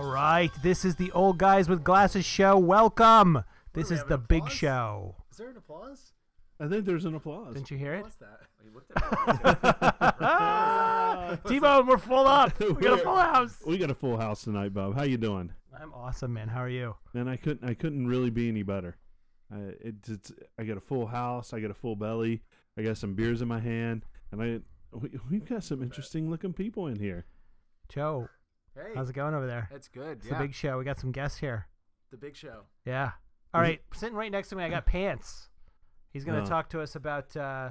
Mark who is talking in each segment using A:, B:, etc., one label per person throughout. A: right, this is the Old Guys with Glasses show. Welcome. This
B: we
A: is
B: having
A: the big
B: applause?
A: show.
B: Is there an applause?
C: I think there's an applause.
A: Didn't you hear it?
B: What's that?
D: Oh, He looked at me.
A: T-Bone, we're full up. We got a full house.
C: We got a full house tonight, Bob. How you doing?
A: I'm awesome, man. How are you?
C: Man, I couldn't. I couldn't really be any better. I, it's, it's, I got a full house. I got a full belly. I got some beers in my hand, and I we, we've got some interesting looking people in here.
A: Joe,
B: Hey,
A: how's it going over there?
B: that's good.
A: It's
B: yeah,
A: the big show. We got some guests here.
B: show.
A: Yeah. All right, sitting right next to me, I got Pants. He's going to
C: Oh.
A: talk to us about, uh,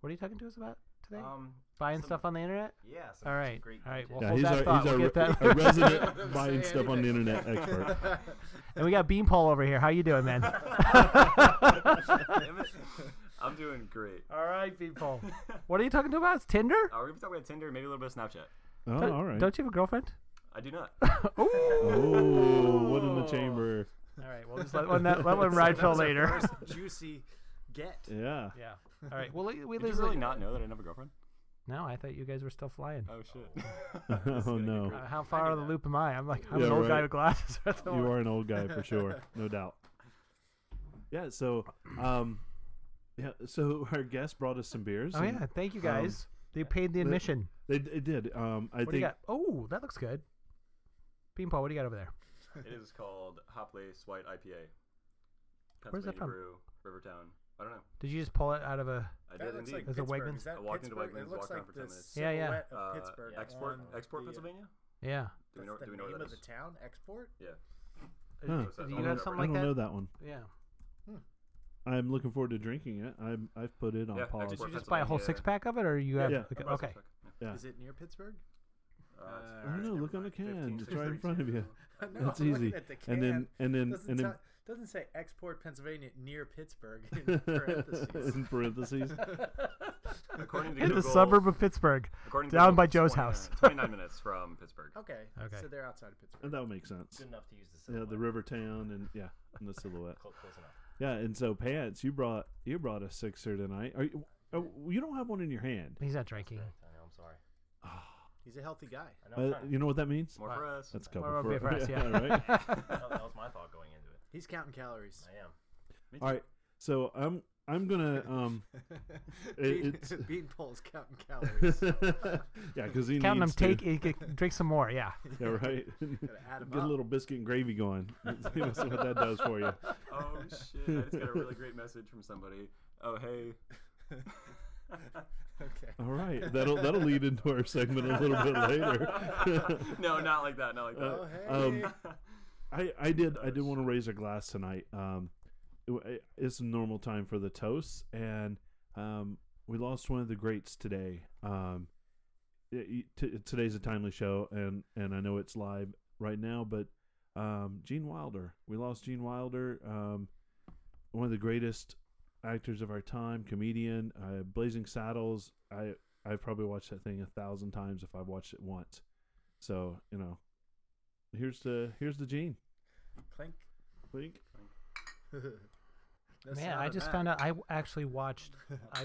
A: what are you talking to us about today?
D: um,
A: Buying
D: some-
A: stuff on the internet?
D: Yeah. Some,
A: All
D: some
A: right.
D: great
A: All right.
D: content.
A: Well,
C: Yeah,
A: hold
C: he's
A: that
C: our-
A: thought.
C: he's
A: We'll
C: our
A: get that.
C: re- a resident
B: Doesn't
C: buying
B: say
C: stuff on the internet expert.
A: and we got Beanpole over here. How you doing, man?
D: Damn it. I'm doing great.
A: All right, Beanpole. What are you talking to about? It's Tinder?
D: Are we gonna talk about Tinder? Maybe a little bit of Snapchat.
C: Oh,
A: Don't-
C: all right.
A: Don't you have a girlfriend?
D: I do not.
C: oh, what in the chamber?
A: All right, we'll just let one, that, let one ride
B: That
A: till
B: was our
A: later.
B: first juicy get.
C: Yeah.
A: Yeah. All right. Well, we
D: Did you really not know that I didn't have a girlfriend?
A: No, I thought you guys were still flying.
D: Oh shit. This is gonna
C: oh
D: get
C: no,
A: Uh, how far out of the loop am I? I'm like I'm
C: Yeah,
A: an old guy
C: right.
A: with glasses. That's all.
C: you are an old guy for sure, no doubt. Yeah. So, um, yeah. So our guest brought us some beers.
A: Oh
C: and-
A: yeah, thank you guys. they paid the admission.
C: They, it did. Um, I
A: what do you
C: think
A: got? Oh, that looks good. Beanpole, what do you got over there?
D: great. It is called Hop Lace White IPA.
A: Where's that
D: Pennsylvania
A: from?
D: Brew, Rivertown. I don't know.
A: Did you just pull it out of a?
D: I did
B: That looks
D: indeed.
B: like
A: Is it
B: Pittsburgh.
A: Wegmans?
B: Is that
D: I walked into
B: Pittsburgh?
D: Wegmans,
B: It looks
D: walked around
B: like
D: for
B: the
D: 10 minutes.
A: Yeah, yeah.
B: silhouette
D: Uh,
B: of Pittsburgh.
D: export,
B: on
D: export,
B: the, uh,
D: Pennsylvania.
A: Yeah.
D: Do we know? Do
B: That's the
D: we know
B: name
D: what
B: of
D: that
B: the
D: is?
B: town. Export.
D: Yeah.
C: Huh.
D: I don't
A: Do you
D: know
A: have
D: that
A: something
C: I
A: like
C: don't
A: that?
C: know that one.
A: Yeah.
C: I'm looking forward to drinking it. I'm I've put it on
D: Yeah, I just-
C: pause.
A: Did you
D: Pittsburgh,
A: just buy a whole
D: Pennsylvania.
A: six pack of it, or you have?
C: Yeah.
A: like,
D: I brought some
A: okay.
D: pack.
C: Yeah.
B: Is it near Pittsburgh?
D: Uh, it's-
B: Uh,
C: I don't know.
D: never
C: Look on the
D: mind.
C: can.
D: 15,
C: it's right in front of you.
B: no,
C: That's
B: I'm looking
C: easy.
B: at the
C: And then and then
B: Doesn't,
C: and then
B: tell- doesn't say export Pennsylvania near Pittsburgh in parentheses.
C: in parentheses.
D: According to
A: In the
D: Google-
A: suburb of Pittsburgh.
D: According to
A: Down
D: Google,
A: by
D: it's
A: Joe's
D: 29
A: house.
D: 29 minutes from Pittsburgh.
B: okay.
A: Okay.
B: So they're outside of Pittsburgh.
C: And that would make sense.
E: good enough to use the
C: Yeah,
E: silhouette.
C: the river town and yeah, and the silhouette.
E: Cl- close enough.
C: Yeah, and so pants, you brought you brought a sixer tonight. Are you, oh, you don't have one in your hand.
A: He's not drinking.
E: Correct, I know. I'm sorry.
B: He's a healthy guy.
E: I know. I'm
C: Uh,
E: trying to-
C: you know what that means?
D: More for us.
C: That's a couple
A: More beer for us, yeah.
C: right?
E: that that was my thought going into it.
B: He's counting calories.
E: I am.
D: Me
C: All right. So I'm I'm gonna um
B: Bean,
C: it's-
B: Bean Pole's counting
C: yeah
B: calories.
C: because he
A: Counting them,
C: needs
A: take,
C: to.
A: it, get- drink some more. Yeah.
C: Yeah, right.
B: add 'em
C: Get a
B: up.
C: little biscuit and gravy going. See what see what that does for you.
D: Oh shit! I just got a really great message from somebody. Oh hey,
B: okay.
C: All right, that'll that'll lead into our segment a little bit later.
D: no, not like that, not like that.
B: Oh hey.
C: um, I I did I did want to raise a glass tonight. Um, it- it's normal time for the toasts, and um, we lost one of the greats today. Um, it- it- t- today's a timely show, and and I know it's live right now, but um, Gene Wilder. We lost Gene Wilder, um, one of the greatest actors of our time, comedian. Uh, Blazing Saddles. I I've probably watched that thing a thousand times if I've watched it once. So you know, here's the here's the Gene.
B: Clink.
C: Clink.
A: Man, I just found out I w- actually watched. I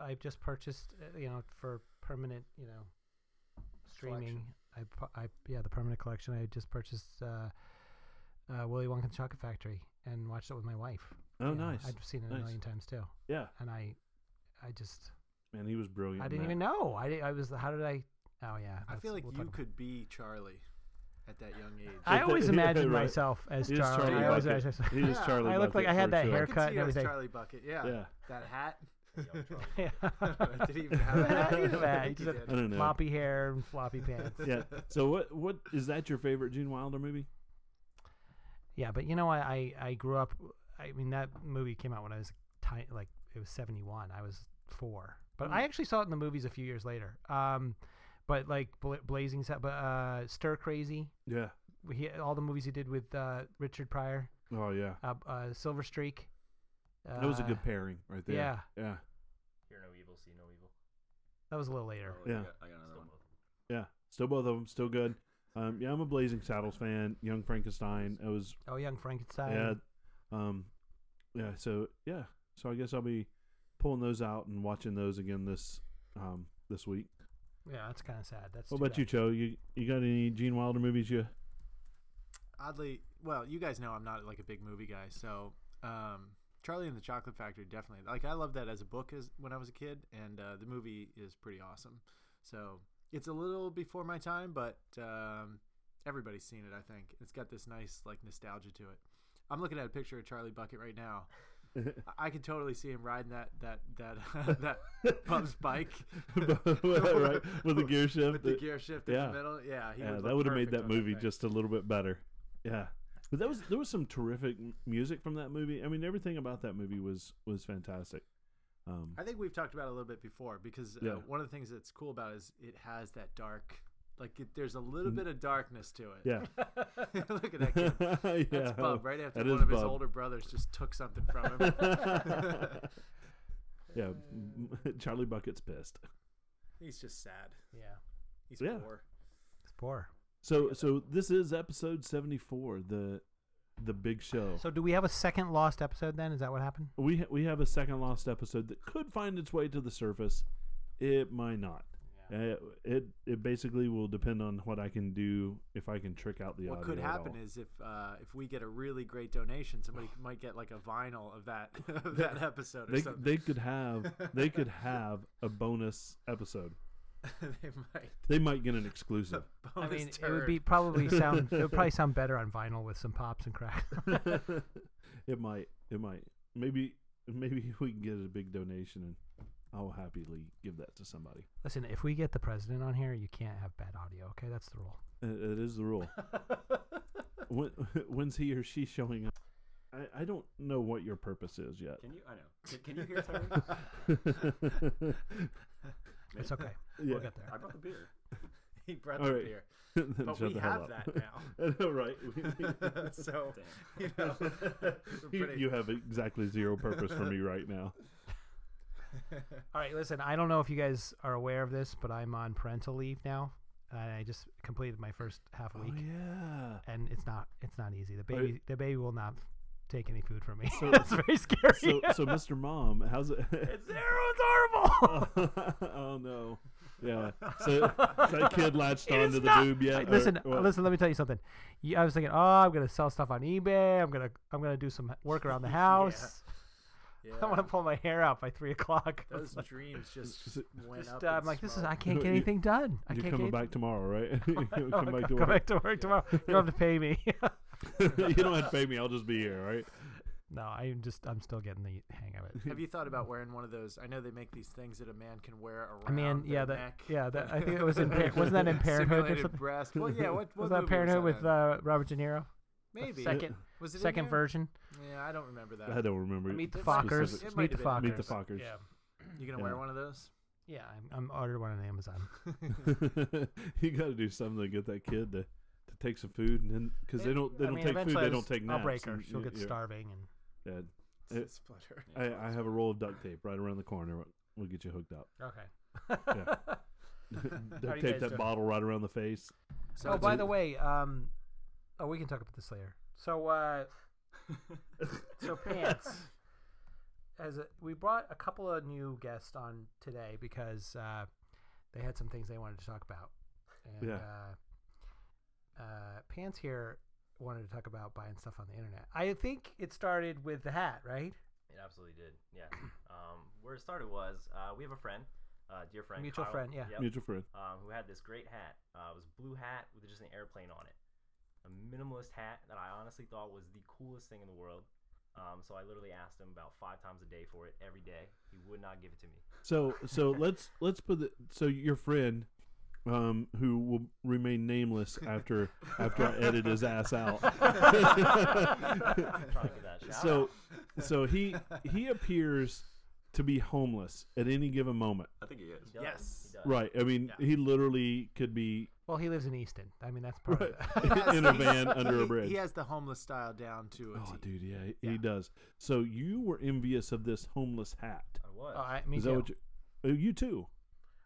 A: I just purchased, uh, you know, for permanent, you know, streaming. I, pu- I yeah, the permanent collection. I just purchased uh, uh, Willy Wonka and the Chocolate Factory and watched it with my wife.
C: Oh,
A: you know.
C: nice.
A: I've seen it a
C: Nice.
A: million times too,
C: Yeah,
A: and I I just
C: man, he was brilliant.
A: I
C: in
A: didn't
C: that.
A: even know. I did, I was how did I? Oh yeah,
B: I
A: that's-
B: feel like
A: we'll
B: you
A: talk about-
B: could be Charlie at that young age.
A: I always
C: Yeah,
A: imagine
C: right.
A: myself as
C: He is
A: Charlie.
C: Charlie
A: I always
C: Bucket.
A: imagine myself-
C: He is
B: Yeah.
C: Charlie.
A: I look like
C: Bucket
A: I had
C: for
A: that
C: sure.
B: I
A: haircut
B: could see
A: and
B: you as
A: everything.
B: Charlie Bucket. Yeah.
C: Yeah,
B: That hat.
A: Yeah.
B: Did he even have a hat?
A: Look at that.
B: I think
A: He's
B: he
A: a
B: did.
C: I don't know.
A: floppy hair and floppy pants.
C: Yeah. So what? What is that your favorite Gene Wilder movie?
A: Yeah, but you know, I, I, I grew up. I mean, that movie came out when I was tiny, like it was seventy one. I was four, but
C: Mm.
A: I actually saw it in the movies a few years later. Um, but like Bla- Blazing, Sa- but uh, Stir Crazy,
C: Yeah.
A: he, all the movies he did with uh, Richard Pryor,
C: Oh yeah.
A: uh, uh, Silver Streak. Uh,
C: That was a good pairing right there.
A: yeah.
C: Yeah.
E: Hear no evil, see no evil.
A: That was a little later.
D: I
C: Yeah.
D: got, Oh, I got another
E: Still
D: one.
E: both.
C: Yeah. Still both of them. Still good. Um, yeah, I'm a Blazing Saddles fan. Young Frankenstein. It was
A: Oh, Young Frankenstein.
C: yeah. Um, yeah. So yeah. So I guess I'll be pulling those out and watching those again this um this week.
A: Yeah, that's kind of sad. That's
C: What
A: too
C: about
A: bad.
C: you, Cho? You you got any Gene Wilder movies you
B: oddly, well, you guys know I'm not like a big movie guy, so um, Charlie and the Chocolate Factory definitely. Like I loved that as a book as when I was a kid, and uh, the movie is pretty awesome. So it's a little before my time, but um, everybody's seen it. I think it's got this nice like nostalgia to it. I'm looking at a picture of Charlie Bucket right now. I- I can totally see him riding that that that that Bub's bike
C: right with the gear shift.
B: with the gear shift in
C: yeah.
B: the middle. Yeah, he
C: yeah,
B: would
C: that
B: look
C: would have made
B: perfect
C: that
B: on
C: movie
B: thing.
C: just a little bit better. Yeah, but that was there was some terrific m- music from that movie. I mean, everything about that movie was was fantastic. Um,
B: I think we've talked about it a little bit before because uh,
C: Yeah.
B: one of the things that's cool about it is it has that dark, like it, there's a little bit of darkness to it.
C: Mm. yeah,
B: Look at that kid. That's
C: Yeah.
B: Bub right after
C: that
B: one
C: is
B: of his
C: Bub.
B: older brothers just took something from him.
C: yeah, m- Charlie Bucket's pissed.
B: He's just sad.
A: Yeah.
B: He's
C: Yeah.
B: poor.
A: It's poor.
C: So so this is episode seventy four, the the big show.
A: So do we have a second lost episode then? Is that what happened?
C: we ha- we have a second lost episode that could find its way to the surface. It might not.
E: Yeah.
C: Uh, it it basically will depend on what I can do if I can trick out the
B: What
C: audio
B: could
C: at all.
B: happen is if uh, if we get a really great donation, somebody might get like a vinyl of that of that episode or
C: they,
B: something.
C: they could have they could have a bonus episode.
B: they might.
C: They might get an exclusive.
A: I
B: Bonus
A: mean, it
B: turd.
A: would be probably sound. It would probably sound better on vinyl with some pops and cracks.
C: it might it might maybe maybe we can get a big donation and I'll happily give that to somebody.
A: Listen, if we get the president on here, you can't have bad audio. Okay, that's the rule.
C: It, it Uh, is the rule. when, when's he or she showing up? I, I don't know what your purpose is yet.
D: Can you? I know. Can, can you hear Tony?
A: It's okay.
C: Yeah.
A: We'll get there.
D: I brought the beer.
B: he brought
C: All
B: the
C: right.
B: beer,
C: Then
B: but
C: shut
B: we
C: the hell
B: have
C: up.
B: that now.
C: I know, right?
B: so
D: Damn.
B: you know, we're
C: you,
B: pretty-
C: you have exactly zero purpose for me right now.
A: All right, listen. I don't know if you guys are aware of this, but I'm on parental leave now. And I just completed my first half week,
C: Oh, yeah.
A: and it's not. It's not easy. The
C: you-
A: baby. The baby will not take any food from me.
C: So-
A: it's very scary.
C: So, so Mr. Mom, how's it?
A: it's zero. It's horrible.
C: oh no. Yeah. So that kid latched
A: It is
C: onto the
A: not-
C: boob yet.
A: I-
C: or-
A: listen, uh,
C: well,
A: listen. Let me tell you something. You, I was thinking, oh, I'm gonna sell stuff on eBay. I'm gonna, I'm gonna do some work around the house.
B: yeah.
A: I'm gonna pull my hair out by three o'clock.
B: Those dreams just
C: Just-
B: went
A: Just,
B: up.
A: uh, I'm
B: in
A: like, this is.
B: smoke.
A: I can't
C: No,
A: get
C: you-
A: anything done. I
C: You're
A: can't
C: coming
A: get
C: back tomorrow, right? You'll
A: Oh,
C: come back to
A: go
C: work.
A: back to work tomorrow. You don't have to pay me.
C: you don't have to pay me. I'll just be here, right?
A: no, I'm just. I'm still getting the hang of it.
B: Have you thought about wearing one of those? I know they make these things that a man can wear around.
A: I mean, yeah,
B: their
A: that,
B: neck.
A: yeah, that. I think it was in. Par- wasn't that in Parenthood or
B: Simulated
A: something?
B: breast. Well, yeah. What, what
A: was that
B: movie
A: Parenthood
B: was that
A: with
B: in?
A: uh, Robert De Niro?
B: maybe
A: Second,
B: was it in
A: second
B: there?
A: version.
B: Yeah, I don't remember that.
C: I don't remember.
A: Meet the
B: It might-
A: Fockers.
B: it might
A: Meet the
B: have
A: Fockers.
B: been
C: Meet the Fockers.
A: Yeah,
B: You gonna
C: Yeah.
B: wear one of those?
A: yeah. I'm, I'm ordered one on Amazon.
C: you got to do something to get that kid to, to take some food, and then because they
A: It-
C: don't they
A: I
C: don't
A: mean,
C: take food,
A: eventually I
C: they don't
A: just-
C: take naps.
A: I'll break her.
C: and
A: She'll
C: you-
A: get
C: you're-
A: starving, and
C: yeah. It-
B: Splutter.
C: I, I have a roll of duct tape right around the corner. We'll get you hooked up.
A: okay.
C: duct
A: you
C: tape
A: guys
C: that
A: doing?
C: bottle right around the face.
B: So
A: oh,
B: it's
A: by
B: a-
A: the way, um, oh, we can talk about this later. So, uh, so pants. As a, we brought a couple of new guests on today because uh, they had some things they wanted to talk about, and
C: Yeah.
A: uh, uh, pants here wanted to talk about buying stuff on the internet. I think it started with the hat, right?
E: It absolutely did. Yeah. Um, where it started was uh, we have a friend, uh, dear friend,
A: Mutual
E: Kyle,
A: friend, yeah.
E: yep,
C: Mutual friend.
E: um, who had this great hat. Uh, it was a blue hat with just an airplane on it. A minimalist hat that I honestly thought was the coolest thing in the world. Um, so I literally asked him about five times a day for it every day. He would not give it to me.
C: So so let's let's put the so your friend, um, who will remain nameless after after I edit his ass out.
E: I'm trying to get that shout
C: so
E: out.
C: so he he appears to be homeless at any given moment.
D: I think he is.
E: He does,
B: Yes.
E: he does.
C: Right. I mean,
B: Yeah.
C: he literally could be
A: Well, he lives in Easton. I mean, that's part of that.
C: in a
B: He's-
C: van under a
B: he-
C: bridge.
B: He has the homeless style down to a
C: Oh,
B: T.
C: dude, yeah, he- he
B: Yeah.
C: does. So you were envious of this homeless hat.
E: I was.
A: Oh, I, me
C: Is
A: too.
C: that what you? Oh, you too.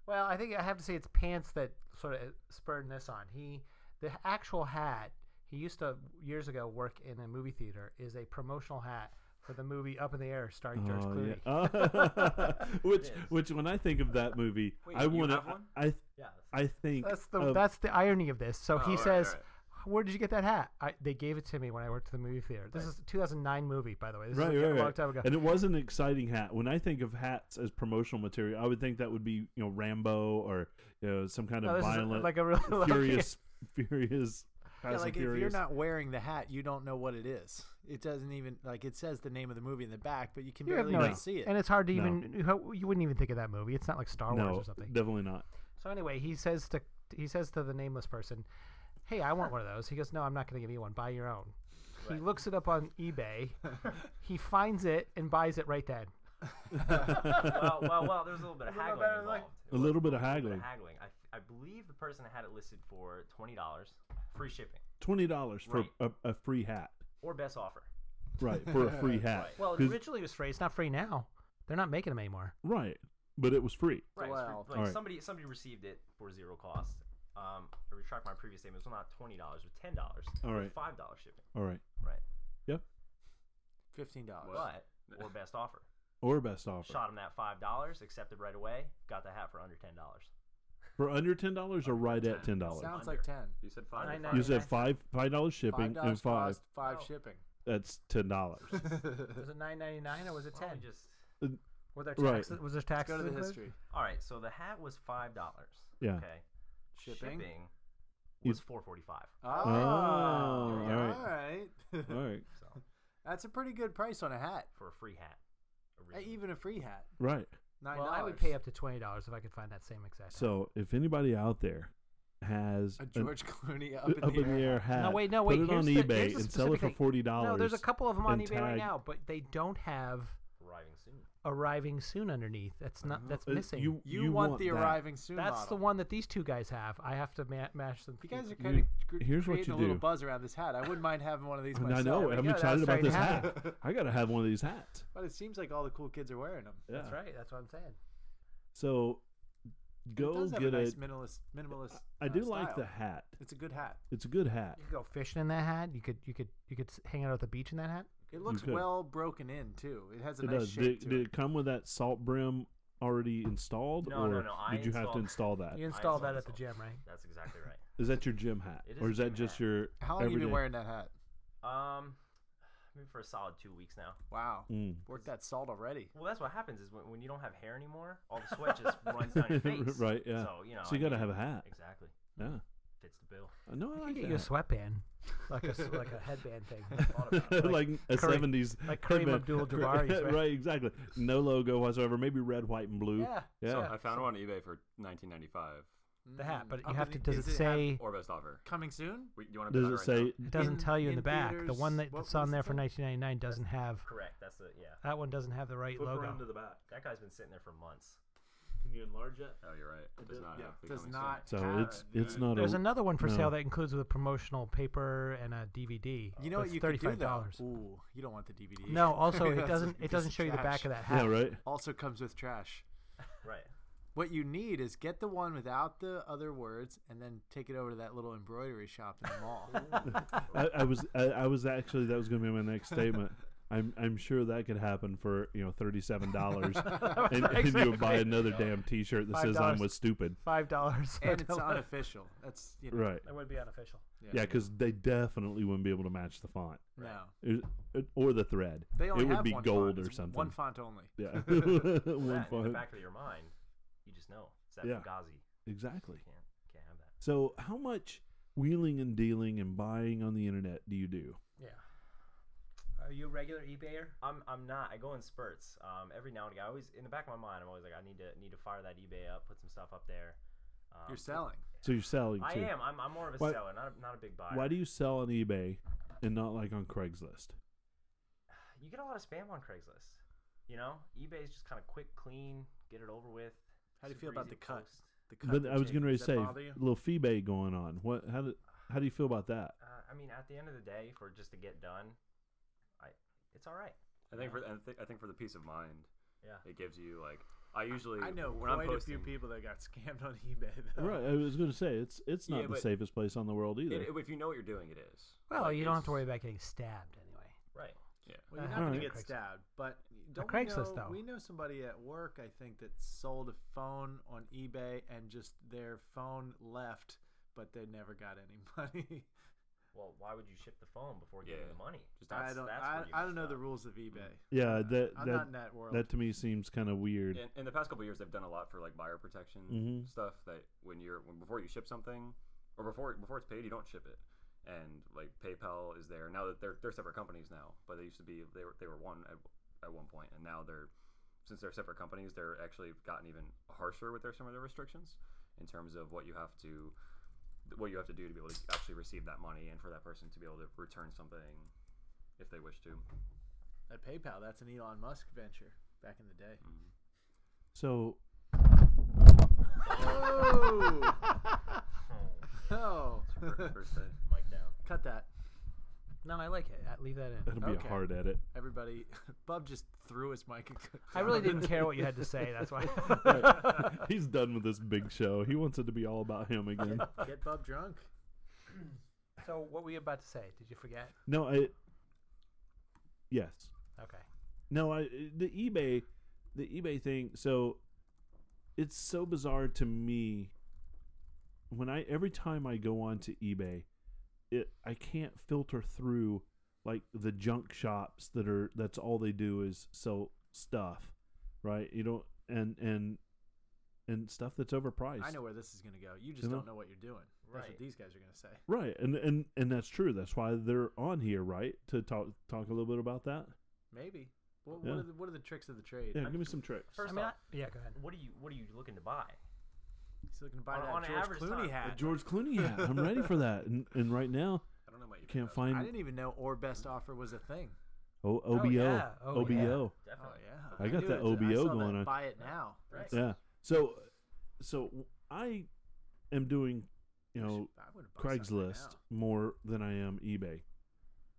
A: Well, I think I have to say it's pants that sort of spurred this on. He, the actual hat he used to years ago work in a movie theater is a promotional hat for the movie Up in the Air starring George
C: Oh,
A: Clooney.
C: yeah. which,
E: Yes.
C: which, when I think of that movie,
D: Wait,
C: I
D: you
C: want to.
D: have one?
C: I,
E: yeah. that's-
C: I think
A: That's the
C: of-
A: that's the irony of this. So
D: Oh,
A: he
D: all right,
A: says
D: all right.
A: where did you get that hat? I, they gave it to me when I worked at the movie theater. This
D: Right.
A: is a 2009 movie, by the way. This
C: Right,
A: is like a
C: right,
A: long
C: right.
A: time ago.
C: And it was an exciting hat. When I think of hats as promotional material, I would think that would be you know Rambo or you know some kind
A: No,
C: of
A: this is
C: violent,
A: like a real
C: furious, furious.
B: Yeah,
C: Fast and
B: like if you're
C: Furious.
B: not wearing the hat, you don't know what it is. It doesn't even like it says the name of the movie in the back, but you can
A: You have
B: barely
A: no
B: even
A: idea.
B: see it.
A: And it's hard to
C: No.
A: even you ho- you wouldn't even think of that movie. It's not like Star Wars
C: no,
A: or something.
C: definitely not.
A: So anyway, he says to he says to the nameless person, "Hey, I want one of those." He goes, "No, I'm not going to give you one. Buy your own." He
D: Right.
A: looks it up on eBay. he finds it and buys it right then.
D: well, well, well, there was a little bit of
E: It's a little
D: haggling
E: better than-
D: involved.
C: A little bit of haggling.
D: haggling. I, th- I believe the person had it listed for twenty dollars, free shipping
C: Twenty dollars for
D: Right.
C: a, a free hat,
D: or best offer.
C: right? For a free hat,
D: Right.
A: Well, it
C: 'Cause-
A: originally was free. It's not free now. They're not making them anymore.
C: right? But it was free.
D: Right. it was free-
B: Wow.
D: like
C: Alright.
D: somebody somebody received it for zero cost. Um, I retract my previous statement. It was not twenty dollars, but ten dollars.
C: Alright.
D: Five dollars shipping.
C: All right,
D: Right.
B: Fifteen dollars.
D: But or best offer.
C: or best offer
D: Shot him that five dollars. Accepted right away. Got the hat for under ten dollars.
C: for under ten dollars or right at ten dollars.
B: Sounds
D: Under.
B: like ten.
E: You said five.
A: I
E: to
A: know.
E: five.
C: You
A: Is it-
C: said five five dollars shipping
B: $5
C: and five.
B: cost, five
D: Oh.
B: shipping.
C: That's ten dollars.
A: Was it nine ninety nine or was it
D: Why don't
A: ten?
D: we Just
A: Were there
C: Right.
A: taxes? Was there taxes?
B: Go to the
A: included?
B: history.
D: all right. So the hat was five dollars.
C: Yeah.
D: Okay.
B: Shipping? Ah,
C: You-
D: was four forty five.
C: Oh,
B: all
C: alright.
B: right.
C: All right,
D: So
B: That's a pretty good price on a hat,
D: for a free hat. a
B: Uh,
D: reasonable-
B: even a free hat.
C: right.
B: Nine
A: Well, I would pay up to twenty dollars if I could find that same exact.
C: So if anybody out there has
B: a
C: an-
B: George Clooney up
C: up,
B: in the air.
C: hat,
A: No, wait, no, wait.
C: uh, put it on
A: here's the,
C: eBay
A: here's the
C: and sell it
A: specific
C: for
A: thing.
C: forty dollars.
A: No, there's a couple of them on
C: and
A: eBay right
C: tag-
A: now, but they don't have
D: arriving soon.
A: arriving soon underneath. That's not. That's
C: Uh,
A: missing.
C: You,
B: You, want, the
C: that.
B: arriving soon.
A: that's the
B: model.
A: one that these two guys have. I have to ma- match them.
B: You guys are
C: You-
B: kind of
C: here's what
B: creating
C: you
B: a little
C: do.
B: buzz around this hat. I wouldn't mind having one of these
C: I mean, I
B: myself.
C: know.
A: we
C: I'm
A: go, that's
C: excited about
A: starting
C: this
A: to
C: hat.
A: happen.
C: I gotta have one of these hats.
B: But it seems like all the cool kids are wearing them.
C: Yeah.
A: That's right. That's what I'm saying.
C: So
B: it
C: go
B: does have
C: get
B: a nice
C: it.
B: minimalist. Minimalist.
C: I
B: uh,
C: do like
B: style.
C: the hat.
B: It's a good hat.
C: It's a good hat.
A: You could go fishing in that hat. You could. You could. You could s- hang out at the beach in that hat.
B: It looks
C: could.
B: well broken in too. It has a
C: It
B: nice
C: does.
B: shape
C: Did,
B: to
C: did
B: it.
C: it come with that salt brim already installed,
D: No,
C: or
D: no, no, I
C: did you have to install
D: installed-
C: that?
A: You
D: I
A: install that
D: installed
A: at the
D: this
A: gym, right?
D: That's exactly right.
C: Is that your gym hat,
D: It is
C: or
D: a
C: is that
D: gym
C: just
D: hat.
C: your?
B: How long have you been
C: everyday-
B: wearing that hat?
D: Um, maybe for a solid two weeks now.
B: Wow,
C: Mm.
B: worked that salt already.
D: Well, that's what happens is when, when you don't have hair anymore, all the sweat just runs down your face.
C: Right, yeah.
D: So you know.
C: So you
D: I
C: gotta
D: mean,
C: have a hat.
D: Exactly.
C: Yeah.
D: Fits the bill.
C: Uh, No, I
A: You
C: like
A: could get
C: that
A: you a
C: hat.
A: sweatband, like a s- like a headband thing.
D: thought about
C: like, a
A: Kareem-
C: seventies,
A: like Kareem Abdul-Jabbar's, right?
C: right? exactly. No logo whatsoever. Maybe red, white, and blue.
A: Yeah,
C: yeah.
E: I found one on eBay for 1995
A: the hat, but
B: Up
A: you have
B: in
A: to.
B: the-
A: Does it
B: Mm. is
A: say?
E: or best offer.
B: coming soon?
E: We, do you want to
C: Does
E: bet
C: it
E: on
C: say?
E: right
A: It doesn't
B: in-
A: tell you in
B: in
A: the back. The
B: theaters,
A: one that,
B: what
A: that's on
B: was
A: there
B: the
A: for
B: thing?
A: 1999 doesn't have.
D: Correct. That's the yeah.
A: That one doesn't have the right logo.
F: the back.
D: That guy's been sitting there for months.
F: Can you enlarge that?
E: now? Oh, you're right. It does
F: does-
E: not.
B: Yeah,
E: have the
B: does
E: coming soon.
B: not.
C: So
B: have
C: it's it's not
A: There's
C: a
A: another one for sale
C: no.
A: that includes with a promotional paper and a DVD.
B: You know
A: but
B: what
A: it's
B: you could do
A: $35.
B: though. Ooh, you don't want the DVD.
A: No, also it
B: That's
A: doesn't
B: a
A: it doesn't
B: piece
A: show you the back
B: trash.
A: of that hat.
C: yeah right.
B: Also comes with trash.
D: Right.
B: What you need is get the one without the other words, and then take it over to that little embroidery shop in the mall.
C: I, I was I, I was actually that was going to be my next statement. I'm I'm sure that could happen for you know thirty seven dollars, and, and you would buy another damn T shirt that says
A: $5.
C: "I'm was stupid."
A: Five dollars.
B: and it's unofficial. That's you know,
C: Right?
A: It would be unofficial.
C: Yeah, because they definitely wouldn't be able to match the font
B: No,
C: It- it- or the thread.
B: they only
C: it would
B: have
C: be
B: one
C: gold
B: font.
C: or
B: It's
C: something.
B: One font only.
C: Yeah,
D: That,
C: one
D: in the
C: font.
D: back of your mind, you just know it's that
C: Yeah.
D: Fugazi.
C: Exactly.
D: Can't can't have that.
C: So, how much wheeling and dealing and buying on the internet do you do?
A: Yeah. Are you a regular eBayer?
D: I'm I'm not. I go in spurts. Um, every now and again, I always in the back of my mind, I'm always like, I need to need to fire that eBay up, put some stuff up there. Um,
B: You're selling.
C: So you're selling.
D: I
C: too.
D: am. I'm, I'm more of a
C: Why-
D: seller, not a, not a big buyer.
C: Why do you sell on eBay and not like on Craigslist?
D: you get a lot of spam on Craigslist? You know, eBay's just kind of quick, clean, get it over with.
B: How do
D: super
B: you feel about
D: easy
B: the
D: to
B: cut?
D: post.
B: The cut
C: But uh,
B: they're
C: I was
B: taking.
C: getting ready to
B: Does
C: say
B: that
C: a
B: bother you?
C: little fee going on. What? How do how do you feel about that?
D: Uh, I mean, at the end of the day, for just to get done, I it's all right.
E: I think for I think, I think for the peace of mind,
D: Yeah.
E: it gives you like I usually
B: I know
E: when I'm
B: quite a
E: posting,
B: few people that got scammed on eBay. Though.
C: Right. I was going to say it's it's not
E: Yeah,
C: the
E: but-
C: safest place on the world either.
E: It, if you know what you're doing, it is.
A: Well,
E: Like,
A: you don't have
E: it's-
A: to worry about getting stabbed anyway.
D: Right.
B: Well, you're
A: Uh,
B: not going
C: Alright.
B: to get
A: Craigslist.
B: stabbed, but don't we
A: Craigslist,
B: know,
A: though.
B: We know somebody at work, I think, that sold a phone on eBay and just their phone left, but they never got any money.
E: Well, why would you ship the phone before getting
D: Yeah.
E: the money?
D: Just
B: I
D: ask-
B: don't.
E: that's
B: I,
E: where you
B: I don't know
E: messed
B: the
E: up.
B: rules of eBay.
C: Yeah,
B: Uh,
C: that
B: I'm not
C: that
B: in that world.
C: that to me seems kind of weird.
D: In, in the past couple years, they've done a lot for like buyer protection
B: Mm-hmm.
C: Mhm.
D: stuff. That when you're when, before you ship something, or before before it's paid, you don't ship it. And like PayPal is there now that they're they're separate companies now, but they used to be they were they were one at, at one point, and now they're since they're separate companies, they're actually gotten even harsher with their some of their restrictions in terms of what you have to what you have to do to be able to actually receive that money, and for that person to be able to return something if they wish to.
B: At PayPal, that's an Elon Musk venture back in the day.
C: So
E: Mm.
B: Oh,
E: Oh,
B: oh.
D: Fir- First day.
E: mic down.
B: cut that.
A: No, I like it. I, leave that in.
C: that'll be
B: Okay.
C: a hard edit.
B: Everybody, Bub just threw his mic.
A: I really didn't care what you had to say. That's why.
C: He's done with this big show. He wants it to be all about him again.
B: Get Bub drunk.
A: so, what were you about to say? Did you forget?
C: No, I. Yes.
A: Okay.
C: No, I the eBay, the eBay thing. So, it's so bizarre to me. When I every time I go on to eBay, it I can't filter through like the junk shops that are that's all they do is sell stuff, right? You don't and and and stuff that's overpriced.
B: I know where this is going to go. You just
C: You know?
B: don't know what you're doing. That's
E: Right.
B: what these guys are going to say.
C: Right, and and and that's true. That's why they're on here, right? To talk talk a little bit about that.
B: Maybe. What,
C: Yeah.
B: what, are the, what are the tricks of the trade?
C: Yeah, give me some tricks.
E: First
A: I mean,
E: off,
A: I- yeah, go ahead.
E: what are you what are you looking to buy?
B: He's looking to buy
E: On-
B: that
E: on an
B: George
E: average
B: Clooney
E: time.
B: hat.
C: George Clooney hat. I'm ready for that. And and right now
D: I don't know about you.
C: can't
D: but-
B: I
C: find
B: didn't even know or best offer was a thing.
C: o-
A: Oh,
C: OBO
A: yeah. Oh,
C: OBO.
B: Oh
E: Definitely.
B: yeah,
C: I got
B: knew
C: that
B: it.
C: OBO
B: I saw
C: going
B: that
C: on.
B: Buy it now.
E: Right.
C: Yeah. So so I am doing you know
B: I would've bought something
C: Craigslist
B: now.
C: more than I am eBay.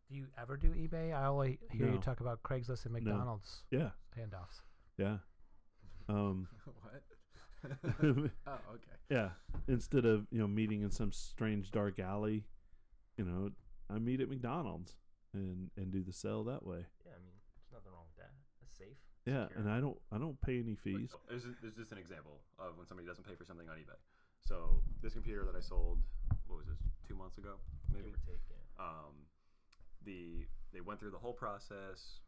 A: Do you ever do eBay? I only hear you
C: No.
A: talk about Craigslist and McDonald's
C: Yeah,
A: handoffs.
C: yeah. Um,
B: what? oh okay.
C: yeah. Instead of you know meeting in some strange dark alley, you know I meet at McDonald's and and do the sale that way.
E: Yeah, I mean, there's nothing wrong with that. That's safe.
C: Yeah,
E: secure.
C: and I don't I don't pay any fees.
D: Like, There's, there's just an example of when somebody doesn't pay for something on eBay. So this computer that I sold, what was this, two months ago,
E: give
D: maybe?
E: or take. Yeah.
D: Um, the they went through the whole process,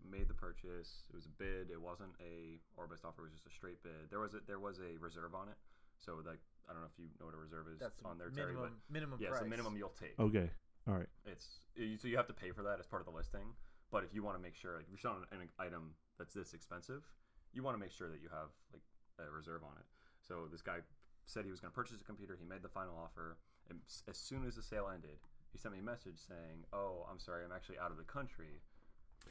D: made the purchase. It was a bid. It wasn't a or best offer. It was just a straight bid. There was a there was a reserve on it. So like I don't know if you know what a reserve is
B: That's
D: on their
B: minimum
D: Terry,
B: minimum
D: but yeah,
B: price.
D: it's the minimum you'll take.
C: Okay, all right.
D: It's you- so you have to pay for that as part of the listing. But if you want to make sure, like, if you're selling an item that's this expensive, you want to make sure that you have like a reserve on it. So this guy said he was going to purchase a computer. He made the final offer, and s- as soon as the sale ended, he sent me a message saying, "Oh, I'm sorry, I'm actually out of the country.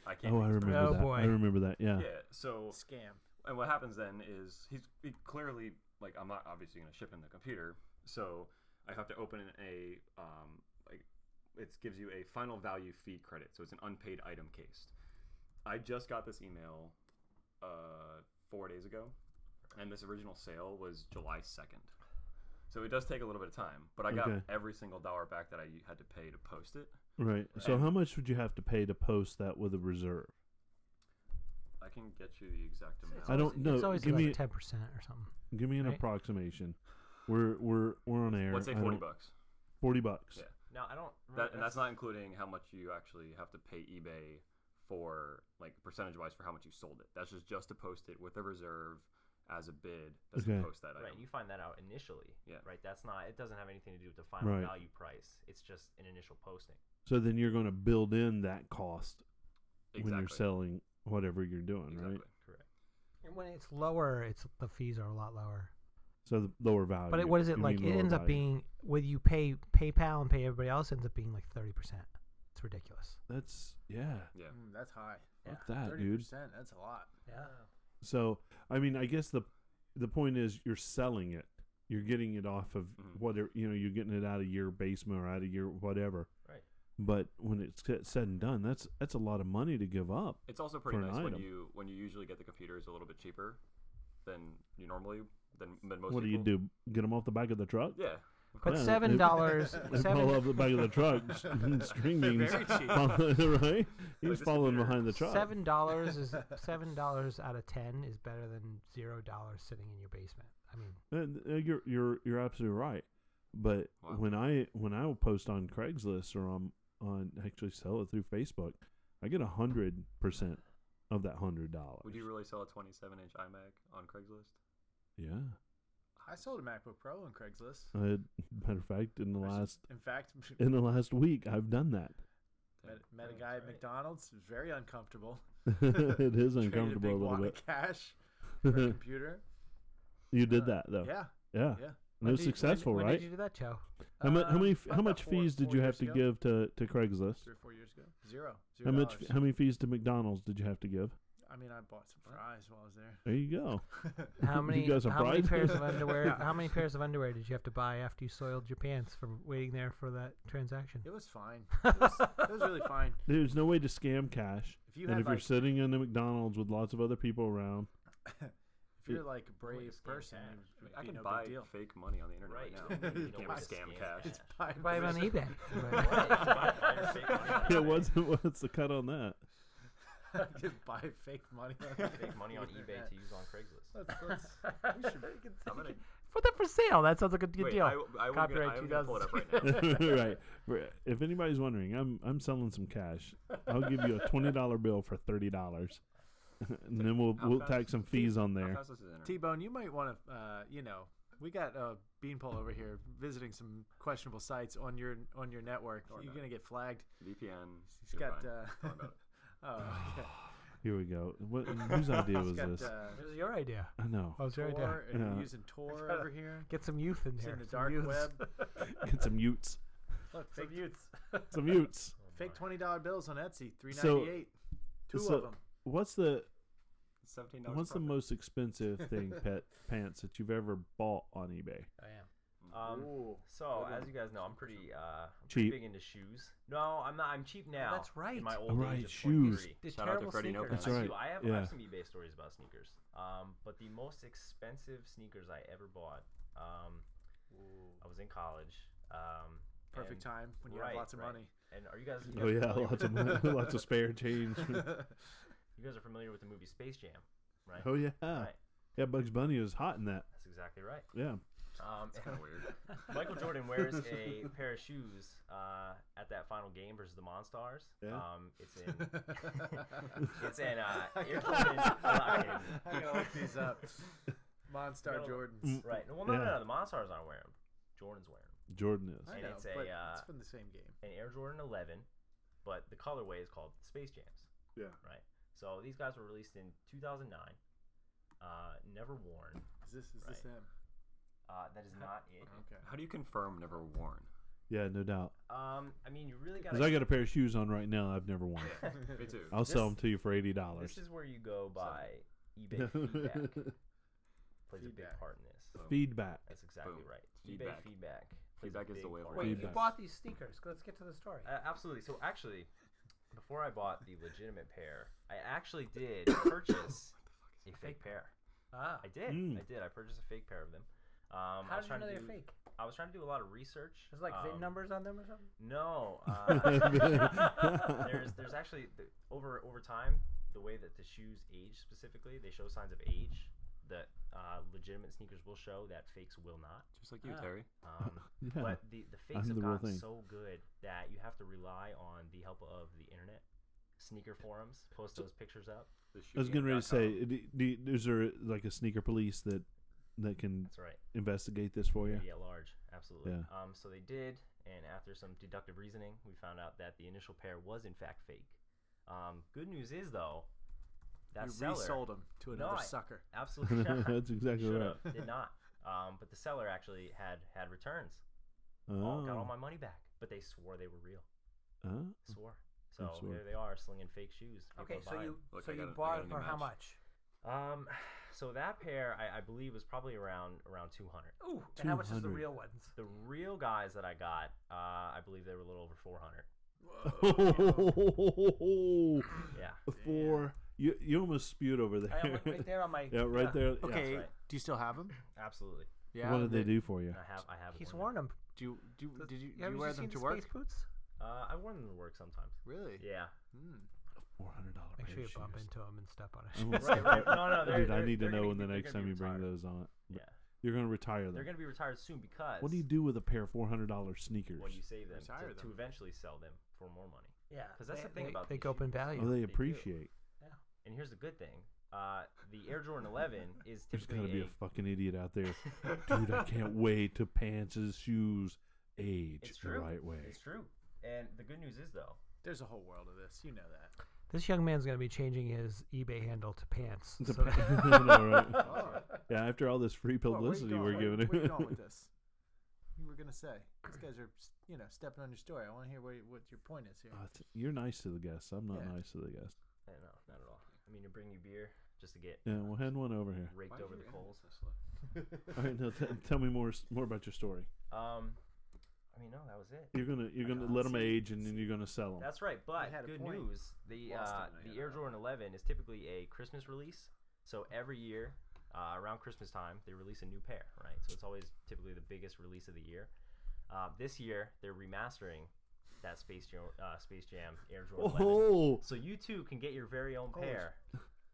D: I can't."
C: Oh,
D: make
C: I
D: this
C: remember
A: Oh,
C: that. I
A: boy.
C: remember that. Yeah.
D: purchase." Yeah. So
B: scam.
D: and what happens then is he's he clearly like I'm not obviously going to ship him the computer, so I have to open a um, like it gives you a final value fee credit, so it's an unpaid item case. I just got this email uh, four days ago, and this original sale was July second. So it does take a little bit of time, but I got
C: Okay.
D: every single dollar back that I had to pay to post it.
C: Right. So
D: And-
C: how much would you have to pay to post that with a reserve?
D: I can get you the exact amount.
C: I don't know.
A: it's always
C: give me
A: like ten percent or something.
C: give me an
A: right?
C: approximation. We're we're we're on air.
D: Let's say
C: I
D: forty
C: don't-
D: bucks.
C: Forty bucks.
D: Yeah.
E: Now I don't. remember-
D: That, and that's not including how much you actually have to pay eBay for, like percentage wise, for how much you sold it. That's just just to post it with a reserve as a bid. That's
C: Okay.
D: to post that item.
E: Right, you find that out initially.
D: Yeah.
E: Right, that's not. It doesn't have anything to do with the final
C: Right.
E: value price. It's just an initial posting.
C: So then you're going to build in that cost when you're
D: Exactly.
C: selling whatever you're doing, right?
D: Exactly.
E: Correct.
A: And when it's lower, it's the fees are a lot lower.
C: So the lower value.
A: But it, what is it
C: Oh, you
A: like?
C: mean
A: It
C: lower
A: ends up
C: value.
A: being when you pay PayPal and pay everybody else, it ends up being like thirty percent. It's ridiculous.
C: That's yeah.
D: Yeah.
B: Mm, that's high.
C: Fuck that,
B: Thirty
C: dude.
B: percent. That's a lot.
A: Yeah.
C: So I mean, I guess the the point is you're selling it. You're getting it off of
D: Mhm.
C: whatever you know. You're getting it out of your basement or out of your whatever.
E: Right.
C: But when it's said- said and done, that's that's a lot of money to give up.
D: It's also pretty
C: For an
D: nice when
C: item.
D: you when you usually get the computers a little bit cheaper than you normally than, than most.
C: what
D: people.
C: do you do? Get them off the back of the truck?
D: Yeah.
A: But
C: Yeah, they-
A: seven dollars.
C: They
A: seven.
C: fall off the back of the truck. String
B: They're
C: beans.
B: very cheap.
C: fall- right? He's
D: this
C: falling
D: computer-
C: behind the truck.
A: Seven dollars is seven dollars out of ten is better than zero dollars sitting in your basement. I mean,
C: uh, And, uh, you're you're you're absolutely right. But
D: Wow.
C: when I when I will post on Craigslist or on on actually sell it through Facebook, I get a hundred percent of that hundred dollars.
D: Would you really sell a 27 inch iMac on Craigslist?
C: yeah.
B: I sold a MacBook Pro on Craigslist.
C: I, matter of fact, in the
B: I should-
C: last
B: in fact,
C: in the last week, I've done that.
B: met,
D: Damn.
B: met a
E: That's
B: guy at
E: right.
B: McDonald's. It was very uncomfortable.
C: it is
B: Traded
C: uncomfortable
B: a, big
C: a little
B: wad
C: bit.
B: Of cash for a computer.
C: you did
B: Uh,
C: that though.
B: Yeah,
C: Yeah.
B: yeah.
C: And it was successful,
A: when,
C: right?
A: Did you do that, Joe?
C: how much? How
B: Uh,
C: many? f- How
B: about
C: much
B: four-
C: fees did
B: four
C: you
B: years
C: have to
B: ago.
C: give to to Craigslist?
B: Three or four years ago, zero. Zero
C: How much?
B: dollars.
C: How many fees to McDonald's did you have to give?
B: I mean, I bought some fries while I was there.
C: There you go.
A: How
C: You
A: many?
C: guys are
A: how many
C: brides?
A: pairs of underwear? How many pairs of underwear did you have to buy after you soiled your pants from waiting there for that transaction?
B: It was fine. It was, it was really fine.
C: There's no way to scam cash.
B: If you
C: and
B: had
C: if
B: like,
C: you're sitting in a McDonald's with lots of other people around,
B: if you're like a
E: way to
B: brave
E: scam
B: person,
E: cash.
B: it would
D: I
B: be
D: can
B: no
D: buy
B: big deal.
D: fake money on the internet right,
E: Right.
D: now.
E: You
D: you
E: know
D: can't
E: what
D: really scam
E: scam
D: cash.
E: is.
B: It's buy
A: Buy it on
B: information.
A: eBay.
C: yeah, what's what's the cut on that?
B: I can buy fake money. On
E: Make money on
B: the
E: eBay
B: internet.
E: to use on Craigslist.
B: Let's, let's, we should make it.
D: I'm gonna,
A: Put that for sale. That sounds like a good
D: wait,
A: deal.
D: I, w- I, will get-
A: Copyright
D: I will pull it up right now.
C: right. Right. If anybody's wondering, I'm I'm selling some cash. I'll give you a twenty dollar bill for thirty dollars, and then we'll
D: How
C: we'll
D: fast-
C: tag some fees on there.
D: How fast is the internet?
B: T-Bone, you might want to, uh, you know, we got a beanpole over here visiting some questionable sites on your on your network.
D: Or
B: You're
D: not.
B: gonna get flagged.
D: VPN.
B: He's
D: you're fine.
B: got. Uh,
D: Don't worry about it.
B: oh, okay.
C: Here we go. What, whose idea
B: He's
C: was
B: got.
C: this?
B: Uh,
A: This is your idea.
C: I know.
A: Oh, it's your idea.
B: Tor, and you're
C: Yeah.
B: using Tor over here.
A: Get some youth in
B: It's
A: here.
B: in the
A: some
B: dark
A: youths.
B: web.
C: Get some utes.
B: Look, fake,
C: Some utes.
B: fake twenty dollar bills on Etsy, three
C: So-
B: ninety eight. Two
C: so-
B: of them.
C: What's the
D: Seventeen dollars.
C: what's the most expensive thing pet pants that you've ever bought on eBay?
A: I am.
E: Um, so as you guys know, I'm pretty uh, I'm pretty
C: Cheap.
E: big into shoes. No, I'm not. I'm cheap now.
A: that's right.
E: In my old
C: Right,
E: age of 23.
C: shoes.
A: The
D: Shout out to
A: terrible
D: Freddie
A: sneakers.
D: Nopal.
C: That's right.
E: I do. I have, I
C: yeah.
E: have some eBay stories about sneakers. Um, but the most expensive sneakers I ever bought, um, I was in college. Um,
B: Perfect
E: and-
B: time when you
E: right,
B: have lots of
E: right.
B: money.
E: And are you guys? You
C: Oh
E: guys
C: yeah,
E: familiar-
C: lots of mo- lots of spare change.
E: You guys are familiar with the movie Space Jam, right?
C: oh yeah,
E: Right.
C: yeah. Bugs Bunny is hot in that.
E: That's exactly right.
C: Yeah,
E: Um,
D: It's kind of weird.
E: Michael Jordan wears a pair of shoes uh, at that final game versus the Monstars.
C: Yeah.
E: Um, it's in it's in uh, Air Jordan. uh,
B: I gotta look these up. Monstar
E: No.
B: Jordans.
C: Mm.
E: right. No, Well, no,
C: Yeah.
E: no, no. The Monstars aren't wearing them. Jordan's wearing them.
C: Jordan is.
B: I
E: And
B: know,
E: it's a,
B: but
E: uh,
B: it's from the same game.
E: An Air Jordan 11, but the colorway is called Space Jams.
C: Yeah.
E: Right. So these guys were released in 2009. Uh, never worn.
B: Is this is this
E: right.
B: them?
E: Uh, that is not it.
B: Okay.
D: How do you confirm never worn?
C: Yeah, no doubt.
E: Um, I mean, you really got
C: Because I got a pair of shoes on right now I've never worn.
D: Me too.
C: I'll sell them
E: This-
C: to you for eighty dollars.
E: This is where you go by eBay feedback. plays a big
B: Feedback.
E: part in this.
C: Feedback.
E: That's exactly
D: Boom.
E: right.
D: Feedback.
E: eBay feedback. plays a
D: Feedback is the
E: big
D: way of
E: part.
D: life.
A: Wait, you
C: Feedback.
A: bought these sneakers. Let's get to the story.
E: Uh, absolutely. So actually, before I bought the legitimate pair, I actually did purchase a fake pair.
A: Ah,
E: I did.
C: Mm.
E: I did. I purchased a fake pair of them. Um, I
A: how did
E: was
A: you
E: trying
A: know
E: to
A: they're
E: do-
A: fake?
E: I was trying to do a lot of research.
A: There's like VIN
E: um,
A: numbers on them or something.
E: No. Uh, there's there's actually the, over over time the way that the shoes age specifically they show signs of age that uh, legitimate sneakers will show that fakes will not.
D: Just like you,
A: Ah.
D: Terry.
E: Um,
C: Yeah.
E: But the the fakes
C: I'm
E: have
C: the real
E: gotten
C: thing.
E: so good that you have to rely on the help of the internet, sneaker forums, post those pictures up.
D: The
C: I was
D: shoe
C: getting ready
D: game
C: to say,
D: dot
C: do, do, is there like a sneaker police that that can
E: That's right.
C: investigate this for you?
E: Media at large, absolutely.
C: Oh, Yeah.
E: Um, so they did, and after some deductive reasoning, we found out that the initial pair was in fact fake. Um, good news is though, that
B: you
E: seller
B: resold them to
E: No,
B: another
E: I-
B: sucker.
E: absolutely not.
C: That's exactly
E: Should've,
C: right.
E: Did not. Um, but the seller actually had had returns. All, got all
C: Oh,
E: my money back, but they swore they were real.
C: oh.
E: Swore. So
C: swore.
E: there they are slinging fake shoes. People
A: Okay,
E: are
A: so
E: buying.
A: you
D: Look,
A: so
D: I
A: you
D: got a- I
A: bought
D: got
A: it
D: a
A: for
D: new
A: how
D: match.
A: much?
E: Um, so that pair I, I believe was probably around around 200.
A: Ooh, and how much is the
C: 200.
A: real ones?
E: The real guys that I got, uh, I believe they were a little over 400. Yeah.
C: Four. You you almost spewed over there.
A: I, right there on my.
C: yeah, right there. yeah.
B: Okay,
E: right.
B: do you still have them?
E: Absolutely.
B: Yeah.
C: what did they do for you?
E: And I have I have
A: He's
E: one
A: worn them.
B: Do you, do, you- did you, do
A: Have
B: you wear them
A: seen
B: to
A: the
B: work?
A: Space boots.
E: Uh, I've worn them to work sometimes.
B: Really?
E: Yeah.
B: Hmm.
C: Four hundred dollar.
A: Make sure you bump into them and step on
C: I'm
A: it.
C: gonna
E: Right, right.
C: say,
E: No, no, they're-
C: Dude, I
E: they're-
C: need to
E: they're
C: know
E: gonna
C: when the
E: be- they're
C: next time
E: gonna be
C: you bring
E: retired.
C: those on.
E: Yeah.
C: You're going to retire
E: They're
C: them.
E: going to be retired soon because
C: What do you do with a pair of four hundred dollar sneakers?
E: Well, you save them
B: Retire
E: to, to
B: them.
E: eventually sell them for more money.
A: Yeah,
E: 'Cause that's
A: they,
E: the thing
A: they-
E: about
A: they
E: these
A: go up in
E: shoes.
A: value.
C: oh, they
E: do.
C: appreciate.
E: And here's the good thing: uh, the Air Jordan 11 is
C: There's got to
E: typically
C: be
E: a-
C: a fucking idiot out there, dude. I can't wait to pants and shoes age
E: it's
C: the
E: true.
C: right way.
E: It's true. And the good news is though,
B: There's a whole world of this. You know that.
A: This young man's going to be changing his eBay handle to pants.
C: The
A: so-
C: pa- All right.
B: Oh.
C: Yeah, after all this free
B: Well, where you
C: publicity
B: going?
C: we're
B: Where you-
C: giving it.
B: Where you going with this? You were gonna say these guys are, you know, stepping on your story. I want to hear what, what your point is here.
C: Oh, it's- you're nice to the guests. I'm not
B: Yeah.
C: nice to the guests.
E: eh, no, not at all. I mean, to bring you beer just to get
C: Yeah, we'll hand one over here.
E: raked over the coals.
C: All right, now t- tell me more s- more about your story.
E: Um, I mean, no, that was it.
C: You're gonna you're gonna let them age, and then you're gonna sell them.
E: That's right. But
B: had a
E: good
B: point.
E: news: the
B: Lost it when
E: uh,
B: I
E: the
B: got
E: Air
B: it.
E: Jordan 11 is typically a Christmas release. So every year, uh, around Christmas time, they release a new pair, right? So it's always typically the biggest release of the year. Uh, this year, they're remastering that Space Jam, uh, Space Jam Air Jordan 11.
C: Oh,
E: So you too can get your very own
B: Holy
E: pair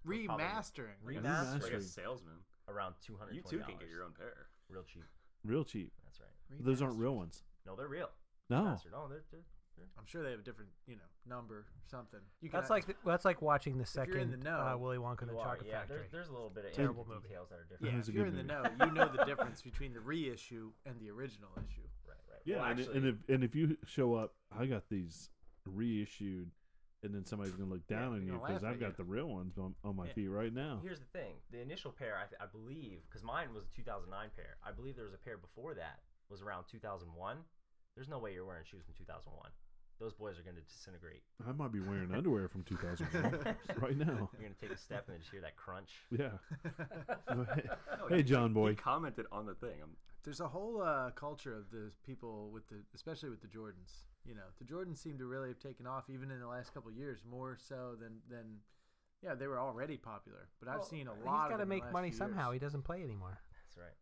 B: Remastering.
E: Rem-
D: It's Like a
C: Remastering.
D: salesman,
E: around 200.
D: you too can get your own pair.
E: real cheap.
C: real cheap.
E: That's right.
C: Those aren't
B: Remastered.
C: real ones.
E: No, they're real.
C: No,
E: Remastered. No, they're, they're
B: I'm sure they have a different, you know, number or something. You
A: that's
B: can- uh,
A: like the, that's like watching the
B: you're in
A: second
B: the know,
A: uh, Willy Wonka and the
E: you are-
A: Chocolate
E: yeah,
A: Factory.
E: There's, there's a little bit of
A: Terrible
E: terrible
A: movie.
E: details that are different.
B: yeah.
C: That was
B: If
C: a
B: you're in
C: good
B: the know,
C: movie.
B: you know the difference between the reissue and the original issue.
E: Right, right.
C: yeah,
D: Well,
C: and, i-
D: actually-
C: and if and if you show up, I got these reissued, and then somebody's gonna look
B: Yeah,
C: down on
B: they're
C: you
B: gonna
C: because
B: laugh
C: I've
B: at
C: got
B: you.
C: the real ones on, on my
E: Yeah.
C: feet right now.
E: Here's the thing: the initial pair, I, th- I believe, because mine was a 2009 pair. I believe there was a pair before that was around 2001. There's no way you're wearing shoes from 2001. Those boys are going to disintegrate.
C: I might be wearing underwear from 2001 right now.
E: You're going to take a step and then just hear that crunch.
C: Yeah.
D: No,
C: hey,
D: he-
C: John boy.
D: He commented on the thing. I'm,
B: There's a whole uh, culture of the people with the, especially with the Jordans. You know, the Jordans seem to really have taken off even in the last couple of years, more so than than. Yeah, they were already popular, but I've
A: Well,
B: seen a
A: He's
B: lot.
A: got
B: got
A: to make money somehow. He doesn't play anymore.
E: That's right.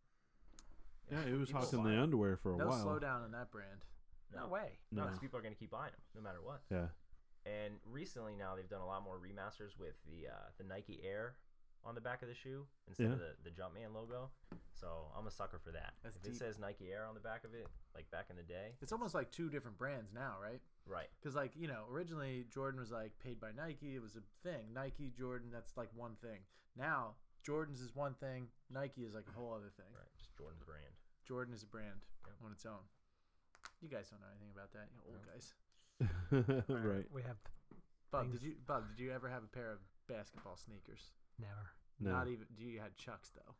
C: Yeah, it was
E: People
C: hawking
E: buy
C: the
E: 'em.
C: underwear for a
B: No
C: while.
B: slowdown in that brand.
A: No way.
E: No,
C: No.
E: because people are going to keep buying them no matter what.
C: Yeah.
E: And recently now they've done a lot more remasters with the uh, the Nike Air on the back of the shoe instead of the, the Jumpman logo. So I'm a sucker for that.
B: That's
E: if
B: deep.
E: it says Nike Air on the back of it, like back in the day,
B: It's almost like two different brands now, right?
E: right?
B: Because like you know, originally Jordan was like paid by Nike. It was a thing. Nike, Jordan. That's like one thing. Now Jordan's is one thing. Nike is like a whole other thing.
E: Right, just Jordan brand.
B: Jordan is a brand
E: Yep.
B: on its own. You guys don't know anything about that, you old guys.
C: right.
A: We have
B: Bob,
A: Things-
B: did you Bob, did you ever have a pair of basketball sneakers?
A: never.
C: No.
B: Not even. Do you had Chucks though?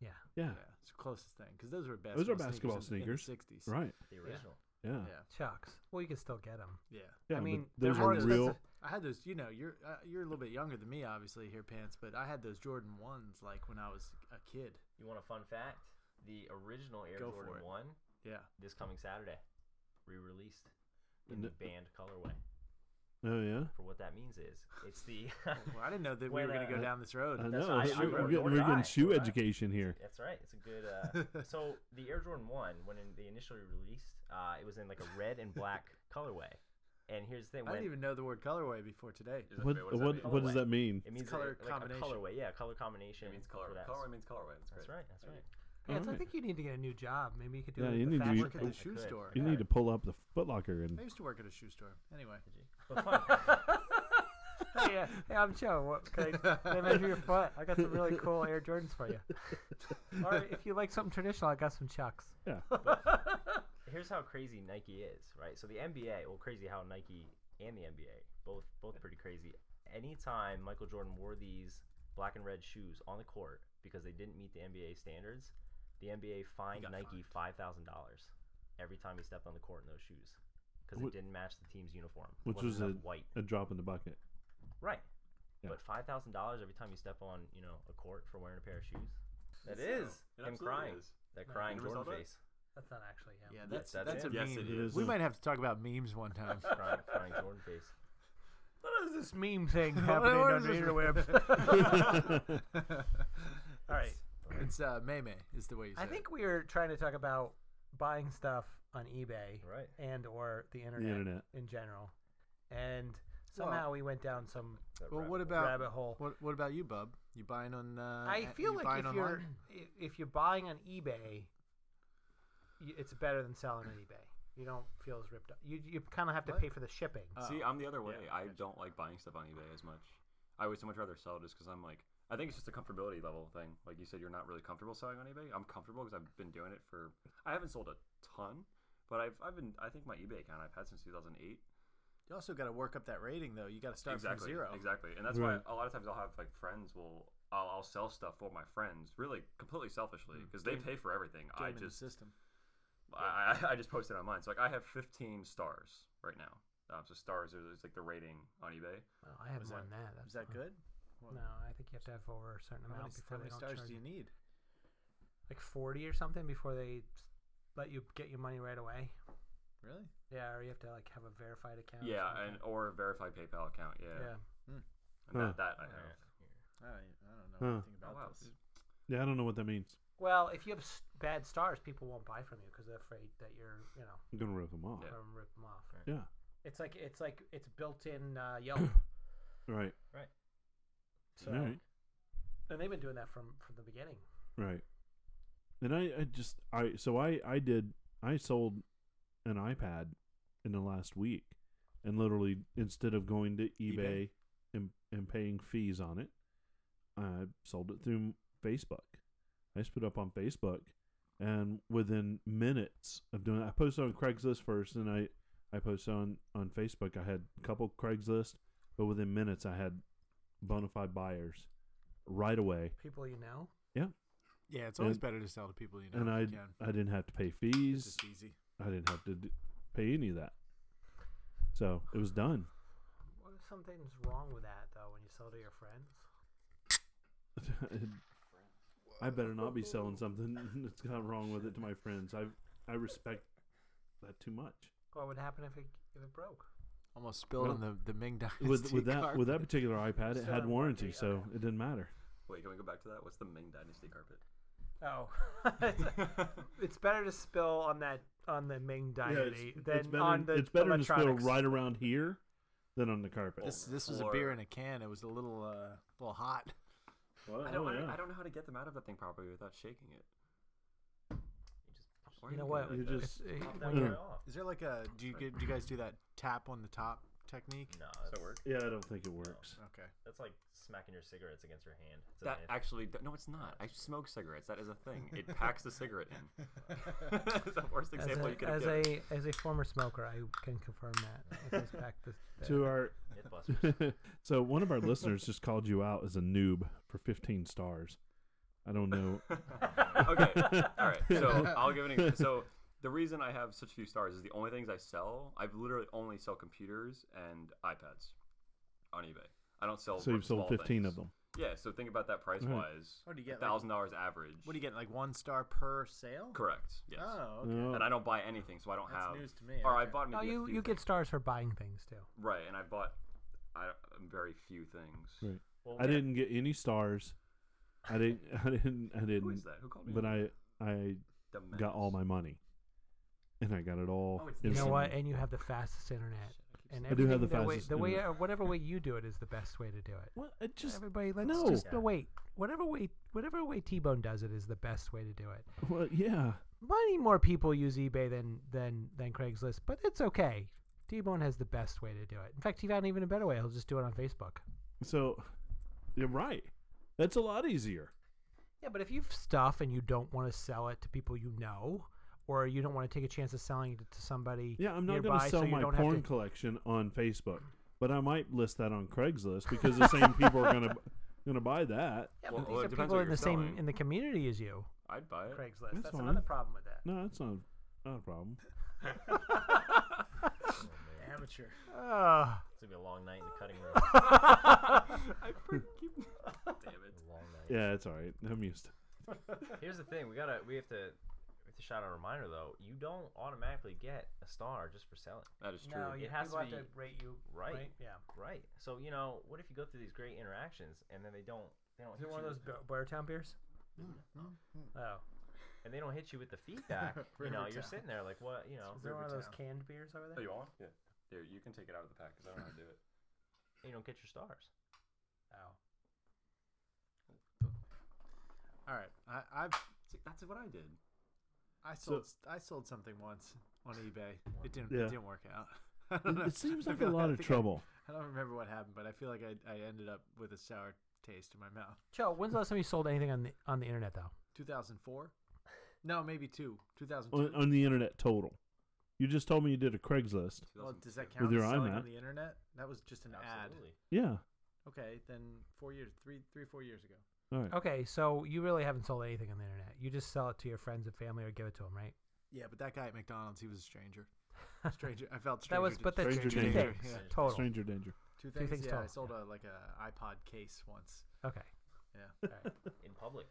A: Yeah.
C: yeah.
B: it's the closest thing because those were basketball.
C: Those are basketball
B: sneakers. in- in the 60s.
C: Right.
E: The original.
C: Yeah.
B: Yeah.
A: Chucks. Well, you can still get them.
B: Yeah.
C: Yeah,
A: I
C: but
A: mean, they're
C: those
A: more
C: are real.
A: expensive.
B: I had those. You know, you're uh, you're a little bit younger than me, obviously, here, pants. But I had those Jordan ones like when I was a kid.
E: You want a fun fact? The original Air
B: Go for
E: Jordan
B: it.
E: 1
B: Yeah.
E: this coming Saturday re-released in
C: And
E: the
C: it-
E: band colorway.
C: Oh yeah.
E: For what that means is it's the
B: Well, I didn't know that we
E: When,
B: were going to
E: uh,
B: go down this road.
C: I
E: That's
C: know.
E: right,
C: shoe-
E: I wrote-
C: we're getting,
E: nor
C: we're
E: did
C: getting
E: I,
C: shoe
E: nor did I.
C: education here.
E: That's right. It's a good. Uh, so the Air Jordan One, when in, they initially released, uh, it was in like a red and black colorway. And here's the thing:
B: I
E: when
B: didn't even know the word colorway before today.
D: is that-
C: What,
D: wait,
C: what, what,
D: mean?
C: does that mean?
E: it means
B: color
E: a, like
B: combination.
E: a colorway, yeah, color combination.
D: It means
E: for
D: color.
E: that.
D: Colorway means colorway. That's,
E: That's
D: great.
E: right. That's right.
A: Yeah, it's- I
C: Alright.
A: think you need to get a new job. Maybe you could do
C: Yeah,
A: it at
C: you
A: the
C: need to
A: fashion
C: be-
B: Work at
A: company.
B: the shoe
E: could.
B: store.
C: You need to pull up the Foot Locker and
B: I used to work at a shoe store. Anyway,
E: But fun.
A: hey, uh, hey, I'm Joe. What, can, I, can I measure your foot? I got some really cool Air Jordans for you. Or if you like something traditional, I got some Chucks.
C: yeah.
E: here's how crazy Nike is, right? So the NBA, well, crazy how Nike and the NBA both both pretty crazy. Anytime Michael Jordan wore these black and red shoes on the court because they didn't meet the NBA standards, the NBA fined
B: got
E: Nike five thousand dollars every time he stepped on the court in those shoes because
C: Wh-
E: it didn't match the team's uniform, It
C: Which
E: wasn't
C: was a,
E: enough white,
C: a drop in the bucket.
E: right?
C: Yeah.
E: But five thousand dollars every time you step on, you know, a court for wearing a pair of shoes. That
D: So,
E: is
D: it
E: him
D: absolutely
E: crying.
D: is.
E: That crying
D: You never saw
E: Jordan
D: that?
E: face.
A: That's not actually him.
B: yeah, that's
E: that's
B: that's
E: it.
B: a
D: Yes,
B: meme.
D: it is.
B: We might have to talk about memes one time.
E: crying, crying Jordan face.
A: What is this meme thing
B: happening
A: happening
B: What
A: on
B: is
A: the
B: this-
A: interwebs? All right.
B: It's uh, May May is the way you say.
A: I
B: it.
A: think we were trying to talk about buying stuff on eBay
E: Right.
A: and or the internet,
C: internet.
A: in general. And Somehow we went down some
E: That
B: Well,
E: rabbit
B: what
E: hole.
B: about
A: rabbit hole.
B: What What about you, Bub? You buying on? Uh,
A: I
B: a-
A: feel
B: you
A: like
B: buying
A: if
B: online?
A: you're i- if you're buying on eBay, y- it's better than selling on eBay. You don't feel as ripped up. You you kind of have to
B: What?
A: pay for the shipping.
D: See,
B: Oh,
D: I'm the other way.
B: yeah,
D: I
B: gotcha.
D: don't like buying stuff on eBay as much. I would so much rather sell just because I'm like, I think it's just a comfortability level thing. Like you said, you're not really comfortable selling on eBay. I'm comfortable because I've been doing it for. I haven't sold a ton, but I've I've been. I think my eBay account I've had since 2008.
B: you also got to work up that rating though. You got to start
D: exactly,
B: from zero.
D: Exactly, and that's
C: Right.
D: why a lot of times I'll have like friends will I'll, I'll sell stuff for my friends, really completely selfishly because they
B: Game-
D: pay for everything.
B: Game
D: I
B: in the
D: just
B: system.
D: I, I I just posted online. So like I have 15 stars right now. Um, so stars is is, like the rating on eBay.
A: Well, I have
B: was
A: more
B: that-
A: than that. That's
B: Is that
A: fine.
B: good?
A: No, I think you have to have over a certain
B: How many,
A: amount
B: how
A: before
B: many
A: they don't
B: stars
A: charge
B: do you need?
A: like forty or something before they s- let you get your money right away.
B: Really?
A: Yeah, or you have to like have a verified account. or
D: Yeah,
A: something.
D: and or a verified PayPal account. Yeah,
A: yeah.
D: and
C: Huh.
D: that, that I
E: Yeah.
D: have.
B: I don't, I don't know
C: Huh.
B: anything about
D: wow.
B: this.
C: Yeah, I don't know what that means.
A: Well, if you have s- bad stars, people won't buy from you because they're afraid that you're you know
C: I'm gonna rip them off.
D: Yeah.
A: gonna rip them off.
C: Yeah.
A: It's like it's like it's built in uh, Yelp.
C: Right.
A: So,
C: Alright.
A: and they've been doing that from from the beginning.
C: Right. And I, I just I so I I did I sold an iPad in the last week, and literally instead of going to eBay,
B: eBay?
C: and and paying fees on it, I sold it through Facebook. I just put it up on Facebook, and within minutes of doing, I posted on Craigslist first, and I I posted on on Facebook. I had a couple Craigslist, but within minutes I had bona fide buyers right away.
A: People you know.
B: Yeah, it's always
C: And-
B: better to sell to people you know.
C: and
B: if
C: I
B: you can.
C: I didn't have to pay
B: It's
C: fees.
B: just easy.
C: I didn't have to d- pay any of that. So it was done.
A: What if something's wrong with that though when you sell to your friends?
C: I better not be selling something that's gone wrong with it to my friends. I I respect that too much.
A: What would happen if it if it broke?
B: Almost spilled
C: Well,
B: on the the Ming Dynasty
C: With with that with that
B: carpet.
C: particular iPad, it
A: Still
C: had
A: on
C: warranty,
A: warranty,
C: so
A: okay.
C: it didn't matter.
D: Wait, can we go back to that? What's the Ming Dynasty carpet?
A: Oh, it's, it's better to spill on that on the Ming dynasty than
C: better,
A: on the
C: it's better to spill
A: electronics.
C: right around here than on the carpet.
B: This this was a
D: Or-
B: beer in a can. It was a little uh, little hot.
A: Oh,
D: I don't I, I don't know how to get them out of that thing properly without shaking it.
E: You just
D: Why are
A: You know
D: doing
A: what?
D: that?
C: You
A: It's-
C: just-
A: it-
E: pop that
A: when
E: guy
A: you're-
E: off.
B: Is there like a do you get, do you guys do that tap on the top technique?
E: No,
D: Does that
E: that's-
D: work?
C: yeah, I don't think it works.
B: Okay.
E: That's like smacking your cigarettes against your hand. It's
D: That
E: an-
D: actually no, it's not. I smoke cigarettes. That is a thing. It packs the cigarette in. That's the worst
A: As
D: example you could
A: a,
D: have
A: as
D: given.
A: a as a former smoker, I can confirm that. It goes back to
C: To our
E: Mythbusters.
C: so one of our listeners just called you out as a noob for 15 stars. I don't know.
D: okay. All right. So I'll give it. A, so the reason I have such few stars is the only things I sell. I have literally only sell computers and iPads on eBay. I don't sell.
C: so you've
D: small
C: sold 15
D: things.
C: of them.
D: Yeah. So think about that price wise.
B: What do you get, like-
D: Thousand dollars average.
B: What do you get? Like one star per sale?
D: Correct. Yes.
B: Oh, okay.
C: Oh.
D: And I don't buy anything, so I don't
B: That's
D: have.
B: news to me,
D: Or I
B: okay.
D: bought
A: No,
D: maybe a
A: Oh, you
D: few
A: you get
D: things.
A: stars for buying things too.
D: right, and I bought. I, um, very few things.
C: Right.
E: Well,
C: I didn't get any stars. I didn't. I didn't. I didn't.
D: Who is that? Who called me?
C: But I. I
D: The
C: got all
D: Menace.
C: my money, and I got it all.
D: Oh, it's
A: You know
D: Instantly.
A: what? And you have the fastest internet. And
C: I do have
A: everything
C: the
A: way-
C: fastest
A: the way,
C: internet.
A: uh, whatever way you do it is the best way to do it.
C: Well, it just.
A: Everybody, let's
C: No.
A: just
E: Yeah.
A: but wait. Whatever way, whatever way T Bone does it is the best way to do it.
C: Well, yeah.
A: Many more people use eBay than than than Craigslist, but it's okay. T Bone has the best way to do it. In fact, he found even a better way. He'll just do it on Facebook.
C: So, you're right. That's a lot easier.
A: Yeah, but if you've stuff and you don't want to sell it to people you know, or you don't want to take a chance of selling it to somebody,
C: Yeah, I'm not going
A: nearby,
C: to sell
A: so you
C: my
A: don't have
C: porn
A: to-
C: collection on Facebook, but I might list that on Craigslist because the same people are going to going to buy that.
A: Yeah,
D: Well,
A: but these
D: well, it
A: are
D: depends
A: people
D: what
A: in the
D: you're
A: same
D: selling.
A: in the community as you.
D: I'd buy it.
A: Craigslist.
C: That's
A: That's,
C: fine.
A: another problem with that.
C: No, that's not not a problem.
B: Amateur.
A: Ugh.
E: It's gonna be a long night in the cutting room.
D: I keep. Damn it.
E: A long night.
C: Yeah, it's all right. I'm used. to
E: Here's the thing: we gotta, we have to, we have to shout out a reminder though. You don't automatically get a star just for selling,
D: That is true.
A: No, you
E: It has
A: people
E: to
A: have
E: be
A: to rate you
E: right.
A: Yeah.
E: right? So you know, what if you go through these great interactions and then they don't, they don't
A: Is it
E: hit
A: one
E: you
A: of those
E: with
A: Boyertown beers? Oh,
E: the- and they don't hit you with the feedback? you know, you're
B: Rivertown.
E: sitting there like, what? You know,
A: is there one of those
B: Rivertown.
A: canned beers over
D: Oh,
A: there?
D: you want? Yeah. Here, you can take it out of the pack because I don't know how to do it.
E: don't get your stars.
A: Oh.
B: Ow. All right. I I've,
D: See, that's what I did.
B: I
C: So-
B: sold I sold something once on eBay. It didn't
C: Yeah.
B: it didn't work out. I don't know.
C: It, it seems
B: I
C: like a
B: feel
C: lot
B: I
C: of
B: think I-
C: trouble.
B: I don't remember what happened, but I feel like I, I ended up with a sour taste in my mouth.
A: Joe, when's the last time you sold anything on the on the internet though?
B: 2004? No, maybe two. 2002.
C: on, on the internet total. You just told me you did a Craigslist.
B: well, does that
D: 2002.
B: count
C: your
B: as selling
C: iMac.
B: on the internet? That was just an
E: Absolutely.
C: Yeah.
B: ad. Okay, then four years, three, three, four years ago.
C: All right.
A: Okay, so you really haven't sold anything on the internet. You just sell it to your friends and family or give it to them, right?
B: Yeah, but that guy at McDonald's, he was a stranger. Stranger. I felt stranger.
A: that was
B: to-
A: but that's
C: Stranger
A: two
C: danger.
A: things
B: Yeah.
A: total.
C: Stranger danger.
B: two things.
A: things
B: yeah, I
A: total,
B: sold
A: yeah.
B: a, like a iPod case once.
A: Okay.
B: Yeah.
E: In public.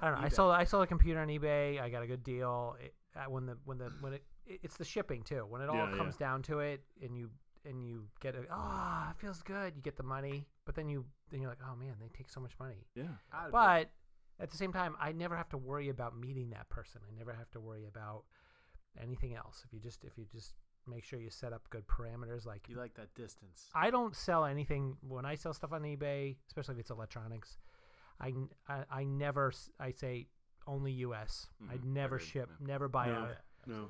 A: I don't know. I
B: eBay.
A: sold I sold a computer on eBay. I got a good deal. It, uh, when the when the when it it- it's the shipping too. When it all
C: Yeah, yeah.
A: comes down to it, and you and you get it, ah, it feels good. You get the money, but then you then you're like, oh man, they take so much money.
C: Yeah.
B: I'd-
A: But at the same time, I never have to worry about meeting that person. I never have to worry about anything else. If you just if you just make sure you set up good parameters, like
B: you like that distance.
A: I don't sell anything when I sell stuff on eBay, especially if it's electronics. I n- I, I never s- I say only U.S. I
D: Mhm,
A: never
D: agreed,
A: ship,
D: yeah.
A: never buy
C: No.
A: out.
C: Yeah. No.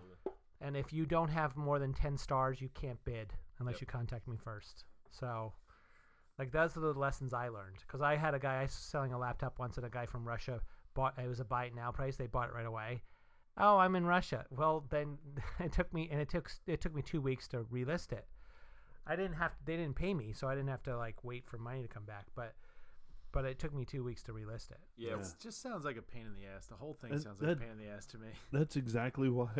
A: And if you don't have more than ten stars, you can't bid unless
D: Yep.
A: you contact me first. So, like those are the lessons I learned because I had a guy I was selling a laptop once, and a guy from Russia bought. It was a buy it now price. They bought it right away. Oh, I'm in Russia. Well, then it took me, and it took it took me two weeks to relist it. I didn't have they didn't pay me, so I didn't have to like wait for money to come back. But but it took me two weeks to relist it.
D: Yeah.
C: Yeah.
D: w-
B: It just sounds like a pain in the ass. The whole thing
C: That-
B: sounds like a
C: that-
B: pain in the ass to me.
C: That's exactly why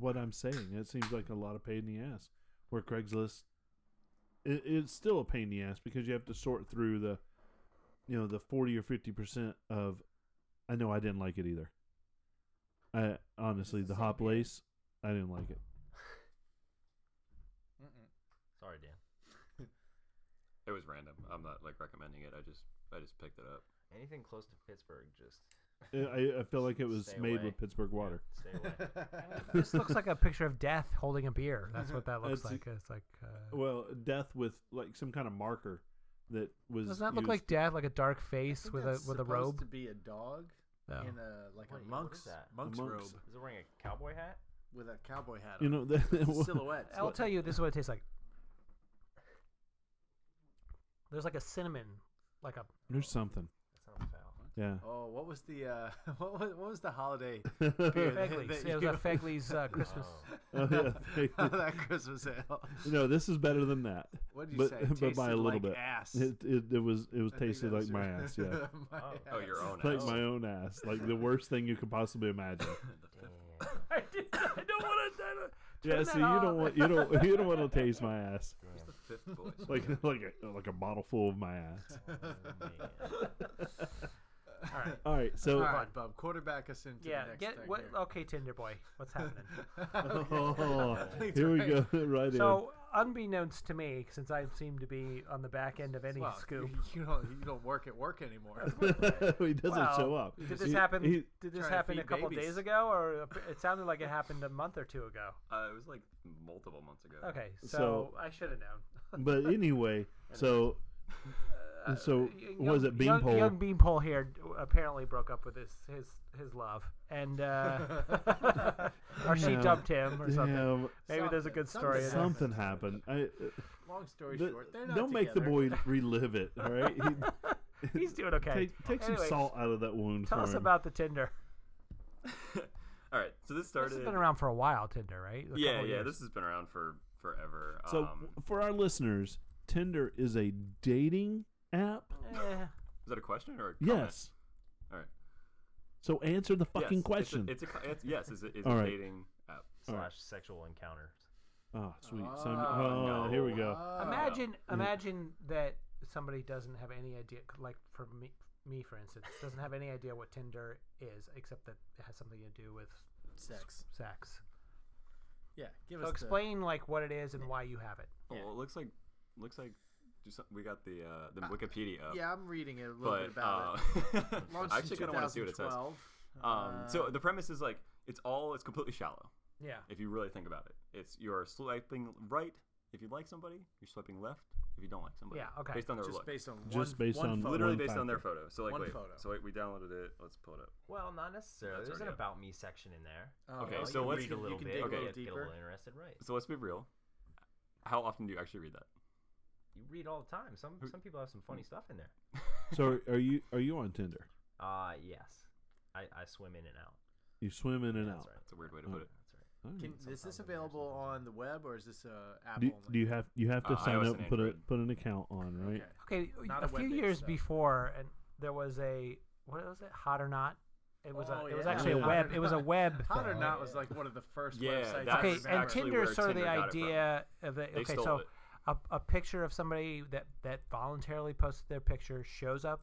C: what I'm saying. It seems like a lot of pain in the ass. Where Craigslist, it, it's still a pain in the ass because you have to sort through the, you know, the forty or fifty percent of. I know I didn't like it either. I honestly, the hop lace, I didn't like it.
E: Sorry, Dan.
D: It was random. I'm not like recommending it. I just I just picked it up.
E: Anything close to Pittsburgh, just
C: I, I feel like it was
E: Stay
C: made
E: away.
C: with Pittsburgh water.
E: stay away.
A: This looks like a picture of death holding a beer. That's what that looks
C: That's-
A: like. It's like uh,
C: Well, death with like some kind of marker that was.
A: Does that look
C: used-
A: like death? Like a dark
B: I
A: face
B: think
A: with a
B: that's
A: with a
B: supposed
A: robe? Oh.
B: to be a dog
A: No.
B: in a like
E: Wait, what
B: a
E: is
B: monk's
E: that?
B: monk's
C: A
B: robe
C: monk's-
E: Is it wearing a cowboy hat?
B: with a cowboy hat.
C: You
B: on.
C: know, that,
B: it's a silhouette.
A: I'll tell you, this is what it tastes like. There's like a cinnamon, like a
C: There's something.
E: That sounds foul.
C: Yeah.
B: Oh, what was the uh, what was what was the holiday? beer that-
A: Fegley's.
B: that
A: It was
B: you-
A: a Fegley's uh, Christmas.
E: Oh.
C: Oh, yeah.
B: that Christmas ale.
C: No, this is better than that.
B: What did you
C: but,
B: say?
C: but by
B: Tasted
C: a little
B: like
C: bit.
B: Ass.
C: It, it it was it was
B: I think
C: tasted
B: that
C: like
B: was
C: my
B: your-
C: ass. Yeah.
B: My
E: Oh.
D: Oh, your
B: ass.
D: own
C: Like
D: ass.
C: my own ass, like the worst thing you could possibly imagine.
E: Damn.
A: I, did, I don't want to.
C: yeah,
A: that
C: see, you
A: off.
C: don't want you don't you don't want to taste my ass,
D: It's the fifth voice. Uh,
C: like like a, like a bottle full of my ass.
A: All right.
C: All right, so
B: All right, Bub, quarterback us into
A: Yeah.
B: the next
A: Get
B: thing
A: what?
B: here.
A: Okay, Tinder boy. What's happening?
C: oh,
B: That's
C: here we
B: right.
C: go, right
A: so, unbeknownst to me, since I seem to be on the back end of any
B: Well,
A: scoop,
B: You don't you don't work at work anymore.
C: in. he doesn't
A: Well,
C: show up.
A: did this
C: He-
A: happen?
C: he-
A: did this
B: trying to
A: happen a
B: feed
A: couple
B: babies.
A: days ago, or it sounded like it happened a month or two ago?
D: Uh, it was like multiple months ago.
A: Okay, so,
C: So-
A: I should have known.
C: but anyway, so so was it
A: young,
C: Beanpole?
A: Young Beanpole here d- apparently broke up with his his his love, and uh, or she
C: Damn.
A: dumped him or something.
C: Damn,
A: Maybe there's a good story. in there.
B: Something
C: something happened. I,
B: Long story
C: the-
B: short, they're not
C: don't make the
B: together.
C: boy relive it. All right, He-
A: He's doing okay.
C: take, take some
A: Anyways,
C: salt out of that wound.
A: Tell
C: for
A: us
C: him.
A: about the Tinder.
D: All right. So this
A: This
D: started.
A: has been around for a while, Tinder, right? A
D: yeah,
A: couple
D: yeah.
A: years.
D: This has been around for forever.
C: So,
D: um,
C: for our listeners, Tinder is a dating app.
A: Eh,
D: is that a question or a comment?
C: Yes.
D: All right.
C: So answer the
D: Yes,
C: fucking
D: it's a-
C: question.
D: It's a, co- it's, yes. It's a, it's
C: All
D: a
C: right.
D: dating app.
C: All right.
E: Slash sexual encounters.
C: Oh, sweet.
B: Oh,
C: So, oh,
D: Ah, no.
C: here we go.
B: Ah.
A: imagine, imagine that somebody doesn't have any idea. Like for me, me for instance, doesn't have any idea what Tinder is, except that it has something to do with
B: sex.
A: sex.
B: Yeah, give
A: So
B: us the-
A: explain like what it is and why you have it.
D: Oh, well, it looks like looks like do some- we got the uh, the Wikipedia up.
B: yeah, I'm reading it a little
D: But
B: bit about
D: uh,
B: it.
D: I
B: Launched
D: actually kind of want to see what it says. Um,
B: Uh,
D: so the premise is like it's all it's completely shallow
A: Yeah.
D: if you really think about it. It's you are swiping right If you like somebody, you're swiping left. If you don't like somebody,
A: Yeah, okay.
D: based on their
B: just
D: look,
B: based on
C: Just
B: one,
C: based
B: one
C: on-
B: photo.
D: literally
C: One
D: based on their
C: factor.
D: photo. So like,
B: One
D: wait,
B: photo.
D: so wait, we downloaded it. Let's pull it up.
E: Well, not necessarily.
D: That's
E: There's an
D: already up.
E: about me section in there.
B: Oh,
D: Okay,
B: well,
D: so
B: you
D: let's-
E: read
B: can-
E: a little
B: you can
E: bit.
B: dig
D: okay.
B: a little
E: get, get a
B: deeper.
E: little interested, right?
D: So let's be real. How often do you actually read that?
E: You read all the time. Some
D: Who-
E: some people have some funny stuff in there.
C: So are you are you on Tinder?
E: Uh yes, I, I swim in and out.
C: You swim in and
E: That's
C: out.
E: right. Hmm.
D: That's a weird way to
C: Oh.
D: put it.
E: That's right.
C: Oh.
B: Can, is
E: Sometimes
B: this
E: I'm
B: available
E: there, sometimes
B: on the web or is this uh, app
C: do,
B: only?
C: do you have you have to
D: Uh,
C: sign
D: iOS
C: up
D: and
C: and put a
D: Android.
C: put an account on right?
B: Okay.
A: Okay,
B: Not
A: a
B: a
A: few
B: web-based
A: years
B: stuff.
A: before, and there was a what was it? Hot or not? It was
B: Oh,
A: a, it was
B: yeah.
A: actually
C: Yeah.
A: a web. It was a web.
B: Hot or
A: thing.
B: not was like one of the first
D: Yeah,
B: websites.
D: that's
B: I
A: Okay, and
B: remember.
D: actually
A: Tinder
D: where
A: sort of the
D: Tinder got it from.
A: idea of the
D: They
A: okay,
D: stole
A: so
D: it.
A: a, a picture of somebody that that voluntarily posted their picture shows up,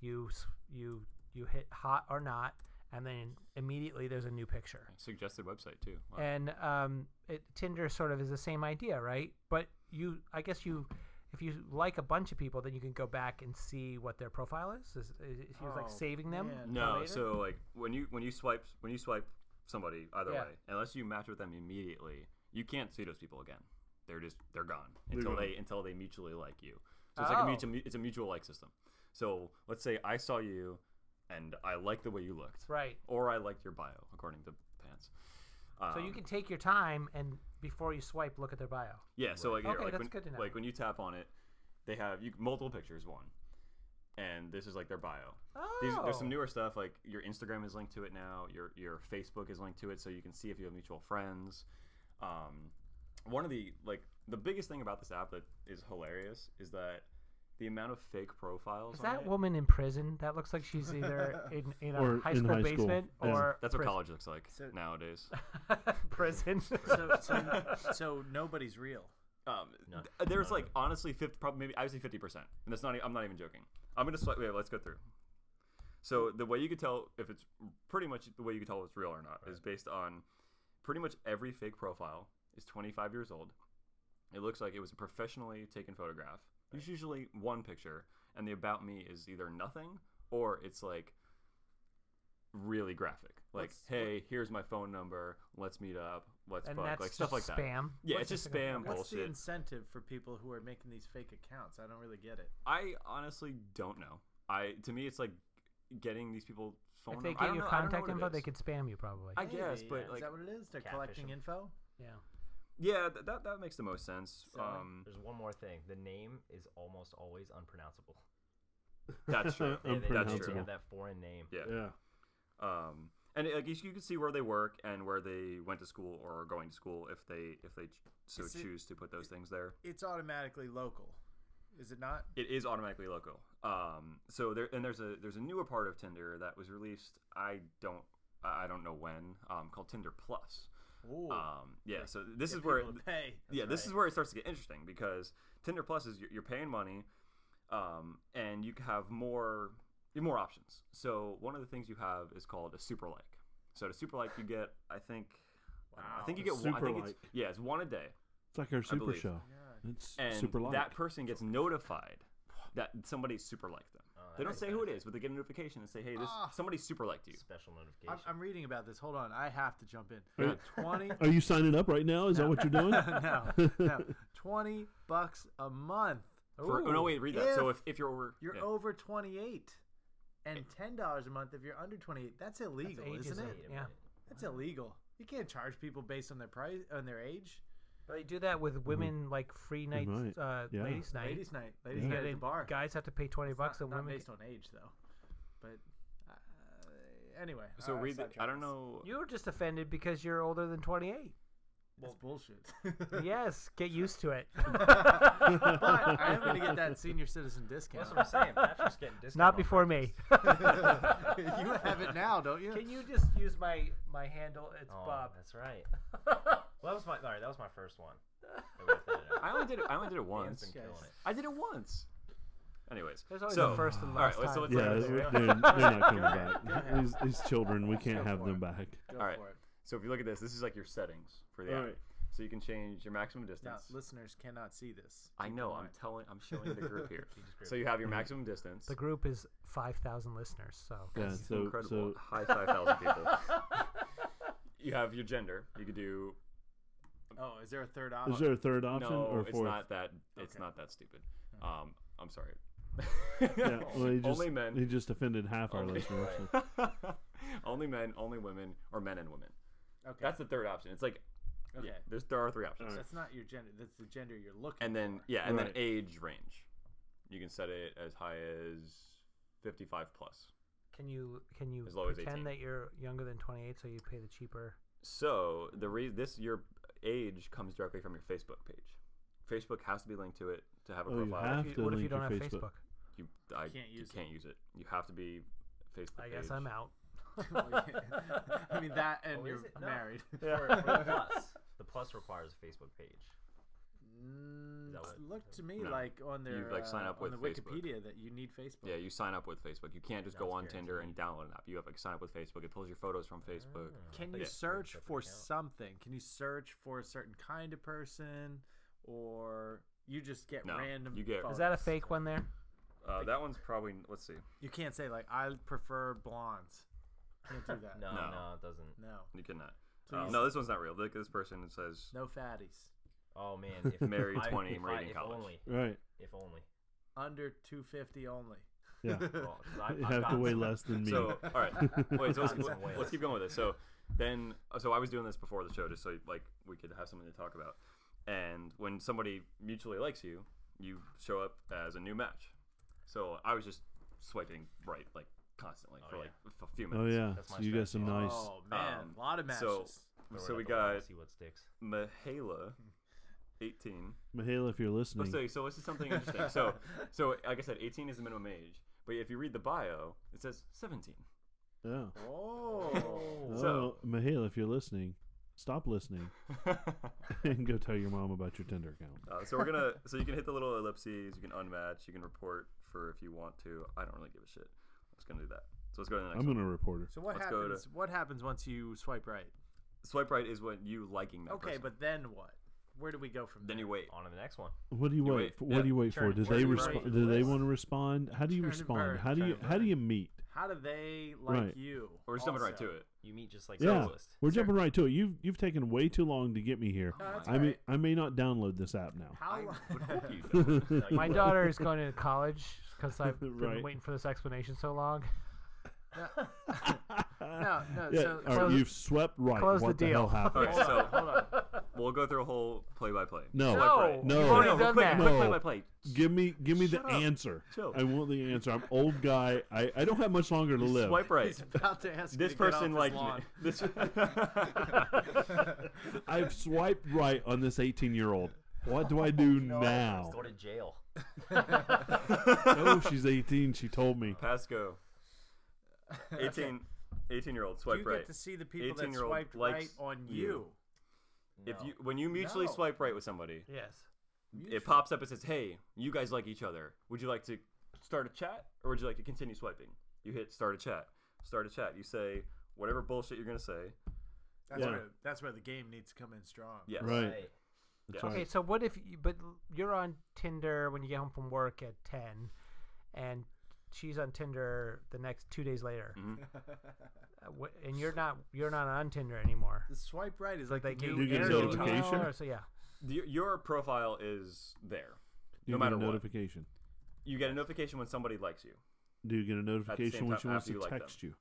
A: you s- you you hit hot or not, and then immediately there's a new picture.
D: Suggested website too. Wow.
A: And um, it, Tinder sort of is the same idea, right? But you, I guess you, if you like a bunch of people, then you can go back and see what their profile is. Is, is, is he was
B: Oh,
A: like saving them? for
B: man.
D: No,
A: later?
D: so like when you when you swipe when you swipe somebody either
A: Yeah.
D: way, unless you match with them immediately, you can't see those people again. They're just they're gone
C: They're
D: until
C: gone.
D: they until they mutually like you. So it's like a
A: Oh.
D: mutual it's a mutual like system. So let's say I saw you, and I liked the way you looked,
A: right.
D: or I liked your bio according to Pants.
A: So you
D: Um,
A: can take your time and before you swipe, look at their bio.
D: yeah, so like, here,
A: Okay,
D: like,
A: that's
D: when,
A: good to know.
D: like when you tap on it, they have you multiple pictures, one, and this is like their bio. These, there's some
A: Oh.
D: newer stuff like your Instagram is linked to it now. Your your Facebook is linked to it, so you can see if you have mutual friends. Um, one of the like the biggest thing about this app that is hilarious is that the amount of fake profiles.
A: Is
D: on
A: that
D: it-
A: woman in prison? That looks like she's either in, in a
C: Or
A: high
C: in
A: school
C: high school.
A: basement
C: Yeah.
A: or
D: That's what
A: prison.
D: college looks like
B: So-
D: nowadays.
A: prison.
B: so, so, so nobody's real.
D: Um,
E: No.
D: th- there's like honestly 50, probably maybe I would say 50 percent, and that's not. e- I'm not even joking. I'm gonna swipe. Wait, let's go through. So the way you could tell if it's pretty much the way you could tell if it's real or not is based on pretty much every fake profile is 25 years old. It looks like it was a professionally taken photograph. There's usually one picture, and the about me is either nothing or it's like really graphic. Like,
B: What's-
D: hey, here's my phone number. Let's meet up. Let's
A: and
D: fuck.
A: that's
D: like stuff like
A: just
D: that.
A: spam.
D: Yeah,
A: What's
D: it's just
A: Instagram?
D: spam
A: Okay.
D: bullshit.
B: What's the incentive for people who are making these fake accounts? I don't really get it.
D: I honestly don't know. I to me, it's like getting these people phone.
A: If they
D: number- I
A: get
D: don't
A: your
D: know- I don't know
A: contact
D: what it
A: info, they
D: is.
A: could spam you probably.
D: I guess,
B: Maybe,
D: but
B: yeah. is
D: like,
B: that what it is? They're
E: Catfish
B: collecting
E: them.
B: info.
A: yeah.
D: yeah, th- that that makes the most sense.
B: So,
D: Um,
E: There's one more thing. The name is almost always unpronounceable.
D: that's true.
E: Yeah, they- they
D: Unpronounceable.
E: have that foreign name.
D: Yeah.
C: Yeah.
D: Um, and it, like you, you can see where they work and where they went to school or are going to school if they if they ch- so
B: Is it-
D: choose to put those things there.
B: It's automatically local, is it not?
D: It is automatically local. Um, so there and there's a there's a newer part of Tinder that was released. I don't I I don't know when. Um, called Tinder Plus.
B: Ooh,
D: Um, yeah. So this
B: get
D: is where
B: people to pay.
D: yeah, this is where it starts to get interesting because Tinder Plus is you're, you're paying money, um, and you have more more options. So one of the things you have is called a super like. So to super like, you get I think I don't know, I think you get one, I
C: Super
D: think it's,
C: like.
D: yeah, it's one a day,
C: It's like our super
D: believe.
C: show.
B: God.
C: It's
D: and
C: super light.
D: that person gets notified that somebody super liked them.
E: Oh,
D: they don't
E: that's
D: say who it is, but they get a notification and say, "Hey, this
B: Ah.
D: somebody super liked you."
E: Special notification.
B: I'm, I'm reading about this. Hold on, I have to jump in.
C: Yeah.
B: Twenty.
C: Are you signing up right now? Is that what you're doing?
B: no, no, twenty bucks a month.
D: For, oh, no, wait, read that. so if, if you're over,
B: You're
D: yeah.
B: over 28 and $10 a month if you're under 28. That's illegal, isn't
A: ageism.
B: it?
A: Yeah.
B: That's illegal. You can't charge people based on their price on their age.
A: They do that with women like free nights,
C: Mm. might.
A: uh,
C: Yeah.
A: ladies' night.
B: Ladies night, ladies
C: Yeah.
B: night
A: Yeah,
B: at
A: they-
B: the bar.
A: Guys have to pay twenty
B: It's
A: bucks,
B: not,
A: and
B: not
A: women.
B: based on age though. But uh, anyway,
D: so
B: uh,
D: read. The, I
B: sidetrack
D: don't
B: us.
D: know.
A: You're just offended because you're older than twenty-eight.
B: That's bullshit.
A: yes, get used to it.
B: but I am gonna get that senior citizen discount.
E: That's what I'm saying. Patrick's getting discount.
A: Not
E: on
A: before
E: purpose.
A: me.
B: you have it now, don't you?
A: Can you just use my my handle? It's
E: Oh,
A: Bob.
E: That's right. Well, that was my. All right, that was my first one. That we left that out.
D: I only did it. I only did it
E: Dan's
D: once.
E: been killing it.
D: I did it once. Anyways,
A: There's always
D: so,
A: a first and
D: all right,
A: last
D: so
A: time.
D: let's-
C: yeah,
D: Yeah,
C: they're,
D: they're-
C: they're not coming
B: ahead. Go
C: back.
B: ahead.
C: These, these children, we can't
B: go
C: have
B: for
C: them
B: it.
C: back.
B: Go
D: all right.
B: for it.
D: So if you look at this, this is like your settings for the
C: All
D: app.
C: right.
D: So you can change your maximum
B: Now,
D: distance.
B: listeners cannot see this.
D: I
B: Keep
D: know.
B: in
D: I'm
B: mind.
D: telling. I'm showing the group here.
E: He
D: so
E: just grabbed
D: you have your maximum distance.
A: The group is five thousand listeners, so
C: Yeah,
D: That's
C: so
D: incredible.
C: so
D: High five thousand people. you have your gender. You could do
B: Oh, is there a third option?
C: Is there a third option
D: no,
C: or
D: it's
C: fourth?
D: not that. It's
B: Okay.
D: not that stupid. Um, I'm sorry.
C: Yeah, well, he just,
D: only men.
C: He just offended half our
D: Only-
C: listeners.
D: only men, only women, or men and women.
B: Okay.
D: That's the third option. It's like
B: okay.
D: yeah, there's there are three options,
B: So that's not your gender. That's the gender you're looking.
D: and then
B: for.
D: yeah, and
C: Right.
D: then age range. You can set it as high as 55 plus.
A: Can you can you
D: As low as 18.
A: pretend that you're younger than 28 so you pay the cheaper?
D: So the re- this your age comes directly from your Facebook page. Facebook has to be linked to it to have a
C: Oh, you
D: profile.
C: have
A: If
C: to
A: you- what if you
C: link
A: don't
C: your
A: have
C: Facebook.
A: Facebook?
D: You, I,
B: You can't
D: you
B: use it.
D: can't use it. You have to be Facebook.
A: I guess
D: page.
A: I'm out.
B: Well, yeah. I mean that, and
E: Oh,
B: you're
E: is it? No.
B: married.
E: For, for the plus, the plus requires a Facebook page.
B: Mm,
E: that
B: it
E: what-
B: looked to me
D: No.
B: like on their
D: like, sign
B: uh,
D: up
B: on
D: with
B: the
D: Facebook.
B: Wikipedia that you need Facebook.
D: Yeah, you sign up with Facebook. You can't just go
E: That's
D: on Tinder and download an app. You have to sign up with Facebook. It pulls your photos from Facebook.
B: Can
D: Like
B: you
D: a
B: search
E: separate
B: for
E: account.
B: something? Can you search for a certain kind of person, or you just get
D: No,
B: random?
D: you get-
B: photos?
D: Oh,
A: Is that a fake one there?
D: Uh, that one's probably let's see.
B: You can't say like I prefer blondes. Can't do that.
E: No,
D: No.
E: no, it doesn't.
B: no,
D: You cannot.
B: Please.
D: Um, no, this one's not real. Look, at this person it says
B: no fatties.
E: Oh man, if
D: Married
E: I-
D: 20,
E: if I-
D: married in
E: if
D: college.
E: Only,
C: Right.
E: if only.
B: Under two fifty only.
C: Yeah.
E: Well, 'cause I-
C: you have
E: I've
C: to
E: gotten
C: weigh
E: some-
C: less than me.
D: So, all right. Wait, so let's,
E: Gotten some
D: let's keep going with this. So, then, so I was doing this before the show just so like we could have something to talk about. And when somebody mutually likes you, you show up as a new match. So I was just swiping right like constantly for
E: yeah.
D: like f- a few
C: oh
D: minutes.
C: yeah.
E: That's my
C: So you got some nice.
B: Oh man,
D: Um,
B: a lot of matches.
D: so-
E: throw
D: So
E: it
D: we
E: out the wall
D: got
E: and see what sticks.
D: Mihaela, eighteen.
C: Mihail, if you're listening,
D: Let's say so. This is something interesting. So, so like I said, eighteen is the minimum age. But if you read the bio, it says seventeen.
C: yeah.
B: oh,
C: oh,
D: So-
C: Mihail, if you're listening, stop listening and go tell your mom about your Tinder account.
D: Uh, so we're gonna. so you can hit the little ellipses. You can unmatch. You can report for if you want to. I don't really give a shit. I'm just gonna do that. So let's go to the next.
C: I'm
D: one.
C: gonna report her.
B: so what
D: let's go to-
B: happens? What happens once you swipe right?
D: Swipe right is when you liking that.
B: Okay,
D: person.
B: but then what? Where do we go from
D: then
B: there?
D: you wait.
E: On to the next one.
C: What do you,
D: You
C: wait?
D: wait.
C: for, What do you wait
E: Turn-
C: for? Do
E: turn
C: they
E: and
C: respond?
E: burn.
C: Do they
E: List.
C: want to respond? How do you
B: Turn and burn,
C: respond? How do
B: turn
C: you
B: and
C: how do
B: burn.
C: you meet?
B: How do they like
C: Right.
B: you?
D: Or just jumping right
B: also?
D: to it.
E: You meet just like
C: Yeah,
E: socialist.
C: we're jumping right to it. You've you've taken way too long to get me here.
B: No, that's
C: I may
B: alright.
C: I may not download this app now.
B: How
D: I
B: long?
D: would hope you don't.
E: No, you
A: My
E: will.
A: daughter is going to college because I've been
C: Right.
A: waiting for this explanation so long.
B: no, no.
C: Yeah,
B: so,
C: all right,
A: close-
C: you've swept right.
A: close the
C: what the,
A: deal.
C: hell happened?
D: All right, so
B: hold on.
D: we'll go through a whole play by play.
C: No.
D: Swipe
A: No,
D: right.
A: you've
C: No.
A: already
D: no,
A: done
D: quick,
A: that.
D: quick
C: No.
D: play by play.
C: Give me give me the
D: Shut up.
C: answer.
D: Chill.
C: I want the answer. I'm old guy. I, I don't have much longer to live.
D: Swipe right.
B: He's about to ask.
D: This
B: you to get
D: person
B: off his
D: liked me.
B: lawn.
D: This.
C: I've swiped right on this 18 year old. What do I do now?
E: Go to jail.
C: oh, she's 18. She told me.
D: Pasco. 18, 18 year old swipe
B: you
D: right.
B: get to see the people that
D: 18-year-old
B: swiped right
D: likes
B: on
D: you.
B: you.
D: If you when you mutually
B: No.
D: swipe right with somebody,
A: Yes.
D: it pops up and says, "Hey, you guys like each other. Would you like to start a chat, or would you like to continue swiping?" You hit start a chat. Start a chat. You say whatever bullshit you're gonna say.
B: That's,
C: Yeah.
B: where, that's where the game needs to come in strong.
D: Yes.
C: Right.
E: Right.
D: Yes.
C: Sorry.
A: Okay, so what if you, but you're on Tinder when you get home from work at 10 and she's on Tinder the next 2 days later.
C: Mm-hmm.
A: Uh, wh- and you're not you're not on Tinder anymore.
B: The swipe right is
A: Like
B: like,
A: they
B: the
A: gave
B: new
C: you get a
B: area.
C: notification?
A: Oh, so yeah.
D: The- your profile is there.
C: Do
D: No
C: you get
D: matter
C: a
D: what,
C: notification.
D: you get a notification when somebody likes you.
C: Do you get a notification when
D: time
C: she wants
D: after
C: to
D: you like them.
C: text you?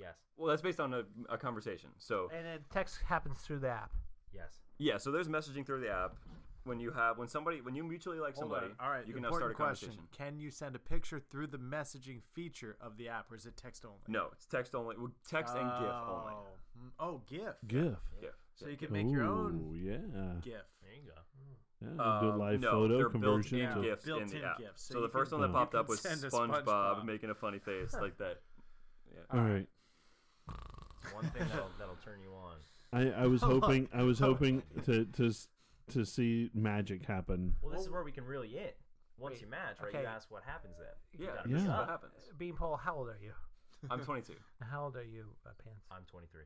E: Yes.
D: Well, that's based on a, a conversation. So
A: And then text happens through the app.
E: Yes.
D: yeah, so there's messaging through the app. When you have when somebody when you mutually like
B: Hold
D: somebody,
B: on. All right.
D: you can now start
B: important
D: a
B: question.
D: conversation.
B: Can you send a picture through the messaging feature of the app, or is it text only?
D: No, it's text only. Well, text and GIF only.
B: Oh. Mm, Oh, GIF.
C: GIF.
D: GIF.
B: So you can make your own
C: Ooh, yeah.
B: GIF.
E: There you go.
C: yeah.
D: Um,
C: do live
D: no,
C: photo
D: they're
C: conversion.
D: built-in
C: to-
B: GIF.
D: gifs in the
B: Built-in
D: app.
B: gifs,
D: So,
B: so
D: the
B: you
D: first
B: can-
D: one that
B: you
D: popped
B: can
D: up was
B: send a
D: SpongeBob,
B: SpongeBob.
D: making a funny face like that. Yeah.
C: All right.
E: One thing that'll, that'll turn you on.
C: I, I was
B: Hold on.
C: hoping I was
B: Hold
C: hoping
B: on.
C: to to s- to see magic happen.
E: Well, this is where we can really in. Once
A: Wait,
E: you match, right?
A: okay.
E: You ask what happens then. You
D: Yeah,
E: gotta
D: this is
E: pick
C: Yeah.
D: what
E: up.
D: happens.
A: Beanpole, how old are you?
D: I'm 22.
A: How old are you, uh, Pants?
E: I'm 23.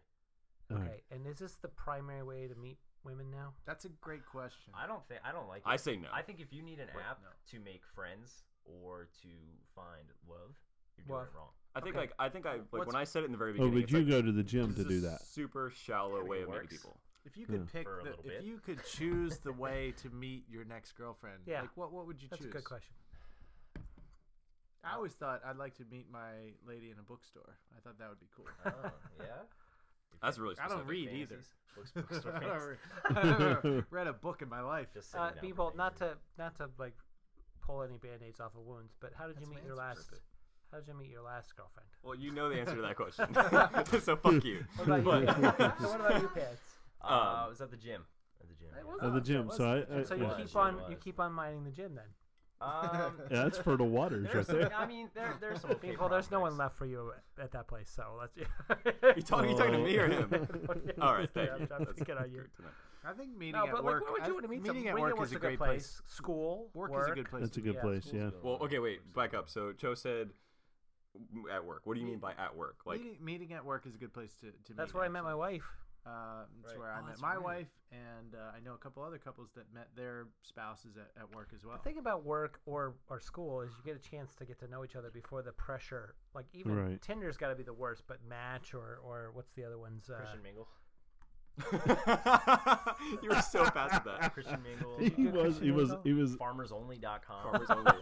C: All
A: Okay.
C: right.
A: And is this the primary way to meet women now?
B: That's a great question.
E: I don't think I don't like. It.
D: I say no.
E: I think if you need an
B: Wait,
E: app
B: no.
E: to make friends or to find love, you're doing
A: Love.
E: it wrong.
D: I think
A: Okay.
D: like I think I like
B: What's-
D: when I said it in the very
C: Oh,
D: beginning.
C: but
D: it's
C: you
D: like,
C: go to the gym
D: this
C: to
D: is
C: do
D: a
C: that.
D: Super shallow
E: mean,
D: way
E: it
D: of meeting
E: works.
D: people.
B: If you could
C: Yeah.
B: pick,
E: For a
B: the,
E: little
B: if
E: bit.
B: you could choose the way to meet your next girlfriend,
A: Yeah.
B: like what what would you
A: That's
B: choose?
A: a good question.
B: I always thought I'd like to meet my lady in a bookstore. I thought that would be cool.
E: Oh, yeah.
D: That's really
B: I
D: specific.
B: don't read either.
E: Fantasies? Books,
B: I've
E: books, romance.
B: never- I've never read a book in my life.
E: Just sitting
A: Uh,
E: down
A: Beeble,
E: for
A: not
E: days.
A: to not to like pull any band-aids off of wounds, but how did you meet your last? How did you meet your last girlfriend?
D: Well, you know the answer to that question, so fuck you.
A: What about you? what about you, Pants?
E: Uh,
D: Um,
E: I was at the gym. At the gym.
A: It
E: yeah.
A: was
C: At the
A: on-
C: gym,
A: it
C: so
A: was-
C: I- I-
A: so you
E: yeah.
A: keep
E: Sure
A: on you
E: was.
A: keep on mining the gym then.
E: Um,
C: Yeah, that's fertile waters right
E: there's,
C: there.
E: I mean, there, there's some. Okay
A: People, there's no one
E: prospects.
A: left for you at that place, so let's.
D: you talking? You talking to me or him? All right, thank
A: yeah,
D: you.
A: I'm trying to
D: That's
A: get on you.
D: good to know.
B: I think meeting
A: No,
B: at
A: but
B: work.
A: like, where would
B: I-
A: you want to meet
B: meeting
A: someone?
B: at
A: Meeting
B: work is a
A: good
B: great place.
A: School,
B: Work, is a good place.
C: That's
B: to
C: a good
A: Yeah,
C: place.
A: school's
C: Yeah.
E: good.
D: Well, okay, wait, back up. So Cho said mm, at work. What do you mean by at work? Like,
B: meeting, meeting at work is a good place to, to
A: That's
B: meet.
A: where I met my wife.
B: my. Uh, that's
E: Right.
B: where I
D: Oh,
B: met
D: that's
B: my
D: right.
B: wife, and uh, I know a couple other couples that met their spouses at, at work as well.
A: The thing about work or, or school is you get a chance to get to know each other before the pressure. Like even
C: Right.
A: Tinder's got to be the worst, but Match or, or what's the other ones? Uh,
E: Christian Mingle.
D: you were so fast with that.
E: Christian Mingle.
C: He
E: uh,
C: was. He was. He was.
E: FarmersOnly.com.
D: Farmers only.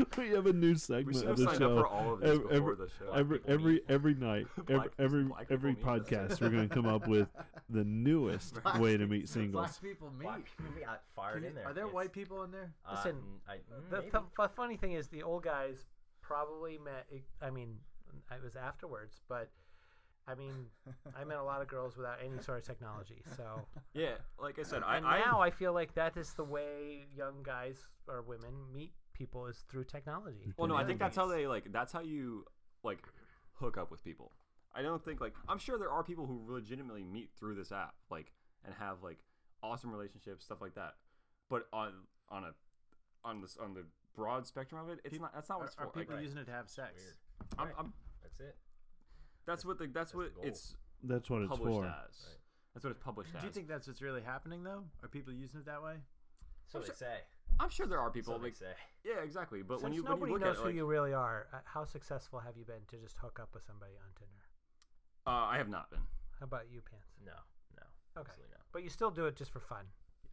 C: we have a new
D: We
C: segment
D: should have
C: of the
D: signed
C: show.
D: up for all of this
C: Ev-
D: before
C: every,
D: the show.
C: every
E: people
C: every
E: need-
C: every night, every
D: Black-
C: every,
D: black people
C: every
D: need this.
C: podcast, we're going to come up with the newest
B: Black
C: way to
B: people-
C: meet
B: Black
C: singles.
B: people meet.
E: Black people got fired
B: Can
E: in
B: you-
E: there.
B: Are there
E: It's-
B: white people in there?
E: uh,
A: Listen,
E: n- I, mm,
A: the,
E: maybe.
A: the, the funny thing is, the old guys probably met. e, I mean, it was afterwards, but I mean, I met a lot of girls without any sort of technology. So
D: Yeah, like I said, I,
A: and now
D: I,
A: I feel like that is the way young guys or women meet people is through technology.
D: Well, no, I
E: Yeah,
D: think that's how
E: it's-
D: they like. That's how you like hook up with people. I don't think like I'm sure there are people who legitimately meet through this app, like and have like awesome relationships, stuff like that. But on on a on this on the broad spectrum of it, it's not. That's not what
B: Are,
D: it's
B: are
D: for. Like,
B: people using it to have sex?
E: Weird.
D: I'm,
E: Right.
D: I'm,
E: That's it.
D: that's what the, that's
E: the
D: what
E: goal.
D: it's
C: That's what it's
D: published
C: for.
D: as. That's what it's published
B: Do you
D: as.
B: think that's what's really happening though? Are people using it that way?
E: So they say.
D: I'm sure there are people
E: So they
D: like
E: say.
D: yeah, exactly. But when
A: Since
D: you when you
A: nobody
D: look
A: knows
D: at it,
A: who
D: like,
A: you really are, uh, how successful have you been to just hook up with somebody on Tinder?
D: uh, I have not been.
A: How about you, Pants?
E: No, no.
A: Okay,
E: Absolutely not.
A: but you still do it just for fun.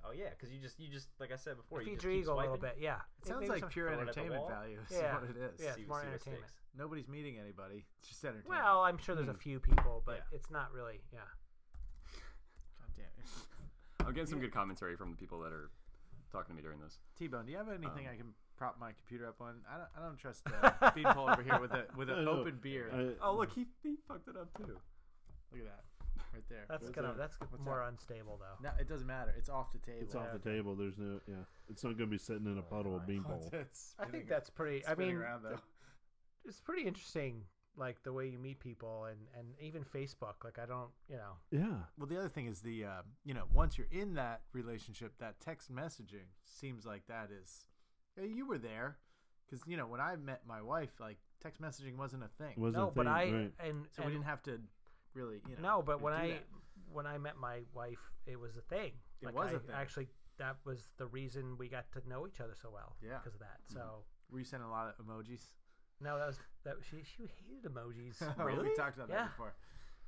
E: Oh yeah, because you just you just like I said before,
A: If
E: you
A: you
E: just keep
A: dreagle a little
E: swiping,
A: bit, yeah.
B: It sounds
A: maybe
B: like
A: some-
B: pure
E: throw it at the
B: entertainment
E: wall.
B: value. Is
A: Yeah.
B: what it is.
A: Yeah, it's
E: see-
A: more
E: see what
A: entertainment.
E: sticks.
B: Nobody's meeting anybody. It's just entertainment.
A: Well, I'm sure there's a few people, but
E: Yeah.
A: it's not really. Yeah.
B: God damn it.
D: I'm getting some good commentary from the people that are talking to me during this.
B: T-Bone, do you have anything
D: Um,
B: I can prop my computer up on? I don't, I don't trust uh, Beanpole over here with a with
C: I
B: an
C: know.
B: open beer.
C: I-
D: Oh look, he, he fucked it up too.
B: Look at that, right there.
A: That's
B: What's
A: gonna.
B: that?
A: That's
B: What's
A: more
B: that?
A: unstable though.
B: No, it doesn't matter. It's off the table.
C: it's off the table. There's no. Yeah, it's not going to be sitting in a puddle of bean bowl.
B: It's
A: I
B: spinning-
A: think that's pretty. I
B: spinning
A: mean,
B: around, though.
A: it's pretty interesting, like the way you meet people, and and even Facebook. Like I don't, you know,
C: Yeah.
B: Well, the other thing is the uh, you know once you're in that relationship, that text messaging seems like that is hey, you were there because you know when I met my wife, like text messaging wasn't a thing,
C: Was
A: no.
C: a thing,
A: But I
C: right.
A: and,
B: so we
A: and
B: didn't have to really you know.
A: no, but when
B: do
A: I
B: that.
A: when I met my wife, it was a thing.
B: It
A: like,
B: was
A: I
B: a thing.
A: Actually, that was the reason we got to know each other so well.
B: Yeah.
A: because of that. So
B: were you sending a lot of emojis?
A: no, that was that. She she hated emojis.
B: Oh, we talked about
A: Yeah.
B: that before.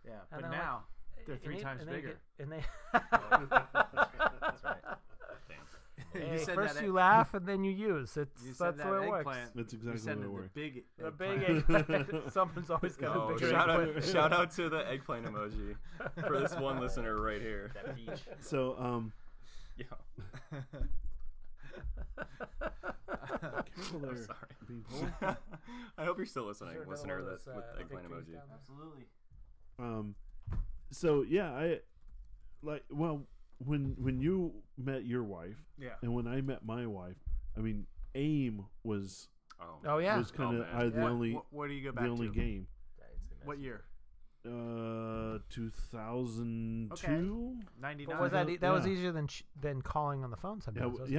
B: Yeah,
A: And
B: but
A: I'm like,
B: now they're
A: And
B: three
A: they-
B: times
A: and
B: bigger.
A: They, get- and they.
E: That's right.
A: Hey,
B: said
A: first
B: that
A: you
B: e-
A: laugh and then you use. It's
B: You said
A: that's
B: that
A: the way it works.
B: eggplant.
C: That's
B: You're
C: exactly
B: sending
C: what it
B: the
C: works.
B: big e-,
A: The big
B: eggplant.
A: eggplant. Someone's always got
D: Oh,
A: a big
D: shout out,
A: eggplant.
D: shout out to the eggplant emoji for this one listener right here.
E: That beach.
C: So um,
D: Yeah,
C: careful
D: I'm
C: there,
D: sorry.
C: bean bowl.
D: I hope you're still listening,
A: Sure, another
D: listener.
A: one of
D: That
A: those,
D: with
A: uh,
D: eggplant
A: victories
D: emoji.
A: down there.
B: Absolutely.
C: Um, so yeah, I like well when when you met your wife
B: Yeah.
C: and when I met my wife, I mean AIM was
A: Oh yeah,
C: was kind
D: Oh,
C: of
D: man.
C: I the
B: What,
C: only
B: what, what do you go back
C: the only
B: to?
C: game.
E: That instant
B: What
E: message.
B: year?
C: Uh, two thousand two.
B: Okay. Ninety
A: but
B: nine.
A: was that e- that was
C: Yeah.
A: easier than sh- than calling on the phone
C: Yeah,
A: sometimes?
C: w-
A: wasn't it?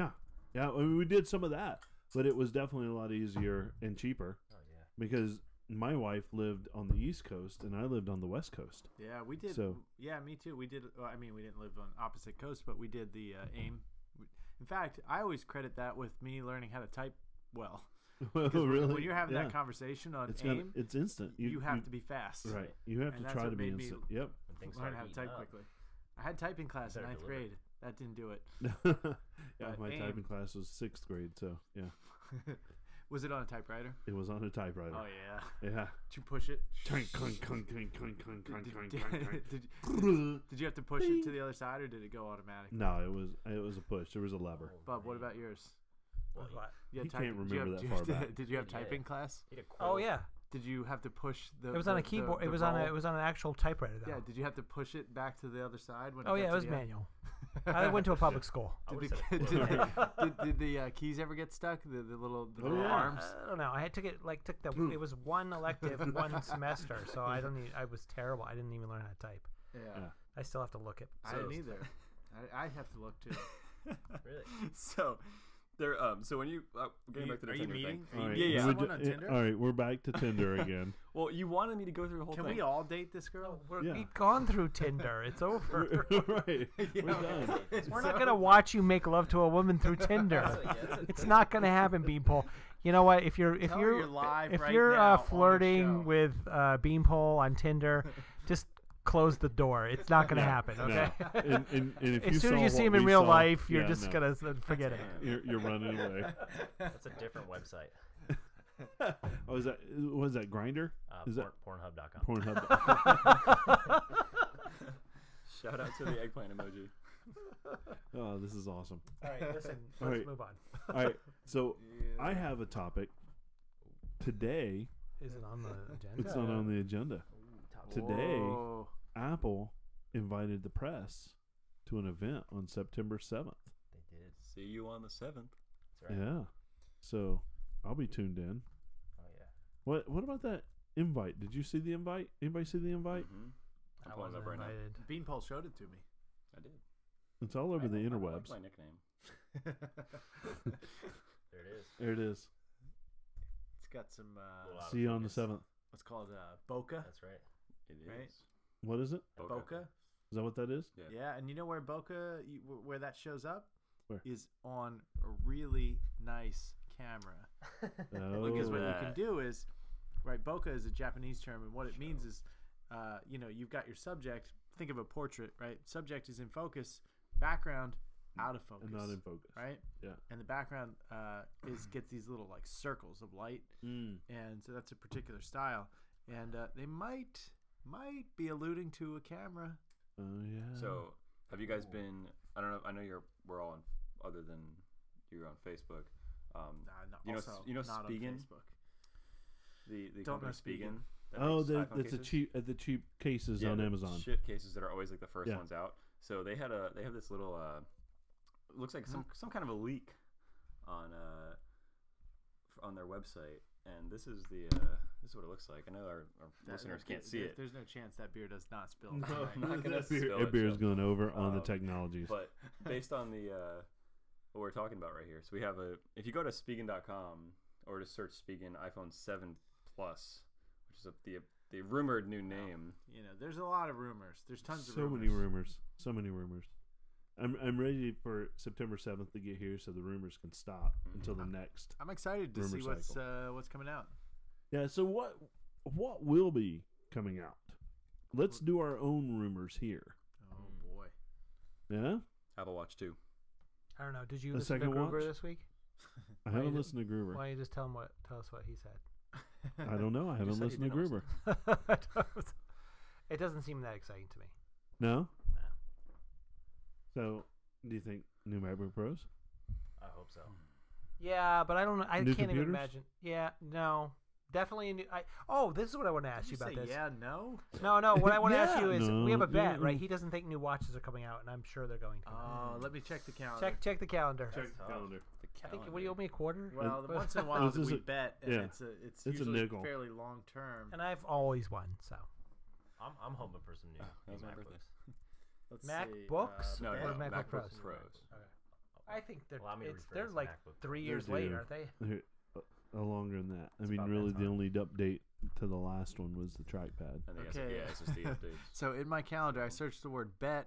C: yeah, yeah. I mean, we did some of that, but it was definitely a lot easier and cheaper
E: Oh yeah.
C: because my wife lived on the East Coast and I lived on the West Coast.
B: Yeah, we did.
C: So-
B: yeah, me too. We did. Well, I mean, we didn't live on opposite coasts, but we did the uh, aim. We- In fact, I always credit that with me learning how to type well. 'Cause when-
C: Oh, really,
B: When you're having
C: Yeah.
B: that conversation on
C: it's
B: aim,
C: gonna- it's instant.
B: you, have to be fast.
C: right. You have
B: And
C: to
B: that's
C: try
B: what
C: to be
B: made me-
C: instant. Yep.
E: When things
B: learn
E: start
B: how to
E: heating
B: type
E: up.
B: quickly. I had typing class in
E: better
B: ninth
E: deliver.
B: grade. That didn't do it.
C: yeah,
B: But
C: my
B: aim.
C: typing class was sixth grade, so yeah,
B: was it on a typewriter?
C: it was on a typewriter.
B: Oh yeah.
C: yeah.
B: Did you push it?
C: Clunk, clunk, clunk, clunk, clunk, clunk,
B: Did,
C: clunk,
B: did,
C: clunk, clunk, clunk.
B: did, did you have to push it to the other side, or did it go automatic?
C: No, it was it was a push. There was a lever.
E: Oh,
B: Bob, what
E: man.
B: about yours?
E: Well, he-
B: Yeah,
C: You can't
B: did you
C: remember that
B: have, did you have
C: far
B: to-
C: back.
B: Did you have
E: Yeah.
B: typing class?
E: he had a
A: Oh
E: coil.
A: yeah,
B: Did you have to push the?
A: it was
B: the,
A: on a
B: the-
A: keyboard.
B: the
A: it was on a
B: roll?
A: it was on an actual typewriter though.
B: Yeah, did you have to push it back to the other side when?
A: oh
B: it
A: yeah,
B: got
A: it
B: to
A: was
B: the end?
A: manual. I went to a public school.
E: I
B: Did
E: would've
B: the,
E: said a
B: did,
E: coil.
B: the- did, did the uh, keys ever get stuck? The, the little, the
C: Oh,
B: little
C: yeah.
B: arms.
A: I don't know. I had took it like took the it was one elective one semester, so I don't. Even, I was terrible. I didn't even learn how to type.
B: Yeah,
C: Yeah.
A: I still have to look it.
B: I didn't either. I, I have to look too.
E: Really?
D: so there. Um. So when you uh, getting back to the Tinder thing.
C: All right,
D: Yeah, yeah.
C: we're
B: Someone
C: ju-
B: on
C: eh,
B: Tinder?
C: all right, we're back to Tinder again.
D: Well, you wanted me to go through the whole
B: Can
D: thing.
B: we all date this girl?
A: Oh, We're,
C: Yeah.
A: We've gone through Tinder. It's over.
C: right, we're done.
A: We're not gonna watch you make love to a woman through Tinder.
E: That's a- yeah, that's a-
A: it's not gonna happen, people. You know what? If you're if
B: Tell her
A: you're,
B: you're live
A: if
B: right
A: you're
B: now
A: uh,
B: on the show.
A: flirting with uh, Beanpole on Tinder, just close the door. It's not gonna
C: No,
A: happen.
C: no.
A: Okay.
C: And, and, and if
A: as
C: you
A: soon as
C: saw
A: you see
C: what
A: him in
C: we
A: real
C: saw-
A: life, you're
C: yeah,
A: just
C: no.
A: gonna s- forget it.
C: you're, you're running away.
E: That's a different website.
C: Oh, is that was that grinder?
E: Uh,
C: Is that
E: porn, Pornhub.com.
C: Pornhub?
D: Shout out to the eggplant emoji.
C: oh, this is awesome.
A: All right, listen.
C: All
A: let's
C: right.
A: move on.
C: All right, so I have a topic today.
A: Is it on the agenda?
C: It's not on the agenda. Today,
B: Whoa.
C: Apple invited the press to an event on September 7th.
E: They did.
D: See you on the seventh.
E: That's right.
C: Yeah. So I'll be tuned in.
E: Oh yeah.
C: What What about that invite? Did you see the invite? Anybody see the invite?
D: Mm-hmm. I'm
A: I
D: pulling it
A: wasn't
D: up right now.
A: invited.
B: Beanpole showed it to me.
D: I did.
C: It's all over
D: I
C: the
D: like- I like
C: interwebs.
D: my nickname.
E: There it is.
C: There it is.
B: It's got some.
E: Little
B: Uh,
E: out of
C: see you on the
E: focus.
C: 7th.
B: what's called uh, Boca.
E: That's right.
D: It is.
B: Right?
C: What is it?
B: Boca.
C: Is that what that is?
D: Yeah.
B: Yeah, and you know where Boca, you, wh- where that shows up,
C: Where?
B: is on a really nice camera.
C: Oh,
B: because what you can
D: that.
B: do is, right? Boca is a Japanese term, and what it means is, uh, you know, you've got your subject. Think of a portrait, right? Subject is in focus, background
D: Mm.
B: out of focus,
C: and not in focus.
B: right?
C: Yeah.
B: And the background uh, is gets these little like circles of light,
C: Mm.
B: and so that's a particular style. And uh, they might might be alluding to a camera.
C: Oh
B: Uh,
C: yeah.
D: So, have you guys been? I don't know. I know you're. We're all on. Other than you're on Facebook. Um,
B: Nah, no,
D: You know
B: also
D: S- you know
B: not
D: Spigen?
B: on Facebook.
D: the the
B: Don't know
D: company
B: Spigen.
D: Spigen. that
C: oh,
D: makes
C: they,
D: iPhone
C: that's the
D: cases?
C: cheap uh, the cheap cases
D: Yeah,
C: on
D: the
C: Amazon.
D: Shit cases that are always like the first
C: Yeah.
D: ones out. So they had a they have this little uh, looks like some some kind of a leak on uh f- on their website, and this is the uh, this is what it looks like. I know our, our
B: That-
D: listeners
B: that-
D: can't
B: there-
D: see it.
B: There's no chance that beer does not spill.
C: No.
B: tonight.
D: I'm not gonna
C: Oh, that beer,
D: spill
C: that
D: it,
C: beer's
D: so-
C: going over on the
D: Um,
C: technologies.
D: but based on the uh, what we're talking about right here, so we have a if you go to Spigen.com or just search Spigen iPhone Seven Plus, which is a, the the rumored new name.
B: You know, there's a lot of rumors. There's tons
C: so
B: of rumors.
C: many rumors. So many rumors. I'm I'm ready for September 7th to get here so the rumors can stop
D: Mm-hmm.
C: until the next.
B: I'm excited to
C: Rumor
B: see what's uh, what's coming out.
C: Yeah, so what what will be coming out? Let's do our own rumors here.
B: Oh
C: Hmm.
B: boy.
C: Yeah?
D: Apple Watch Two.
A: I don't know. Did you
C: The
A: listen to
C: second
A: Gruber
C: watch?
A: this week?
C: I
A: Why
C: haven't
A: you-
C: listened to Gruber.
A: Why don't you just tell him what? Tell us what he said.
C: I don't know. I haven't
D: said you
C: listened to
D: didn't listen.
C: Gruber.
A: it doesn't seem that exciting to me.
C: No?
A: No.
C: So, do you think new MacBook Pros?
E: I hope so.
A: Yeah, but I don't. I
C: New
A: can't even
C: computers?
A: imagine. Yeah, no, definitely. A new, I, oh, this is what I want to ask
B: Did
A: you
B: you
A: about
B: say
A: this.
B: yeah, no?
A: No, no. What I want to ask
C: Yeah.
A: you is, we have a
C: No,
A: bet,
C: yeah,
A: right?
C: mm.
A: He doesn't think new watches are coming out, and I'm sure they're going to.
B: Oh, let me check the calendar.
A: check, check the calendar.
E: Check the calendar.
A: I think what do you owe me a quarter?
B: Well, the
A: Well,
B: once in a while
C: This
B: that
C: is
B: we
C: a-
B: bet, and
C: yeah.
B: it's a
C: It's
B: it's,
C: a
B: usually
C: nickel.
B: fairly long term.
A: And I've always won, so
E: I'm, I'm hoping for some new,
D: that was
E: new
D: my
E: MacBooks.
D: birthday.
B: Let's
A: MacBooks?
B: See,
D: No,
B: uh,
D: no,
B: bet.
A: Or MacBook
D: MacBook
A: Pros.
D: Pros.
A: I think they're
E: Allow me to
A: it's,
E: rephrase
A: they're
E: the
A: like
E: MacBook.
A: three
C: They're
A: years late,
C: due.
A: aren't they?
C: Here, uh, uh, longer than that. I mean,
E: about that
C: really, the
E: time.
C: only update to the last one was the trackpad.
D: And the
B: Okay.
D: okay. SSD updates.
B: So in my calendar, I searched the word bet.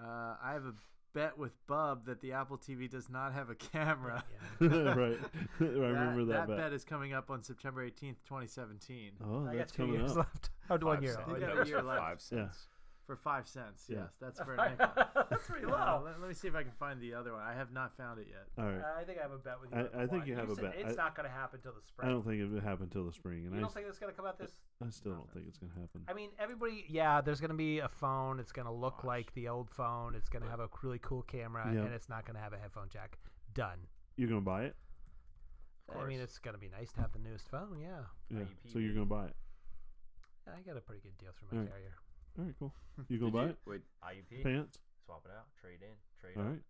B: Uh, I have a bet with Bub that the Apple TV does not have a camera.
C: right. I
B: That-
C: remember that, bet.
B: bet is coming up on September 18th, 2017.
C: Oh,
A: I got
C: that's
A: two
C: coming
A: years
C: up.
A: left. How do I
D: Five
A: year? Oh,
D: cents.
B: You
D: That
B: got a
D: was
B: year
D: for
B: left.
D: Five
C: Yeah.
D: cents.
B: For five cents,
C: Yeah.
B: yes, that's for a nickel.
E: That's pretty
B: Uh,
E: low.
B: let, let me see if I can find the other one. I have not found it yet.
C: All right.
A: I think I have a bet with you.
C: I-
A: on the
C: I think
A: wine.
C: you have a
A: said
C: bet.
A: It's
C: I-
A: not going to happen till the spring.
C: I don't think it would happen till the spring, and
A: you
C: I,
A: don't
C: s-
A: think it's going to come out this?
C: I still don't think it's gonna happen.
A: I mean, everybody. Yeah, there's going to be a phone. It's going to look
B: Gosh.
A: like the old phone. It's going to have a really cool camera,
C: Yeah.
A: and it's not going to have a headphone jack. Done.
C: You're gonna buy it?
A: I mean,
E: course.
A: it's going to be nice to have the newest phone. Yeah,
C: Yeah.
E: IUP,
C: So you're gonna buy it.
A: And I got a pretty good deal through my
C: Alright.
A: carrier.
C: All right, cool. You gonna buy it?
D: Wait,
E: IUP,
C: Pants.
E: swap it out, trade in, trade
C: All
E: up.
C: right.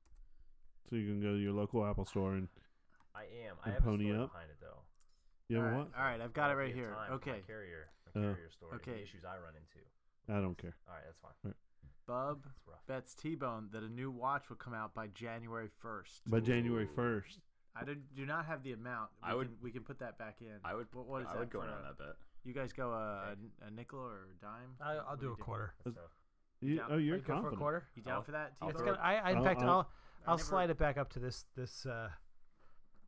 C: So you can go to your local Apple store and
E: I am.
C: And
E: I have
C: pony
E: a story
C: up.
E: behind it though.
C: you have
B: all
C: a
B: right,
C: what?
B: All right, I've got it
E: If we
B: right
E: have
B: here.
E: time,
B: okay,
E: My carrier, my
C: Uh,
E: carrier story. and
B: okay.
E: The issues I run into.
C: I don't care.
E: All right, that's fine.
B: Bub
E: That's rough.
B: bets T-Bone that a new watch will come out by January first.
C: By January
D: Ooh.
C: first.
B: I do, do not have the amount. We
D: I would-
B: can, we can put that back in.
D: I would.
B: What, what is
D: I
B: that
D: would go
B: for
D: in on
B: a-
D: that bet.
B: You guys go a,
E: Okay.
B: a nickel or a dime?
A: I, I'll
B: What
A: do a
B: you
A: quarter.
E: That's uh, tough.
C: You,
B: Yeah.
C: oh,
A: Are
C: you're
A: you good
C: confident.
A: for a quarter.
B: You down
D: I'll-
B: for that?
D: I'll
B: T-Bone?
A: It's
D: throw
A: gonna, I, I in
C: I'll-
A: fact,
C: I'll-
A: I'll I'll,
B: I never-
A: slide it back up to this this. Uh,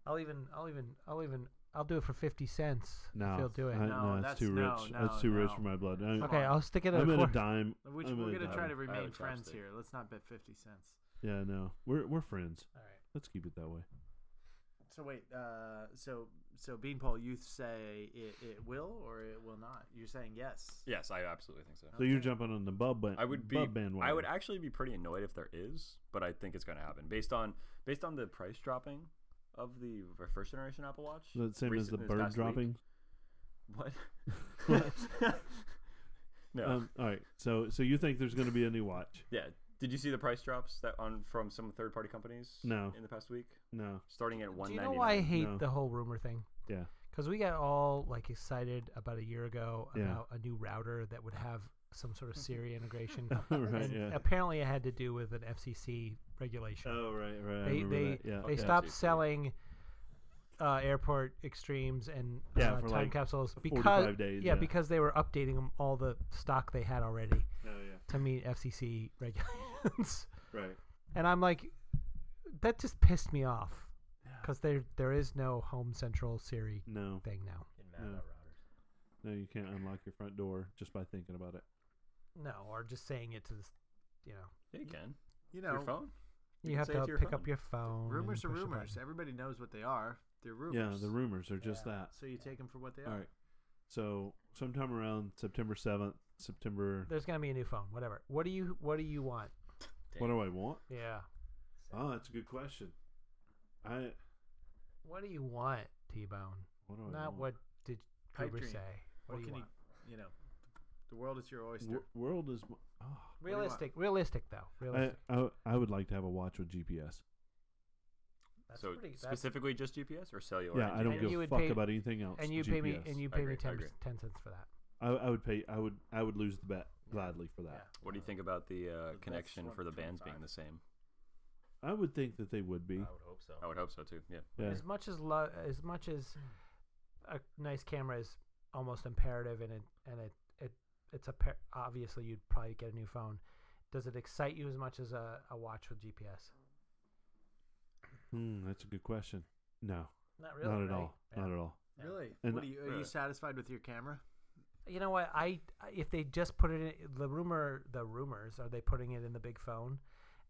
A: I'll even I'll even I'll even I'll do it for fifty cents.
C: No,
A: if you'll do it.
C: I-
B: No,
C: no, that's
B: that's-
C: too
B: no,
C: rich. That's
B: no,
C: too rich
B: no.
C: for my blood. I,
A: okay, I'll stick it at
C: I'm
A: a
C: at a
A: quarter.
C: dime.
B: Which
C: I'm at
B: we're
C: a
B: gonna
C: dime.
B: try to remain
D: would
B: friends
D: chopstick.
B: here. Let's not bet fifty cents.
C: Yeah, no, we're we're friends.
A: All right.
C: Let's keep it that way.
B: So wait, uh, so so Beanpole, you say it, it will or it will not? You're saying yes.
D: Yes, I absolutely think so.
C: So you're jumping on the bub, but
D: I would be.
C: bub bandwagon.
D: I would actually be pretty annoyed if there is, but I think it's going to happen based on based on the price dropping of the r- first generation Apple Watch.
C: Is that the same as
D: recent-
C: the
D: this
C: bird
D: past week.
C: dropping.
D: What? no.
C: Um, all right. So so you think there's going to be a new watch?
D: yeah. Did you see the price drops that on from some third party companies?
C: No.
D: In the past week,
C: No.
D: starting at one
A: Do you
D: ninety
A: know
D: nine.
A: why I hate
C: No.
A: the whole rumor thing?
C: Yeah.
A: Because we got all like excited about a year ago
C: Yeah.
A: about a new router that would have some sort of Siri integration.
C: right.
A: and
C: Yeah.
A: Apparently, it had to do with an FCC regulation.
C: Oh right right. I
A: they
C: remember
A: they
C: that. Yeah.
A: they
D: Okay.
C: yeah.
A: stopped
D: Absolutely.
A: selling uh, airport extremes and
C: Yeah,
A: uh,
C: for
A: time
C: like
A: capsules
C: 45
A: because
C: days,
A: yeah,
C: yeah.
A: because they were updating 'em all the stock they had already
C: Oh yeah.
A: to meet FCC regulations.
C: Right.
A: and I'm like, that just pissed me off because there there is no home central Siri
C: No.
A: thing now.
E: Getting mad
C: Yeah.
E: about routers.
C: No, you can't unlock your front door just by thinking about it.
A: No, or just saying it to this, you know,
D: Yeah, you can.
B: You
D: Your
B: know,
D: phone.
A: you,
D: can
A: have
D: say it
A: to
D: to your
A: pick
D: phone.
A: up your phone.
B: rumors are
A: and push a
B: rumors.
A: button.
B: Everybody knows what they are. They're
C: Yeah,
B: rumors.
C: the rumors are just
E: Yeah.
C: that.
B: So you take them for what they
C: All
B: are.
C: right. So sometime around September seventh, September.
A: There's gonna be a new phone. Whatever. What do you What do you want?
C: What do I want?
A: Yeah.
C: Oh, that's a good question. I
A: What do you want, T Bone?
C: what do I
A: Not
C: want?
A: what did
B: Pipe
A: Cooper
B: dream.
A: say. What,
B: What
A: do you
B: can
A: want?
B: you? You know, the world is your oyster.
C: Wor- world is. mo- Oh.
B: do you want?
A: realistic, realistic though.
C: I,
A: Realistic.
C: I I would like to have a watch with GPS.
A: that's
D: so
A: pretty. That's,
D: specifically just GPS or cellular?
C: yeah, I
D: and
C: don't
A: And
D: GPS?
C: give
A: you
C: a
A: would
C: fuck
A: pay-
C: about anything else.
A: and you pay me,
C: GPS.
A: and you
D: I
A: pay me
D: agree,
A: 10,
D: I agree.
A: 10 cents for that.
C: I, I would pay. I would. I would lose the bet gladly for that.
D: What do you think about the uh,
B: The best
D: connection
B: one
D: for the
B: from
D: bands
B: five.
D: being the same?
C: I would think that they would be.
E: I would hope so.
A: Oh.
D: I would hope so too. Yeah.
C: Yeah.
A: As much as lo- as much as a nice camera is almost imperative, and it and it, it it's a par- obviously you'd probably get a new phone. Does it excite you as much as a, a watch with GPS?
C: Hmm, that's a good question. No,
A: Not really.
C: not at
A: right?
C: all.
A: Yeah.
C: Not at all.
A: Yeah.
B: Really?
C: And-
B: what do you, are you
D: Really.
B: satisfied with your camera?
A: You know what? I I- if they just put it in the rumor, the rumors are they putting it in the big phone?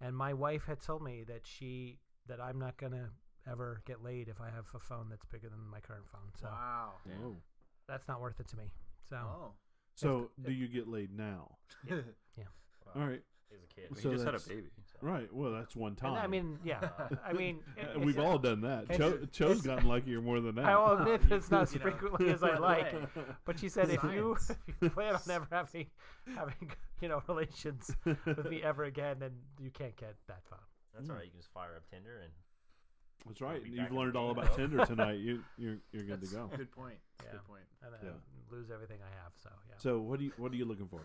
A: And my wife had told me that she that I'm not gonna ever get laid if I have a phone that's bigger than my current phone. So
B: Wow.
D: Damn.
C: Whoa.
A: that's not worth it to me. So
B: Oh.
C: So do you get laid now?
E: Well,
C: All right.
E: He's a kid.
D: We
C: So
D: just had a
C: that's-
D: baby.
E: so-
C: Right. Well, that's one
A: and
C: time.
A: I mean, yeah. I mean,
C: Uh,
A: it-
C: we've
A: it's-
C: all done that.
A: it's-
C: Cho-
A: it's-
C: Cho's gotten luckier more than that.
A: I will admit
B: You-
A: it's not as
B: you know,
A: frequently as
B: by
A: I
B: the
A: like.
B: way,
A: But she said if you,
B: Science.
A: if you plan on never having having you know relations with me ever again, then you can't get that phone.
E: That's all right. You can just fire up Tinder and
C: That's right.
E: We'll be
C: and
E: back
C: You've
E: in the
C: learned all
E: game.
C: about Tinder tonight. You, you're you're good to
B: That's
C: go.
B: a Good point. That's a
A: Yeah.
B: Good point.
A: And then
C: Yeah.
A: lose everything I have. So yeah,
C: So what do you what are you looking for?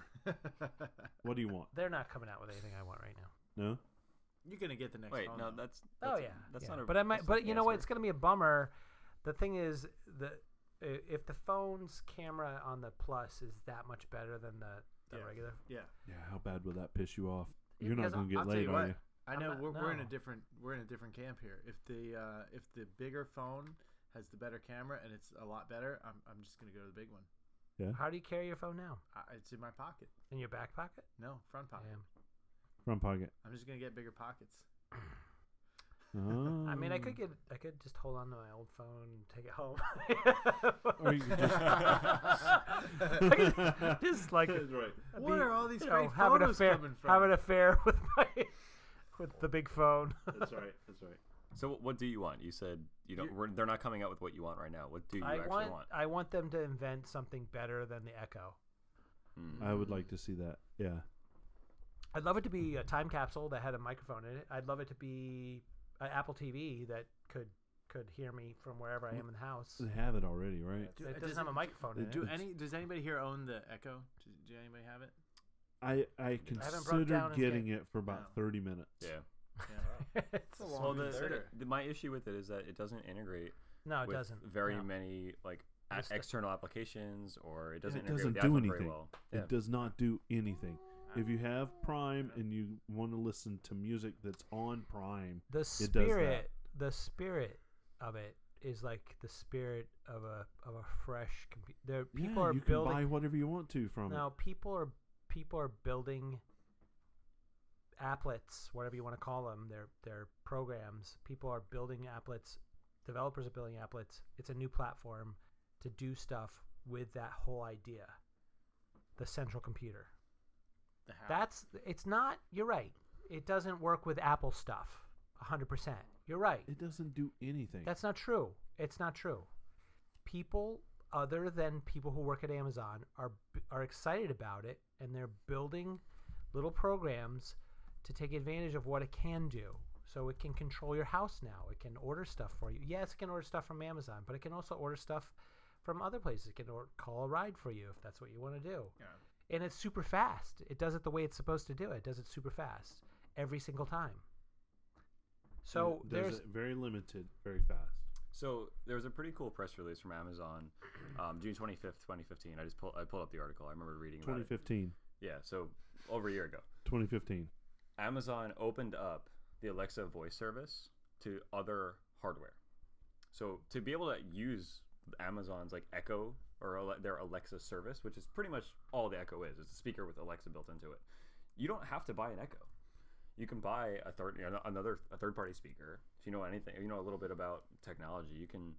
C: What do you want?
A: they're not coming out with anything I want right now.
C: No.
B: You're gonna get the next
D: Wait,
B: phone.
D: no,
B: though.
D: that's,
A: Oh
D: that's-
A: yeah,
D: that's
A: yeah.
D: not a.
A: But I might.
D: that's not
A: But
D: the
A: you know what?
D: answer.
A: It's gonna be a bummer. The thing is, the i- if the phone's camera on the plus is that much better than the, the
B: Yeah.
A: regular,
B: yeah.
C: Yeah. How bad would that piss you off?
A: Yeah,
C: You're not
A: because
C: gonna get
B: I'll tell
C: laid,
B: you
C: are
B: what.
C: you?
B: I
A: I'm
B: know
A: not-
B: we're, we're in a
A: no.
B: different we're in a different camp here. If the uh, if the bigger phone has the better camera and it's a lot better, I'm, I'm just gonna go to the big one.
C: Yeah.
A: How do you carry your phone now?
B: I, it's in my pocket.
A: In your back pocket?
B: No, front pocket.
A: Damn.
C: Front pocket.
B: I'm just gonna get bigger pockets.
A: I mean, I
C: Oh.
A: could get, I could just hold on to my old phone and take it home.
C: Or you could just-
A: I could just like,
C: Oh. That's right.
B: What
A: be-
B: are all these
A: you
B: great
A: know, have an
B: photos
A: affair,
B: coming from?
A: Have an affair with my, with the big phone.
C: That's right. That's right.
D: So what- what do you want? You said you don't.
B: You-
D: We're, they're not coming out with what you want right now. What do you
A: I
D: actually
A: want,
D: want?
A: I want them to invent something better than the Echo.
D: Mm.
C: I would like to see that. Yeah.
A: I'd love it to be a time capsule that had a microphone in it. I'd love it to be an Apple TV that could could hear me from wherever I am in the house.
C: They have it already, right?
A: It
B: it
A: doesn't,
B: doesn't-
A: have a microphone in it.
B: Do any? Does anybody here own the Echo? Do, do anybody have it?
C: I I
A: haven't brought it
C: considered
A: down and
C: getting
A: get-
C: it for about
B: No.
C: thirty minutes.
D: Yeah.
A: It's-
B: a
D: Well,
B: long
D: the,
B: inserter.
D: the- my issue with it is that it doesn't integrate
A: no, Oh, it
D: with
A: doesn't.
D: very
A: no.
D: many like a-
A: Just the-
D: external applications, or it doesn't
C: It
D: integrate with
C: doesn't
D: the
C: do
D: iPhone
C: anything.
D: very well. Yeah.
C: It does not do anything. If you have Prime and you want to listen to music that's on Prime,
A: the
C: it does
A: spirit the spirit of it is like the spirit of a of a fresh computer. There,
C: yeah,
A: people are
C: you
A: building
C: can buy whatever you want to from
A: now. People are people are building applets, whatever you want to call them. They're they're programs. People are building applets. Developers are building applets. It's a new platform to do stuff with that whole idea, the central computer.
B: The hat.
A: That's it's not. You're right. It doesn't work with Apple stuff. 100%. You're right.
C: it. It doesn't do anything.
A: That's not true. It's not true. People other than people who work at Amazon are are excited about it and they're building little programs to take advantage of what it can do. So it can control your house now. It can order stuff for you. Yes, it can order stuff from Amazon, but it can also order stuff from other places. It can or- call a ride for you if that's what you want to do.
B: Yeah.
A: And it's super fast. It does it the way it's supposed to do it. It does it super fast every single time. So
C: It does
A: there's
C: it very limited, very fast.
D: So there was a pretty cool press release from Amazon, um, June twenty fifth, twenty fifteen. I just pulled I pulled up the article. I remember reading about it.
C: 2015.
D: Yeah, so over a year ago,
C: 2015.
D: Amazon opened up the Alexa voice service to other hardware. So to be able to use Amazon's like Echo or Ale- their Alexa service, which is pretty much all the Echo is, it's a speaker with Alexa built into it. You don't have to buy an Echo. You can buy a third you know, another a third party speaker. If you know anything, you know a little bit about technology, you can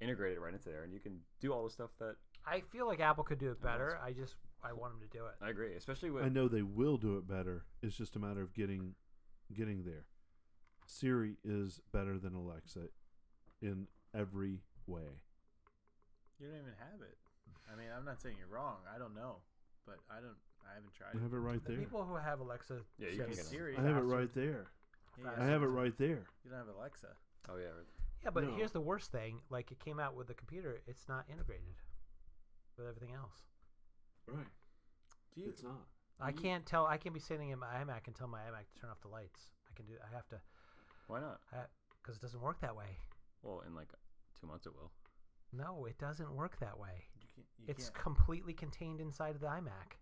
D: integrate it right into there, and you can do all the stuff that
A: I feel like Apple could do it better. I just I want them to do it.
D: I agree, especially with
C: I know they will do it better. It's just a matter of getting getting there. Siri is better than Alexa in every way.
B: You don't even have it. I mean, I'm not saying you're wrong. I don't know, but I don't. I haven't tried.
C: I have it right
A: The
C: there.
A: people who have Alexa,
D: Yeah, you
A: said
D: can
A: it's
D: get it.
B: Siri.
C: I have it
A: faster.
C: right there.
B: Yeah,
C: I have it right there.
B: You don't have Alexa.
D: oh yeah,
A: Yeah, but
C: No.
A: here's the worst thing: like it came out with the computer, it's not integrated with everything else.
C: Right.
B: Do you?
C: not.
A: I
B: Mm.
A: can't tell. I can't be sitting in my iMac and tell my iMac to turn off the lights. I can do. I have to
D: why not?
A: because it doesn't work that way.
D: Well, in like two months it will.
A: No, it doesn't work that way.
B: you can't, you
A: It's
B: can't.
A: completely contained inside of the iMac.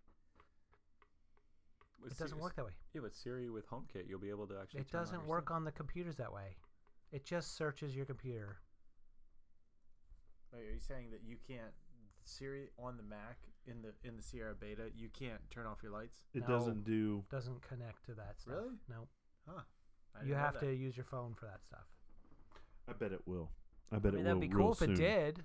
D: With
A: It doesn't
D: Siri-
A: work that way.
D: Yeah, but Siri with HomeKit, you'll be able to actually.
A: It doesn't work on the computers that way. It just searches your computer.
B: Wait, are you saying that you can't Siri on the Mac in the in the Sierra Beta? You can't turn off your lights.
C: It
A: No.
C: doesn't do.
A: Doesn't connect to that stuff.
B: Really?
A: No.
B: Huh? I
A: You
B: didn't know
A: have
B: that.
A: to use your phone for that stuff.
C: I bet it will. I bet
A: I mean,
C: it will.
A: that'd be cool
C: real
A: if
C: soon.
A: it did,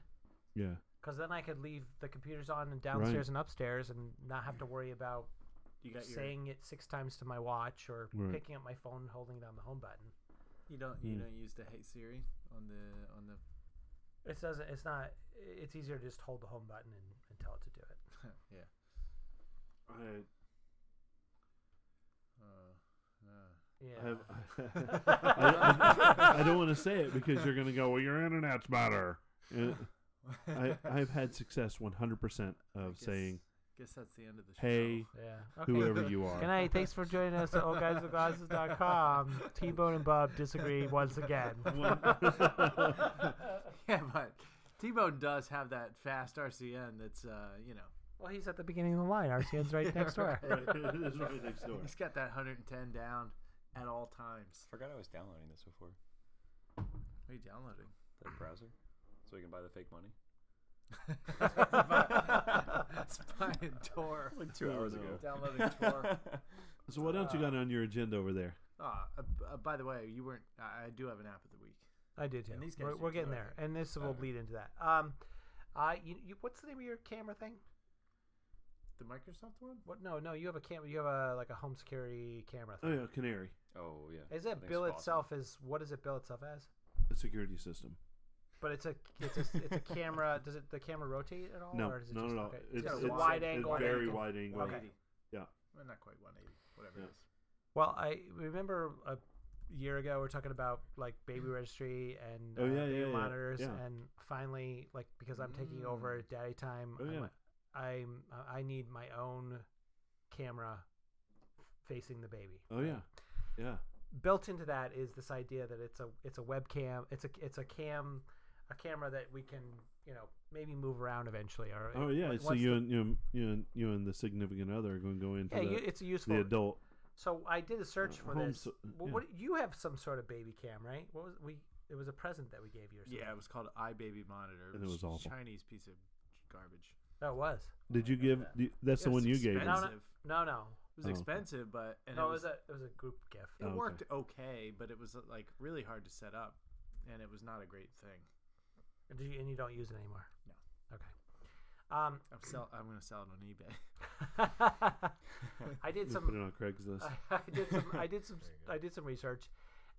C: Yeah.
A: because then I could leave the computers on and downstairs and upstairs, and not have to worry about
B: You got your.
A: saying it six times to my watch or
C: Right.
A: picking up my phone and holding down the home button.
B: You don't. You
C: Hmm.
B: don't use the Hey Siri on the on the.
A: It doesn't. It's not. It's easier to just hold the home button and, and tell it to do it.
B: yeah.
C: I
B: Uh, uh.
A: Yeah.
C: I have, I, I, I don't want to say it because you're going to go, well, your internet's better. Uh, I, I've had success 100% of
B: Guess-
C: saying,
B: Guess that's the end of the show.
C: hey,
A: yeah. Okay.
C: whoever you are.
A: Good night. Thanks for joining us at oldguyswithglasses.com. T Bone and Bob disagree once again.
B: yeah, but T-Bone does have that fast RCN. That's uh, you know,
A: well, he's at the beginning of the line. RCN's right next door.
C: Right, it is right next door.
B: he's got that 110 down at all times.
D: I forgot I was downloading this before.
B: What are you downloading?
D: The browser, so we can buy the fake money.
B: buy, It's buying Tor.
D: like two hours
C: no.
D: ago.
B: Downloading Tor.
C: So what else you got on your agenda over there?
B: Ah, uh, uh, by the way, you weren't. I, I do have an app of the week.
A: I did too.
B: And these
A: we're,
B: guys
A: we're
B: do
A: getting
B: too, I
A: there,
B: think.
A: and this will
B: Okay.
A: bleed into that. Um, I you, you, what's the name of your camera thing?
B: The Microsoft one.
A: What? No, no, you have a camera. You have a like a home security camera
C: Oh
A: thing.
C: yeah, Canary
D: Oh yeah.
A: Is
D: I
A: that
D: think
A: bill
D: it's awesome.
A: itself is what does it bill itself as?
C: a security system.
A: But it's a it's a, it's a camera. Does it the camera rotate at all?
C: No,
A: or does it
C: not
A: just,
C: at all.
A: okay,
C: It's,
A: just a
B: got a
C: it's-
A: wide
B: wide
A: angle.
C: It's very
A: angle.
C: wide angle.
A: Okay.
C: Yeah.
B: Well, not quite 180. Whatever
C: Yeah.
B: it is.
A: Well, I remember a year ago we are talking about like baby registry and
C: Mm. Oh,
A: uh,
C: yeah,
A: baby
C: yeah, yeah,
A: monitors,
C: yeah.
A: and finally, like because I'm taking over at daddy time,
C: Oh,
A: I'm,
C: yeah.
A: I'm I need my own camera facing the baby.
C: Oh yeah, yeah.
A: Built into that is this idea that it's a it's a webcam, it's a it's a cam, a camera that we can you know maybe move around eventually. Or
C: Oh yeah. So
A: once
C: you
A: the-
C: and you and you and, you and the significant other are going to go into
A: yeah,
C: the,
A: you, it's a useful.
C: the adult.
A: So I did a search
C: Uh,
A: for
C: home
A: this.
C: so-
A: Well,
C: yeah.
A: What you have some sort of baby cam, right? What was we? It was a present that we gave you. Or something.
B: Yeah, it was called iBaby Monitor.
C: And it was
B: a
C: awful.
B: Chinese piece of garbage.
A: No, Oh, it was.
C: Did you give? do- That's the
B: It was
C: one you gave.
A: No,
C: us.
A: no,
B: expensive.
A: no, no.
B: It was
C: Oh, okay.
B: expensive, but and
A: no,
B: it was,
A: a it was a group gift.
C: Oh,
B: it
C: okay.
B: worked okay, but it was uh, like really hard to set up, and it was not a great thing.
A: Do you, and you don't use it anymore.
B: No.
A: Okay. Um,
B: I'm sell. I'm gonna sell it on eBay.
A: I did
C: You
A: some.
C: put it on Craigslist.
A: I, I did some. I did some. I did some research,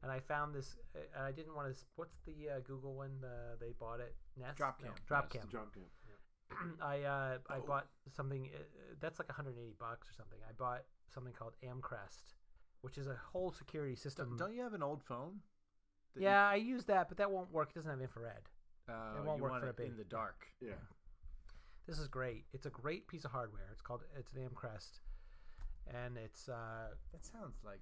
A: and I found this. uh, And I didn't want to. What's the uh, Google one? Uh, they bought it. Nest. No,
B: Dropcam.
A: Dropcam.
C: Drop cam.
A: I uh, I
B: Oh.
A: bought something uh, uh, that's like 180 bucks or something. I bought something called Amcrest, which is a whole security system.
B: Don't you have an old phone? that you-
A: yeah, I use that, but that won't work. It doesn't have infrared.
B: Uh,
A: won't
B: you
A: work
B: want
A: for a
B: it
A: baby.
B: in the dark.
C: Yeah.
A: This is great. It's a great piece of hardware. It's called it's an Amcrest, and it's uh,
B: That sounds like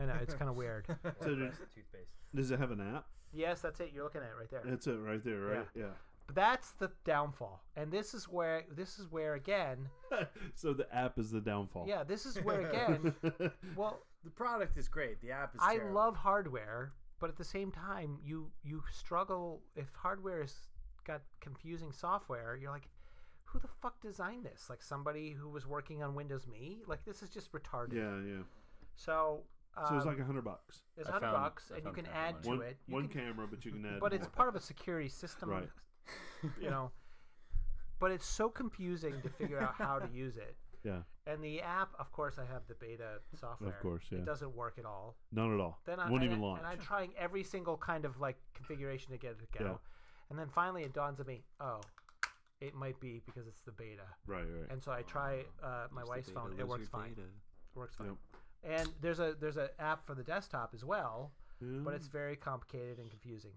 A: I know it's kind of weird.
C: So did-
E: Toothpaste, toothpaste.
C: Does it have an app?
A: Yes, that's it. You're looking at it right there.
C: That's it right there, right? Yeah.
A: But that's the downfall, and this is where this is where again,
C: so the app is the
B: Oh.
C: downfall.
A: yeah, this is where again. well,
B: The product is great. The app is.
A: I
B: terrible.
A: love hardware, but at the same time, you you struggle if hardware has got confusing software. You're like, who the fuck designed this? Like somebody who was working on Windows Me. Like this is just retarded.
C: yeah, yeah.
A: So. Um,
C: So it's like a hundred bucks.
A: it's
D: I
A: 100
D: found-
A: bucks,
D: I
A: and you
D: found
A: can
D: that
A: add
D: one.
A: to
C: One,
A: it. You
C: one
A: can,
C: camera, but you can add.
A: but it's
C: more.
A: part of a security system,
C: Right.
A: you know. But it's so confusing to figure out how to use it.
C: Yeah,
A: And the app, of course, I have the beta software.
C: course, yeah.
A: It doesn't work at all.
C: not at all.
A: Then I
C: won't
A: and
C: even
A: I-
C: launch.
A: And I'm trying every single kind of like configuration to get it to go.
C: Yeah.
A: And then finally it dawns on me, oh, it might be because it's the beta.
C: right, right.
A: And so I try uh, my wife's phone. It works fine. It works fine. And there's a there's an app for the desktop as well,
C: Yeah.
A: but it's very complicated and confusing.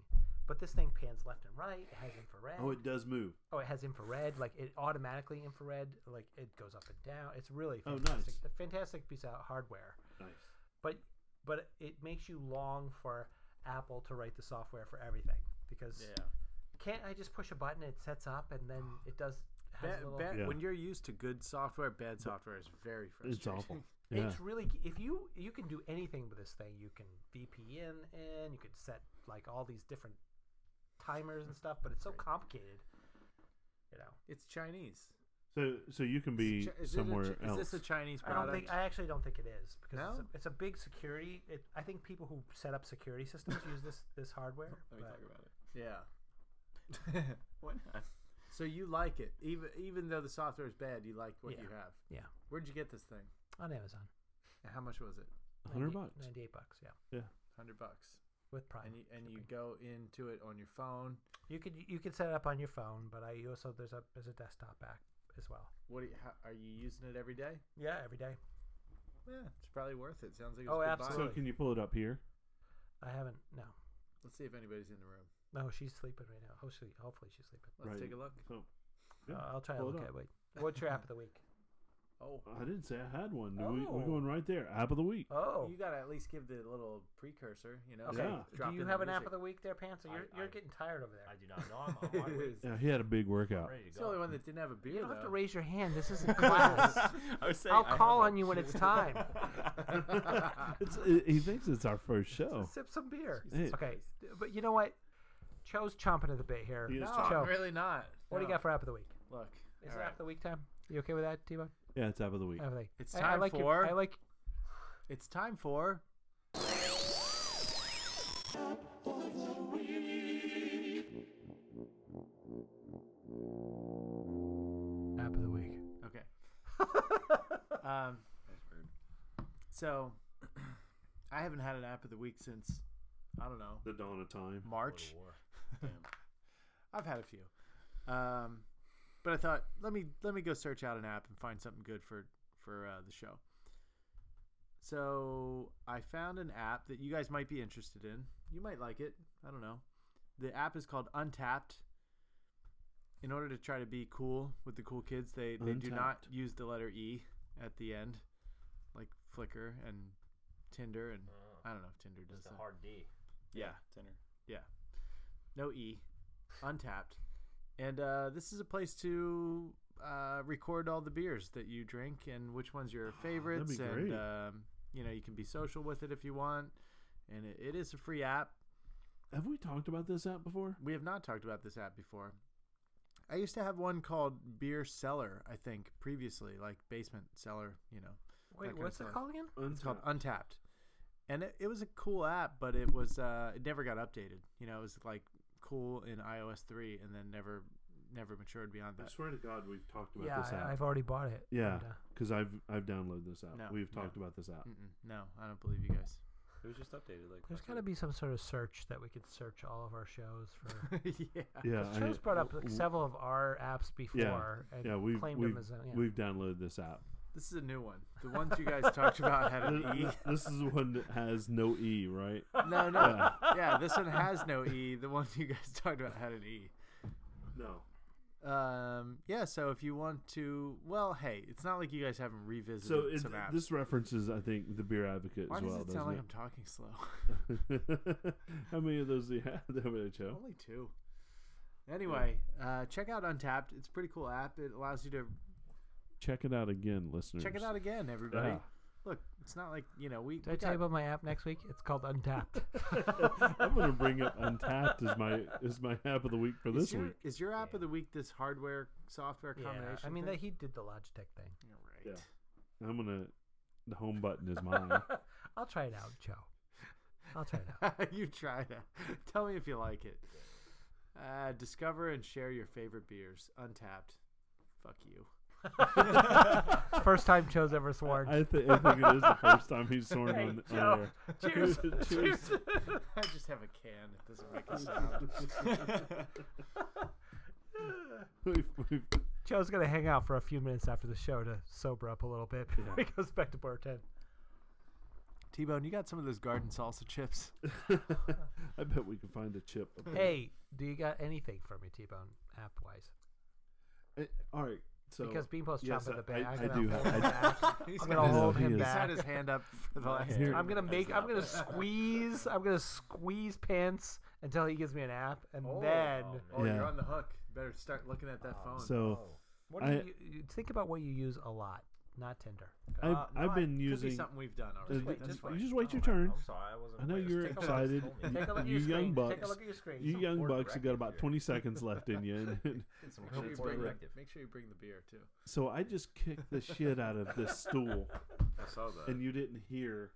A: But this thing pans left and right. It has infrared.
C: oh, it does move.
A: Oh, it has infrared. Like it automatically infrared. Like it goes up and down. It's really
C: Oh,
A: fantastic.
C: nice.
A: A fantastic piece of hardware
C: Nice.
A: but but it makes you long for Apple to write the software for everything because
B: Yeah.
A: can't I just push a button it sets up and then it does has
B: Bad,
A: a little,
B: bad,
C: Yeah.
B: When you're used to good software, bad software is very frustrating.
C: It's awful. Yeah.
A: it's really if you you can do anything with this thing you can VPN in you could set like all these different timers and stuff but it's so complicated you know
B: It's Chinese.
C: So, so you can be
B: Chi- is it a
C: somewhere
B: Chi-
C: else.
B: Is this a Chinese
A: I don't
B: product?
A: think I actually don't think it is because it's,
B: Uh, No?
A: a, it's a big security it, I think people who set up security systems use this this hardware
D: Let me
A: but-
D: talk about it.
B: yeah.
D: Why not?
B: so you like it, even even though the software is bad, you like what
A: Yeah.
B: you have.
A: yeah
B: Where'd you get this thing?
A: on Amazon
B: And How much was it?
C: 100
A: 98
C: bucks.
A: 98 bucks yeah
C: Yeah.
B: Hundred bucks.
A: with Prime.
B: And you, and you go into it on your phone.
A: you could you could set it up on your phone, but I also there's a there's a desktop app as well.
B: What do you, how, are you using it every day?
A: Yeah, every day.
B: Yeah, it's probably worth it. Sounds like it's
A: Oh,
B: a good
C: So
A: absolutely.
B: Buy.
C: can you pull it up here?
A: I haven't no.
B: Let's see if anybody's in the room.
A: No, she's sleeping right now. Hopefully, hopefully she's sleeping.
B: Let's
C: Right.
B: take a look.
C: So, yeah.
A: Uh, I'll try to
C: pull it
A: look at
C: up.
A: it. Wait. What's your app of the week?
B: Oh,
C: Uh, I didn't say I had one. We,
A: Oh.
C: we're going right there. App of the week.
A: Oh,
B: you gotta at least give the little precursor. You know.
A: okay.
C: Yeah.
B: drop
A: Do you
B: in
A: have
B: the
A: an app
B: music.
A: of the week there, Pants? You're,
E: I-
A: you're
E: I-
A: getting tired over there.
E: I do not know. I'm, I'm wide awake.
C: Yeah, he had a big
E: I'm
C: workout.
E: ready to
B: It's
E: go.
B: the only one that didn't have a beer.
A: you don't have to
B: though.
A: raise your hand. This isn't class.
D: I was saying
A: I'll
D: I have
A: call
D: one.
A: on you when it's time.
C: it's, it, he thinks it's our first show.
A: Sip some beer.
C: Oh. Jesus
A: Okay, but you know what? Cho's chomping at the bit here.
C: He is
B: No,
C: chomping.
A: Cho,
B: I'm really not.
A: what do you
B: No.
A: got for app of the week?
B: Look,
A: Is
B: All
A: it
B: right.
A: app of the week time? You okay with that, T-Bone?
C: Yeah, it's app of the week.
A: I like.
B: It's
A: I- I
B: time
A: like
B: for-
A: Your, I like.
B: It's time for.
A: App of the week.
B: Okay. um,
D: That's weird.
B: so, I haven't had an app of the week since I don't know
C: The dawn of time.
B: March.
E: Go to war.
B: I've had a few, um, but I thought let me let me go search out an app and find something good for for uh, the show. So I found an app that you guys might be interested in. You might like it. I don't know. The app is called Untapped. In order to try to be cool with the cool kids, they they do not
C: Untapped.
B: use the letter E at the end, like Flickr and Tinder and I don't know if Tinder does
E: Just Oh. a
B: that.
E: hard D.
B: Yeah.
D: Tenor.
B: no E, untapped. And uh, this is a place to uh, record all the beers that you drink and which one's your favorites.
C: Ah, be
B: and
C: great.
B: um, you know you can be social with it if you want. And it, it is a free app.
C: Have we talked about this app before?
B: We have not talked about this app before. I used to have one called Beer Cellar, I think, previously, like basement cellar, you know.
A: Wait,
B: kinda
A: what's
B: stuff.
A: it called again?
B: It's called Untapped, and it, it was a cool app, but it was uh, it never got updated. You know, it was like cool in iOS three, and then never never matured beyond
C: I
B: that.
C: swear to God, we've talked about
A: Yeah,
C: this
A: I,
C: app.
A: I've already bought it.
C: yeah,
A: and, uh,
C: because I've I've downloaded this app.
B: No, Mm.
C: we've
B: no.
C: talked about this app.
B: Mm-mm, no, I don't believe you guys.
D: It was just updated. Like
A: there's
D: last
A: got to
D: week.
A: be some sort of search that we could search all of our shows for.
B: yeah.
C: Yeah,
A: Because Joe's
C: I-
A: brought up like,
C: w-
A: several of our apps before and
C: yeah, we've
A: claimed
C: we've,
A: them as a, yeah.
C: we've downloaded this app.
B: This is a new one. The ones you guys talked about had an E.
C: Th- this is the one that has no e, right?
B: No, no.
C: Yeah.
B: Yeah, this one has no E. The one you guys talked about had an E.
C: No.
B: Um, yeah. So if you want to, well, hey, it's not like you guys haven't revisited
C: So it,
B: some apps.
C: this references, I think, the Beer Advocate
B: Why
C: as
B: does
C: well,
B: it sound like I'm
C: doesn't
B: talking slow?
C: it? How many of those do you have? How many, Joe?
B: Only two. Anyway, uh, check out Untapped. It's a pretty cool app. It allows you to
C: Check it out again, listeners.
B: check it out again, everybody.
C: Yeah.
B: Look, it's not like you know we.
A: Did
B: we
A: I tell you
B: got-
A: about my app next week? It's called Untapped.
C: I'm going to bring up Untapped as my as my app of the week for
B: is
C: this
B: your,
C: week.
B: Is your app of the week this hardware software
A: yeah,
B: combination?
A: I mean,
B: thing?
A: that he did the Logitech thing.
B: You're right.
C: Yeah. I'm gonna. The home button is mine.
A: I'll try it out, Joe. I'll try it out.
B: you try that. Tell me if you like it. Uh, discover and share your favorite beers. Untapped. Fuck you.
A: First time Joe's ever sworn.
C: I, thi- I think it is the first time he's sworn on, on
A: Joe.
C: air.
A: Cheers.
C: Cheers.
B: I just have a can. It doesn't make a sound.
C: We've, we've,
A: Joe's gonna hang out for a few minutes after the show to sober up a little bit before he goes back to bartend.
B: T Bone, you got some of those garden salsa chips?
C: I bet we can find a chip.
A: Hey, do you got anything for me, T Bone, app wise?
C: Uh, all right. So
A: Because Beanpole's
C: yes,
A: chomping at the bit.
C: I-
A: I'm
C: I
A: gonna
C: do
A: hold
C: have-
A: him
C: I-
A: back.
B: He's
A: I'm
B: got
A: gonna
B: his-
A: hold
C: he
A: him
C: is.
B: He's had
A: back.
B: his hand up for the last.
C: Here-
A: I'm gonna
D: That's
A: make.
D: not
A: I'm gonna
D: bad.
A: squeeze. I'm gonna squeeze pants until he gives me an app, and then
C: Oh, you're Yeah. on
B: the hook. Better start looking at that phone.
C: so
A: what do
C: I-
A: you, you think about what you use a lot, not Tinder.
C: uh, I, I've been using.
B: Could be Oh, something we've done
C: uh,
B: already.
A: wait,
B: That's
A: just-
B: fine.
C: you just wait your
E: Oh,
C: turn.
E: I'm sorry, I wasn't.
C: I know
E: aware.
C: you're
E: Take a look.
C: excited.
E: Told
C: You-
E: me.
A: Take a look at
C: you
A: your
C: young
A: screen. Take
C: bucks.
A: a look at your screen.
C: You young
E: word
C: bucks, you got
E: bracket
C: about
E: here.
C: 20 seconds left in you. And,
E: Did some
B: Make sure,
E: good
B: you
E: word
B: bring,
E: directive.
B: make sure you bring the beer too.
C: so I just kicked the shit out of this stool,
D: I saw that.
C: and you didn't hear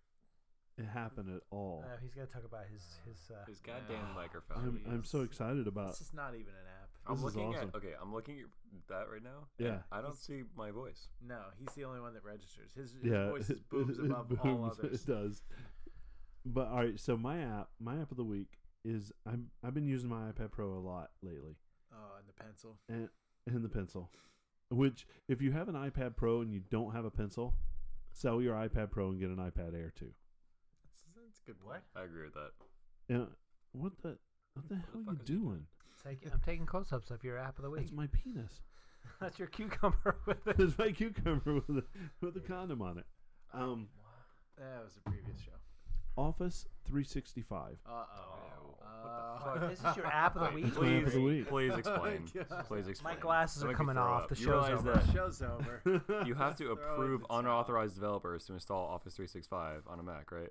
C: it happen at all.
A: Uh, he's gonna talk about his his. Uh,
D: His goddamn
A: Ah,
D: microphone.
C: I'm, I'm so excited about
B: This is not even an app.
D: I'm
C: This is
D: looking
C: awesome.
D: at okay. I'm looking at that right now. and
C: Yeah.
D: I don't see my voice.
B: No, he's the only one that registers. His, his
C: yeah,
B: voice
C: it-
B: booms
C: it
B: above all
C: booms,
B: others.
C: It does. But all right, so my app, my app of the week is I'm I've been using my iPad Pro a lot lately,
B: Oh, and the pencil.
C: and and the pencil, which if you have an iPad Pro and you don't have a pencil, sell your iPad Pro and get an iPad Air too.
B: That's, that's a good.
E: What?
B: point.
D: I agree with that.
C: Yeah, what the what the hell
D: fuck
C: are you
D: is he
C: doing?
A: take- I'm taking close-ups of your app of the week.
C: That's my penis.
A: That's your cucumber with the
C: That's my cucumber with a, with a condom on it. Um,
B: That was the previous show.
C: Office 365.
B: Uh
D: Oh,
B: oh.
D: what the fuck?
A: This is your app of the week.
C: That's my app of the week.
D: Please explain.
B: God.
D: Please explain.
A: glasses
D: Don't
A: are
D: make me
A: coming
D: throw
A: off.
D: up.
A: The
D: you
A: show's
D: realize
A: over.
D: that
B: Show's over.
D: you have to
B: Throw in the
D: approve
B: towel.
D: unauthorized developers to install Office 365 on a Mac, right?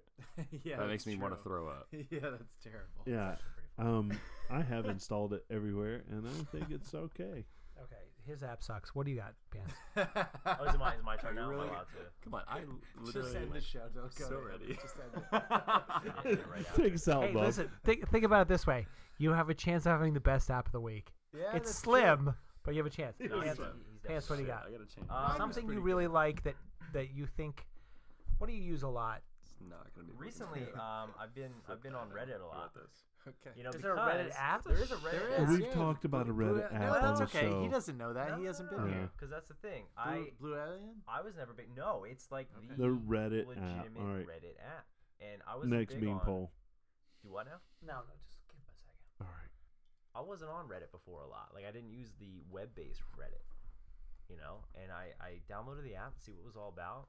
B: yeah,
D: that makes
B: that's
D: me want to
B: true.
D: throw up.
B: yeah, that's terrible.
C: Yeah. Um, I have installed it everywhere, and I think it's okay.
A: Okay, his app sucks. What do you got, Pants?
E: Oh, is it my, is my turn
D: you
E: now? Am I
D: really-
E: allowed to?
D: Come on, I
B: Just
D: literally
B: end the show. Don't go
D: so
B: to it.
D: ready.
B: Just end it.
E: Yeah, right after.
C: Thanks, out,
A: hey,
C: Bob.
A: listen. Think think about it this way: you have a chance of having the best app of the week.
B: Yeah,
A: it's
B: that's
A: slim, but you have a chance.
D: No,
A: Pants,
D: it's not.
E: He's
A: Pants, what do you got?
D: I gotta change.
E: Uh,
D: Mine's
A: Something you
D: pretty
A: really
D: good.
A: like that that you think. What do you use a lot?
D: It's not gonna be working.
E: Recently, um, I've been I've been on Reddit a lot.
D: About this.
B: true. Okay.
E: You know,
A: Is there a Reddit
E: because
A: app?
E: There is a Reddit.
C: is.
E: app.
C: We've talked about a
B: Blue-
C: Reddit
B: No,
C: app
B: that's
C: on the
B: okay. He
C: show.
B: doesn't know that.
E: No,
B: he hasn't been
E: no, no,
C: Yeah.
B: here.
E: Because that's the thing.
B: Blue,
E: I
B: Blue Alien.
E: I was never big. No, it's like
B: Okay.
E: the,
C: The Reddit app.
E: legitimate
C: All right.
E: Reddit app. And I was
C: Next
E: big
C: bean
E: on,
C: poll.
E: Do what now?
A: No, no, just give him a second.
C: All right.
E: I wasn't on Reddit before a lot. Like I didn't use the web-based Reddit, you know. And I I downloaded the app to see what it was all about.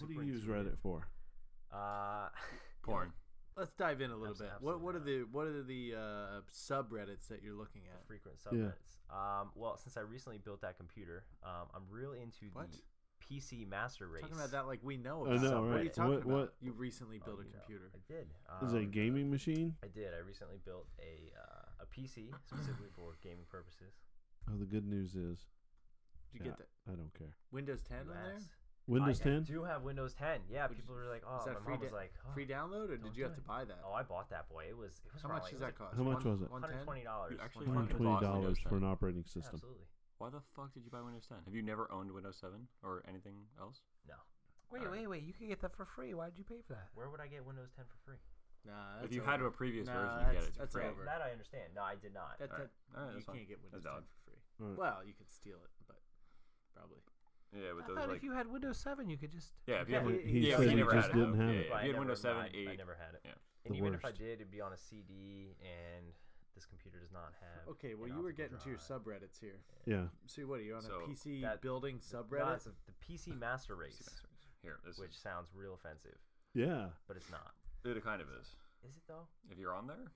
C: What
E: Super
C: do you use
E: intuitive.
C: Reddit for?
E: Uh,
D: Porn.
B: Let's dive in a little bit. What
E: Absolutely
B: what are
E: not.
B: the what are the uh, subreddits that you're looking at?
E: frequent
C: Yeah.
E: subnets. Um, well, since I recently built that computer, um, I'm real into
B: What?
E: the PC master race.
B: Talking about that like we know
C: I
B: about.
C: know,
B: subreddit. What are you
E: right.
B: talking
C: What-
B: about?
C: what-
B: You recently
E: Oh,
B: built a
E: you know,
B: compular.
E: I did.
C: Is it a
E: um,
C: gaming machine?
E: I did. I recently built a uh, a PC specifically for gaming purposes.
C: Oh, the good news is
B: Did you
C: Yeah.
B: get that
C: I don't care.
B: Windows 10 on there?
E: Last-
C: Windows
E: I
C: 10.
E: do have Windows 10. Yeah,
B: Would
E: people
B: you-
E: were like,
B: is
E: "Oh,
B: that
E: my
B: free
E: mom
B: da-
E: was like, oh,
B: Free download, or
E: don't
B: did you have
E: do
B: to
E: it.
B: buy that?
E: Oh, I bought that boy. It was it was
B: How
E: around,
B: much
E: like,
B: does
E: it was
B: that cost?
C: How much was it?
E: One hundred twenty dollars.
D: You actually
C: One hundred twenty
D: Windows
C: dollars for an
D: 10.
C: operating system.
E: Absolutely.
D: Why the fuck did you buy Windows 10? Have you never owned Windows 7 or anything else?
E: No.
A: Wait, wait, wait! You could get that for free. Why did you pay for that?
E: Where would I get Windows 10 for free?
B: Nah,
D: if
B: that's
D: you
B: over.
D: had a previous
B: Nah,
D: version, you get
B: that's-
D: it. for
B: that's
D: free.
B: over.
E: That I understand. No, I did not.
B: That,
D: All
B: that,
D: right. All right,
B: you
D: that's fine.
B: can't get
D: That's
B: Windows 10
D: valid.
B: for free.
C: All right.
B: Well, you could steal it, but probably.
D: Yeah,
A: I
D: with
A: thought
D: those like
A: if you had Windows Seven, you could just.
D: yeah, if you
B: Yeah,
D: had,
B: he-
D: Win-
B: he
D: yeah, if
B: said
D: you
B: he
D: never
C: just
D: had it.
C: didn't have
D: yeah,
C: it.
D: if
E: But I
D: you had
E: never-
D: Windows 7,
E: I,
D: 8,
E: I never had it.
D: yeah.
E: And
C: The
E: even if I
C: worst.
E: did, it'd be on a CD, and this computer does not have.
B: Okay, well,
E: an
B: you were
E: optical
B: getting to your
E: drive.
B: subreddits here.
C: Yeah.
B: So what, are you on
D: So
B: a PC
E: that-
B: building
E: No,
B: subreddit?
E: it's a- the PC Master Race,
D: here, this
E: which
D: is,
E: sounds real offensive,
C: Yeah.
E: but it's not.
D: it kind of is.
E: Is it though?
D: If you're on there,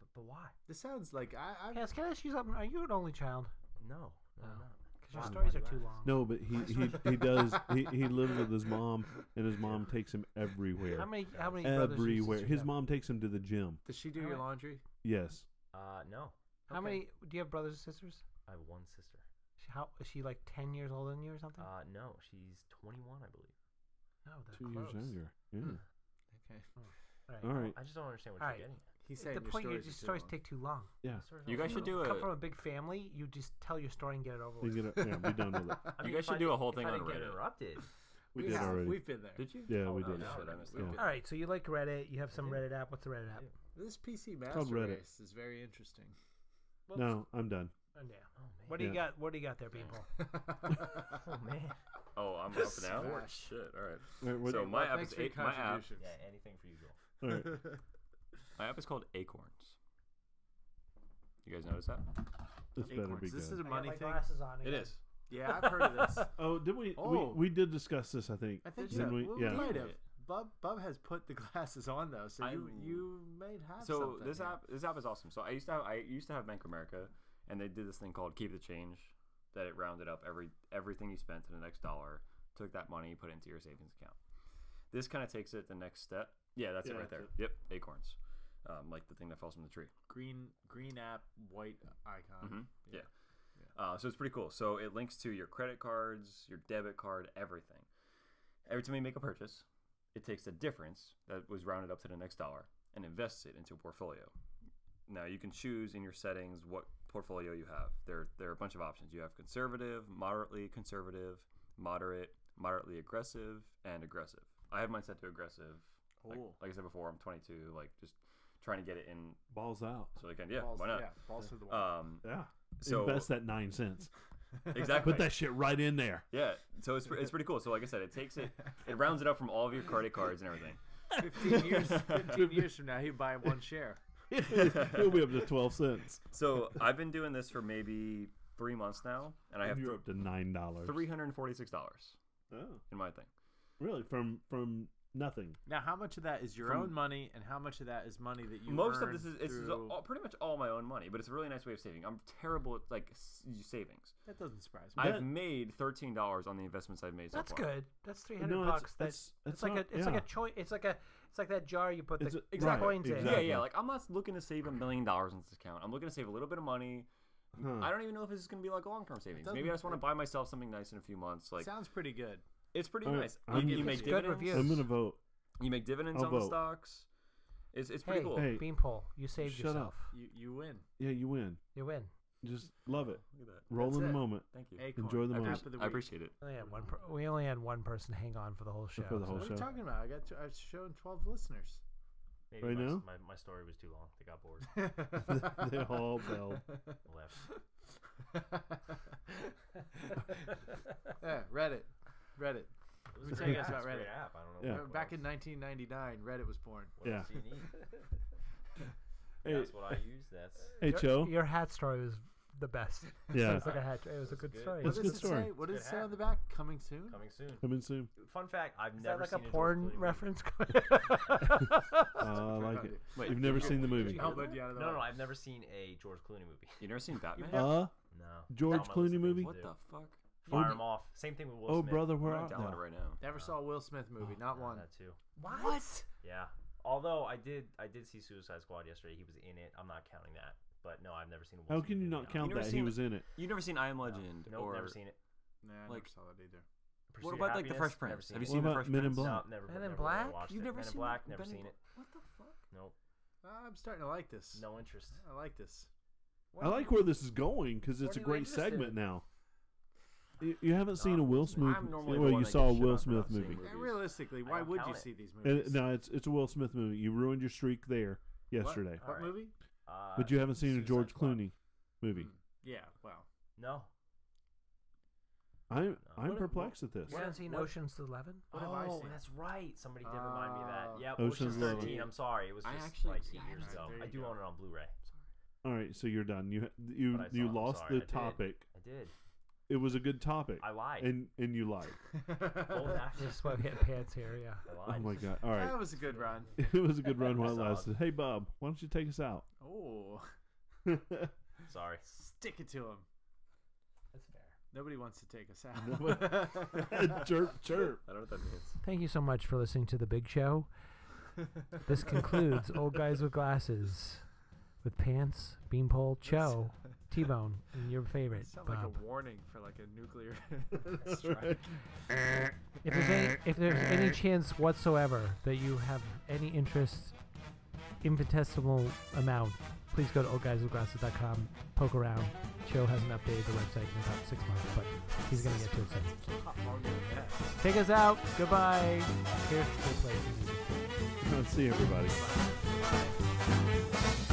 E: But, but why?
B: this sounds like I, I
A: Yes, can I ask you something? Are you an only child?
E: No, no, I'm
A: Oh.
E: not.
A: Because your
E: Why-
A: stories
E: why
A: are
E: do I
A: too
E: ask?
A: long.
C: No, but he he, he does. He, he lives with his mom, and his mom takes him everywhere.
A: How many? How many? brothers and
C: everywhere.
A: sisters you
C: His
A: have?
C: mom takes him to the gym.
B: Does she do
A: All
B: your
A: right.
B: laundry?
C: Yes.
E: Uh, no,
A: How
B: Okay.
A: many? Do you have brothers and sisters?
E: I have one sister.
A: She, how is she like ten years older than you or something?
E: Uh, no, she's 21, I believe.
A: no, they're
C: Two
A: close. Hmm.
C: years younger. Yeah.
B: Okay.
A: Right.
C: All right.
E: I just don't understand what
A: All
E: you're
A: right.
E: getting. at.
B: He's
A: At
B: saying
A: the point your,
B: stories,
A: your
B: are too
A: stories
B: long.
A: take too long.
C: Yeah.
E: Stories
D: You
E: don't
D: guys should
E: sound-
D: do
A: Come
D: a-
A: from a big family, you just tell your story and get it over
C: You
A: with.
C: get it- yeah, be done with it.
E: I
D: You
E: mean,
D: guys
E: if
D: should
E: I
D: do a
E: didn't-
D: whole
E: if
D: thing
E: I
D: on
E: didn't get
D: Reddit.
E: interrupted.
C: We
B: We
C: did
B: have-
C: already.
B: We've been there.
D: Did you?
C: Yeah,
E: Oh,
C: we
E: no,
C: did.
E: no,
D: Shit, I
E: no,
D: missed
E: no.
D: that.
C: Yeah.
A: All right, so you like Reddit. You have some
E: do.
A: Reddit app. What's the Reddit app?
B: This PC
C: called
B: Master
C: Reddit.
B: Race is very interesting.
C: No, I'm done.
A: Oh, yeah.
E: Oh man.
A: What do you
C: Yeah.
A: got? What do you got there, people?
E: Oh man.
D: Oh, I'm up now.
B: Smash.
D: Shit. All right.
C: All right, what-
D: So my app is
B: for your
D: eight. My app.
B: contributions.
E: Yeah, anything for you, Joel.
C: all right.
D: My app is called Acorns. You guys notice that?
C: This better be
B: Acorns. This is
C: good.
B: a money
A: I got
B: thing.
A: my glasses on.
D: It
A: again.
D: is.
B: Yeah, I've heard of this.
C: Oh, did we,
B: Oh.
C: we? We did discuss this. I think.
B: I think
C: Didn't
B: so.
C: we?
B: Well,
C: yeah.
B: we might
D: Yeah.
B: have. Bub Bub has put the glasses on though, so you
D: I'm-
B: you might have
D: so
B: something
D: this
B: here.
D: app this app is awesome. So I used to have I used to have Bank of America, and they did this thing called Keep the Change, that it rounded up every everything you spent to the next dollar, took that money, put it into your savings account. This kind of takes it the next step. Yeah, that's
C: Yeah,
D: it right there.
C: that's
D: Yep, acorns, um, like the thing that falls from the tree.
B: green green app white icon.
D: Mhm. Yeah. Uh, so it's pretty cool. So it links to your credit cards, your debit card, everything. Every time you make a purchase, it takes the difference that was rounded up to the next dollar and invests it into a portfolio. Now you can choose in your settings what portfolio you have. There, there are a bunch of options. You have conservative, moderately conservative, moderate, moderately aggressive, and aggressive. I have mine set to aggressive. Like,
B: Cool.
D: like I said before, I'm 22. Like just trying to get it in
C: Balls out.
D: so I can. Yeah,
B: balls,
D: why not?
B: Yeah, balls to the wall.
D: Um,
C: Yeah.
D: So-
C: Invest that nine cents.
D: exactly.
C: Put that shit right in there.
D: Yeah, so it's, pre- it's pretty cool. So like I said, it takes it, it rounds it up from all of your credit cards and everything.
B: fifteen years, fifteen years from now, he buy one share.
C: It'll be up to twelve cents.
D: So I've been doing this for maybe three months now, and I have
C: You're up to nine dollars.
D: three hundred and forty-six dollars
C: Oh,
D: in my thing.
C: really? From from nothing.
B: Now, how much of that is your
D: From-
B: own money, and how much of that is money that you?
D: Most of
B: earn
D: this is it's is
B: through-
D: all, pretty much all my own money, but it's a really nice way of saving. I'm terrible at like s- savings.
B: that doesn't surprise me.
D: I've made thirteen dollars on the investments I've made so
A: That's
D: far.
A: good. That's three hundred
C: No, it's-
A: bucks. That's
C: it's-
A: it's,
C: it's
A: like
C: not-
A: a it's like
C: yeah.
A: a choice. It's like a it's like that jar you put
C: It's
A: the
C: a- Right,
A: coins in.
C: exactly.
D: Yeah, yeah. Like I'm not looking to save a million dollars in this account. I'm looking to save a little bit of money
C: Huh.
D: I don't even know if this is going to be like long term savings. Maybe I
B: doesn't-
D: just want to buy myself something nice in a few months. Like
B: Sounds pretty good.
D: it's pretty
C: All right,
D: nice.
C: I'm-
D: you, you make
C: It's
A: good
D: dividends.
A: reviews.
C: I'm gonna vote.
D: You make dividends
C: I'll
D: on the
C: vote.
D: stocks. It's it's
A: Hey,
D: pretty cool.
C: Hey.
A: Beanpole, you saved
C: Shut
A: yourself.
B: You you win.
C: Yeah, you win.
A: You win.
C: Just love it.
D: Look at that.
C: Roll
B: That's
C: in the
B: it.
C: moment.
D: Thank you.
B: Acorn.
C: Enjoy the
B: app
C: moment.
B: of the
D: I
B: week.
D: appreciate it.
A: We only had one. Per- we only had one person hang on for the whole show.
C: For the whole
B: What are you
C: show.
B: talking about? I got to, I've shown twelve listeners.
E: Maybe
C: Right
E: my,
C: now?
E: My, my story was too long. They got bored.
C: they all bailed.
E: and left.
B: yeah, Reddit. Reddit.
E: It was
B: It's
E: a great
B: great. It's
E: app. It's a
B: about
E: great
B: Reddit.
E: app. I don't know.
C: Yeah.
E: what- what
B: Back in
E: else-
B: 1999, Reddit was born.
E: what else do you need?
C: Hey,
E: That's what I use. That's
C: hey,
A: Your-
C: Joe.
A: Your hat story was the best.
C: Yeah.
A: It was like a hat. It was a good
E: good.
A: story.
C: It's
B: What
C: a
B: does
C: good
B: it
C: story.
B: say? What does
E: It's
B: it
E: a
B: say
E: good
B: on the
E: hat.
B: back? Coming soon.
E: coming soon.
C: Come in soon.
E: Fun fact: I've
A: Is that
E: never
A: like a
E: seen George
A: porn
E: Clooney movie.
A: reference?
C: Uh, I
B: Sorry,
C: like
B: I'll
C: it.
B: do-
D: Wait,
C: You've never
D: you-
C: seen the movie.
B: I'll let you out of
E: No,
B: the way.
E: no, no, I've never seen a George Clooney movie.
D: You never seen Batman?
C: Uh,
E: No.
C: George
E: Not on my list
C: Clooney
E: of things
C: movie?
E: to
D: what
E: do.
D: the fuck?
E: Fire
C: Oh,
E: him off. Same thing with Will
C: oh
E: Smith.
C: brother,
D: We're
C: we're
D: not
C: out
D: downloaded
C: now.
D: right now.
B: Never saw a Will Smith movie. Not
E: Oh, Yeah,
B: one.
E: That too.
A: What?
E: Yeah. Although I did, I did see Suicide Squad yesterday. He was in it. I'm not counting that. But no, I've never seen. a Will
C: How
E: Smith
C: can you
E: movie,
C: not
E: no.
C: count
D: never
C: that he
D: seen
C: was in it?
D: You never seen I Am Legend
E: Nope,
D: or
E: never seen it.
B: Nah, I
D: Like-
B: never saw that either.
E: Pursuit of
D: about, like, The
E: Happiness?
D: Fresh
E: Never
D: Prince?
E: seen
D: Have you
E: it.
C: What
D: seen The
C: about
D: Fresh
C: Men in
D: Prince?
C: Black?
E: No, never.
A: Men in
E: never really
A: Black?
E: watched
D: You've
E: it.
D: never
E: Men
D: seen
E: in Black.
D: that?
E: Never
D: Men in
E: seen it.
D: What the fuck?
E: Nope.
B: Ah, I'm starting to like this.
E: No interest.
B: I like this.
C: I like where this is going because
B: What
C: it's a
B: are you
C: great
B: interested
C: segment
B: in?
C: now. You, you haven't seen a Will Smith.
D: I'm normally the
C: Well,
D: one
C: you
D: that
C: saw a
D: gets shit
C: Will
D: on for
C: Smith
D: not seeing
C: movie.
D: movies.
B: And realistically,
E: I
B: why
E: don't
B: would
E: count
B: you
E: it.
B: see these movies?
C: And, Uh, no, it's it's a Will Smith movie. You ruined your streak there yesterday,
B: What, what
E: Alright.
B: movie?
E: Uh,
C: but you haven't seen a
E: Suicide
C: George
E: Squad.
C: Clooney movie.
B: Hmm. Yeah. Wow.
E: No.
C: I'm
E: Hmm. No.
C: I'm
B: What-
C: perplexed at this.
A: You
E: What-
A: haven't seen
E: what-
A: Ocean's Eleven?
B: What have I
E: oh,
B: seen?
E: that's right. Somebody did remind me of that.
B: Oh.
E: Yeah,
C: Ocean's
E: Ocean's,
C: Eleven.
E: 13. I'm sorry. It was
D: I
E: just
D: actually-
E: like
D: yeah,
E: eight
D: I
E: years
D: know.
E: ago.
B: There
E: I
B: you
E: do
B: go.
E: own it on Blu-ray.
C: All right, so you're done. You you
E: but I saw it.
C: you
E: I'm
C: lost
E: sorry, I
C: the
E: did.
C: topic.
E: I did.
C: It was a good topic.
E: I lied.
C: and and you lied.
E: Both actors.
A: That's why we had pants here. Yeah.
E: I
C: Oh
E: lied.
C: my god! All right,
B: That was a good run.
C: it was a good run while it
E: Solid.
C: lasted. Hey Bob, why don't you take us out?
B: Oh,
E: Sorry.
B: stick it to him.
E: That's fair.
B: Nobody wants to take us out.
C: chirp chirp.
D: I don't know what that means.
A: Thank you so much for listening to the Big Show. This concludes Old Guys with Glasses with Pants, Beanpole, Cho, T Bone, and your favorite,
B: Sound like
A: Bob.
B: a warning for like a nuclear strike.
A: If there's, any, if there's any chance whatsoever that you have any interest, infinitesimal amount, please go to oldguyswithglasses.com, poke around. Cho hasn't updated the website in about six months, but he's going to get to it soon.
B: How long did it last?
A: Take us out. Goodbye. Here's the place.
C: See everybody.
B: Bye. Bye.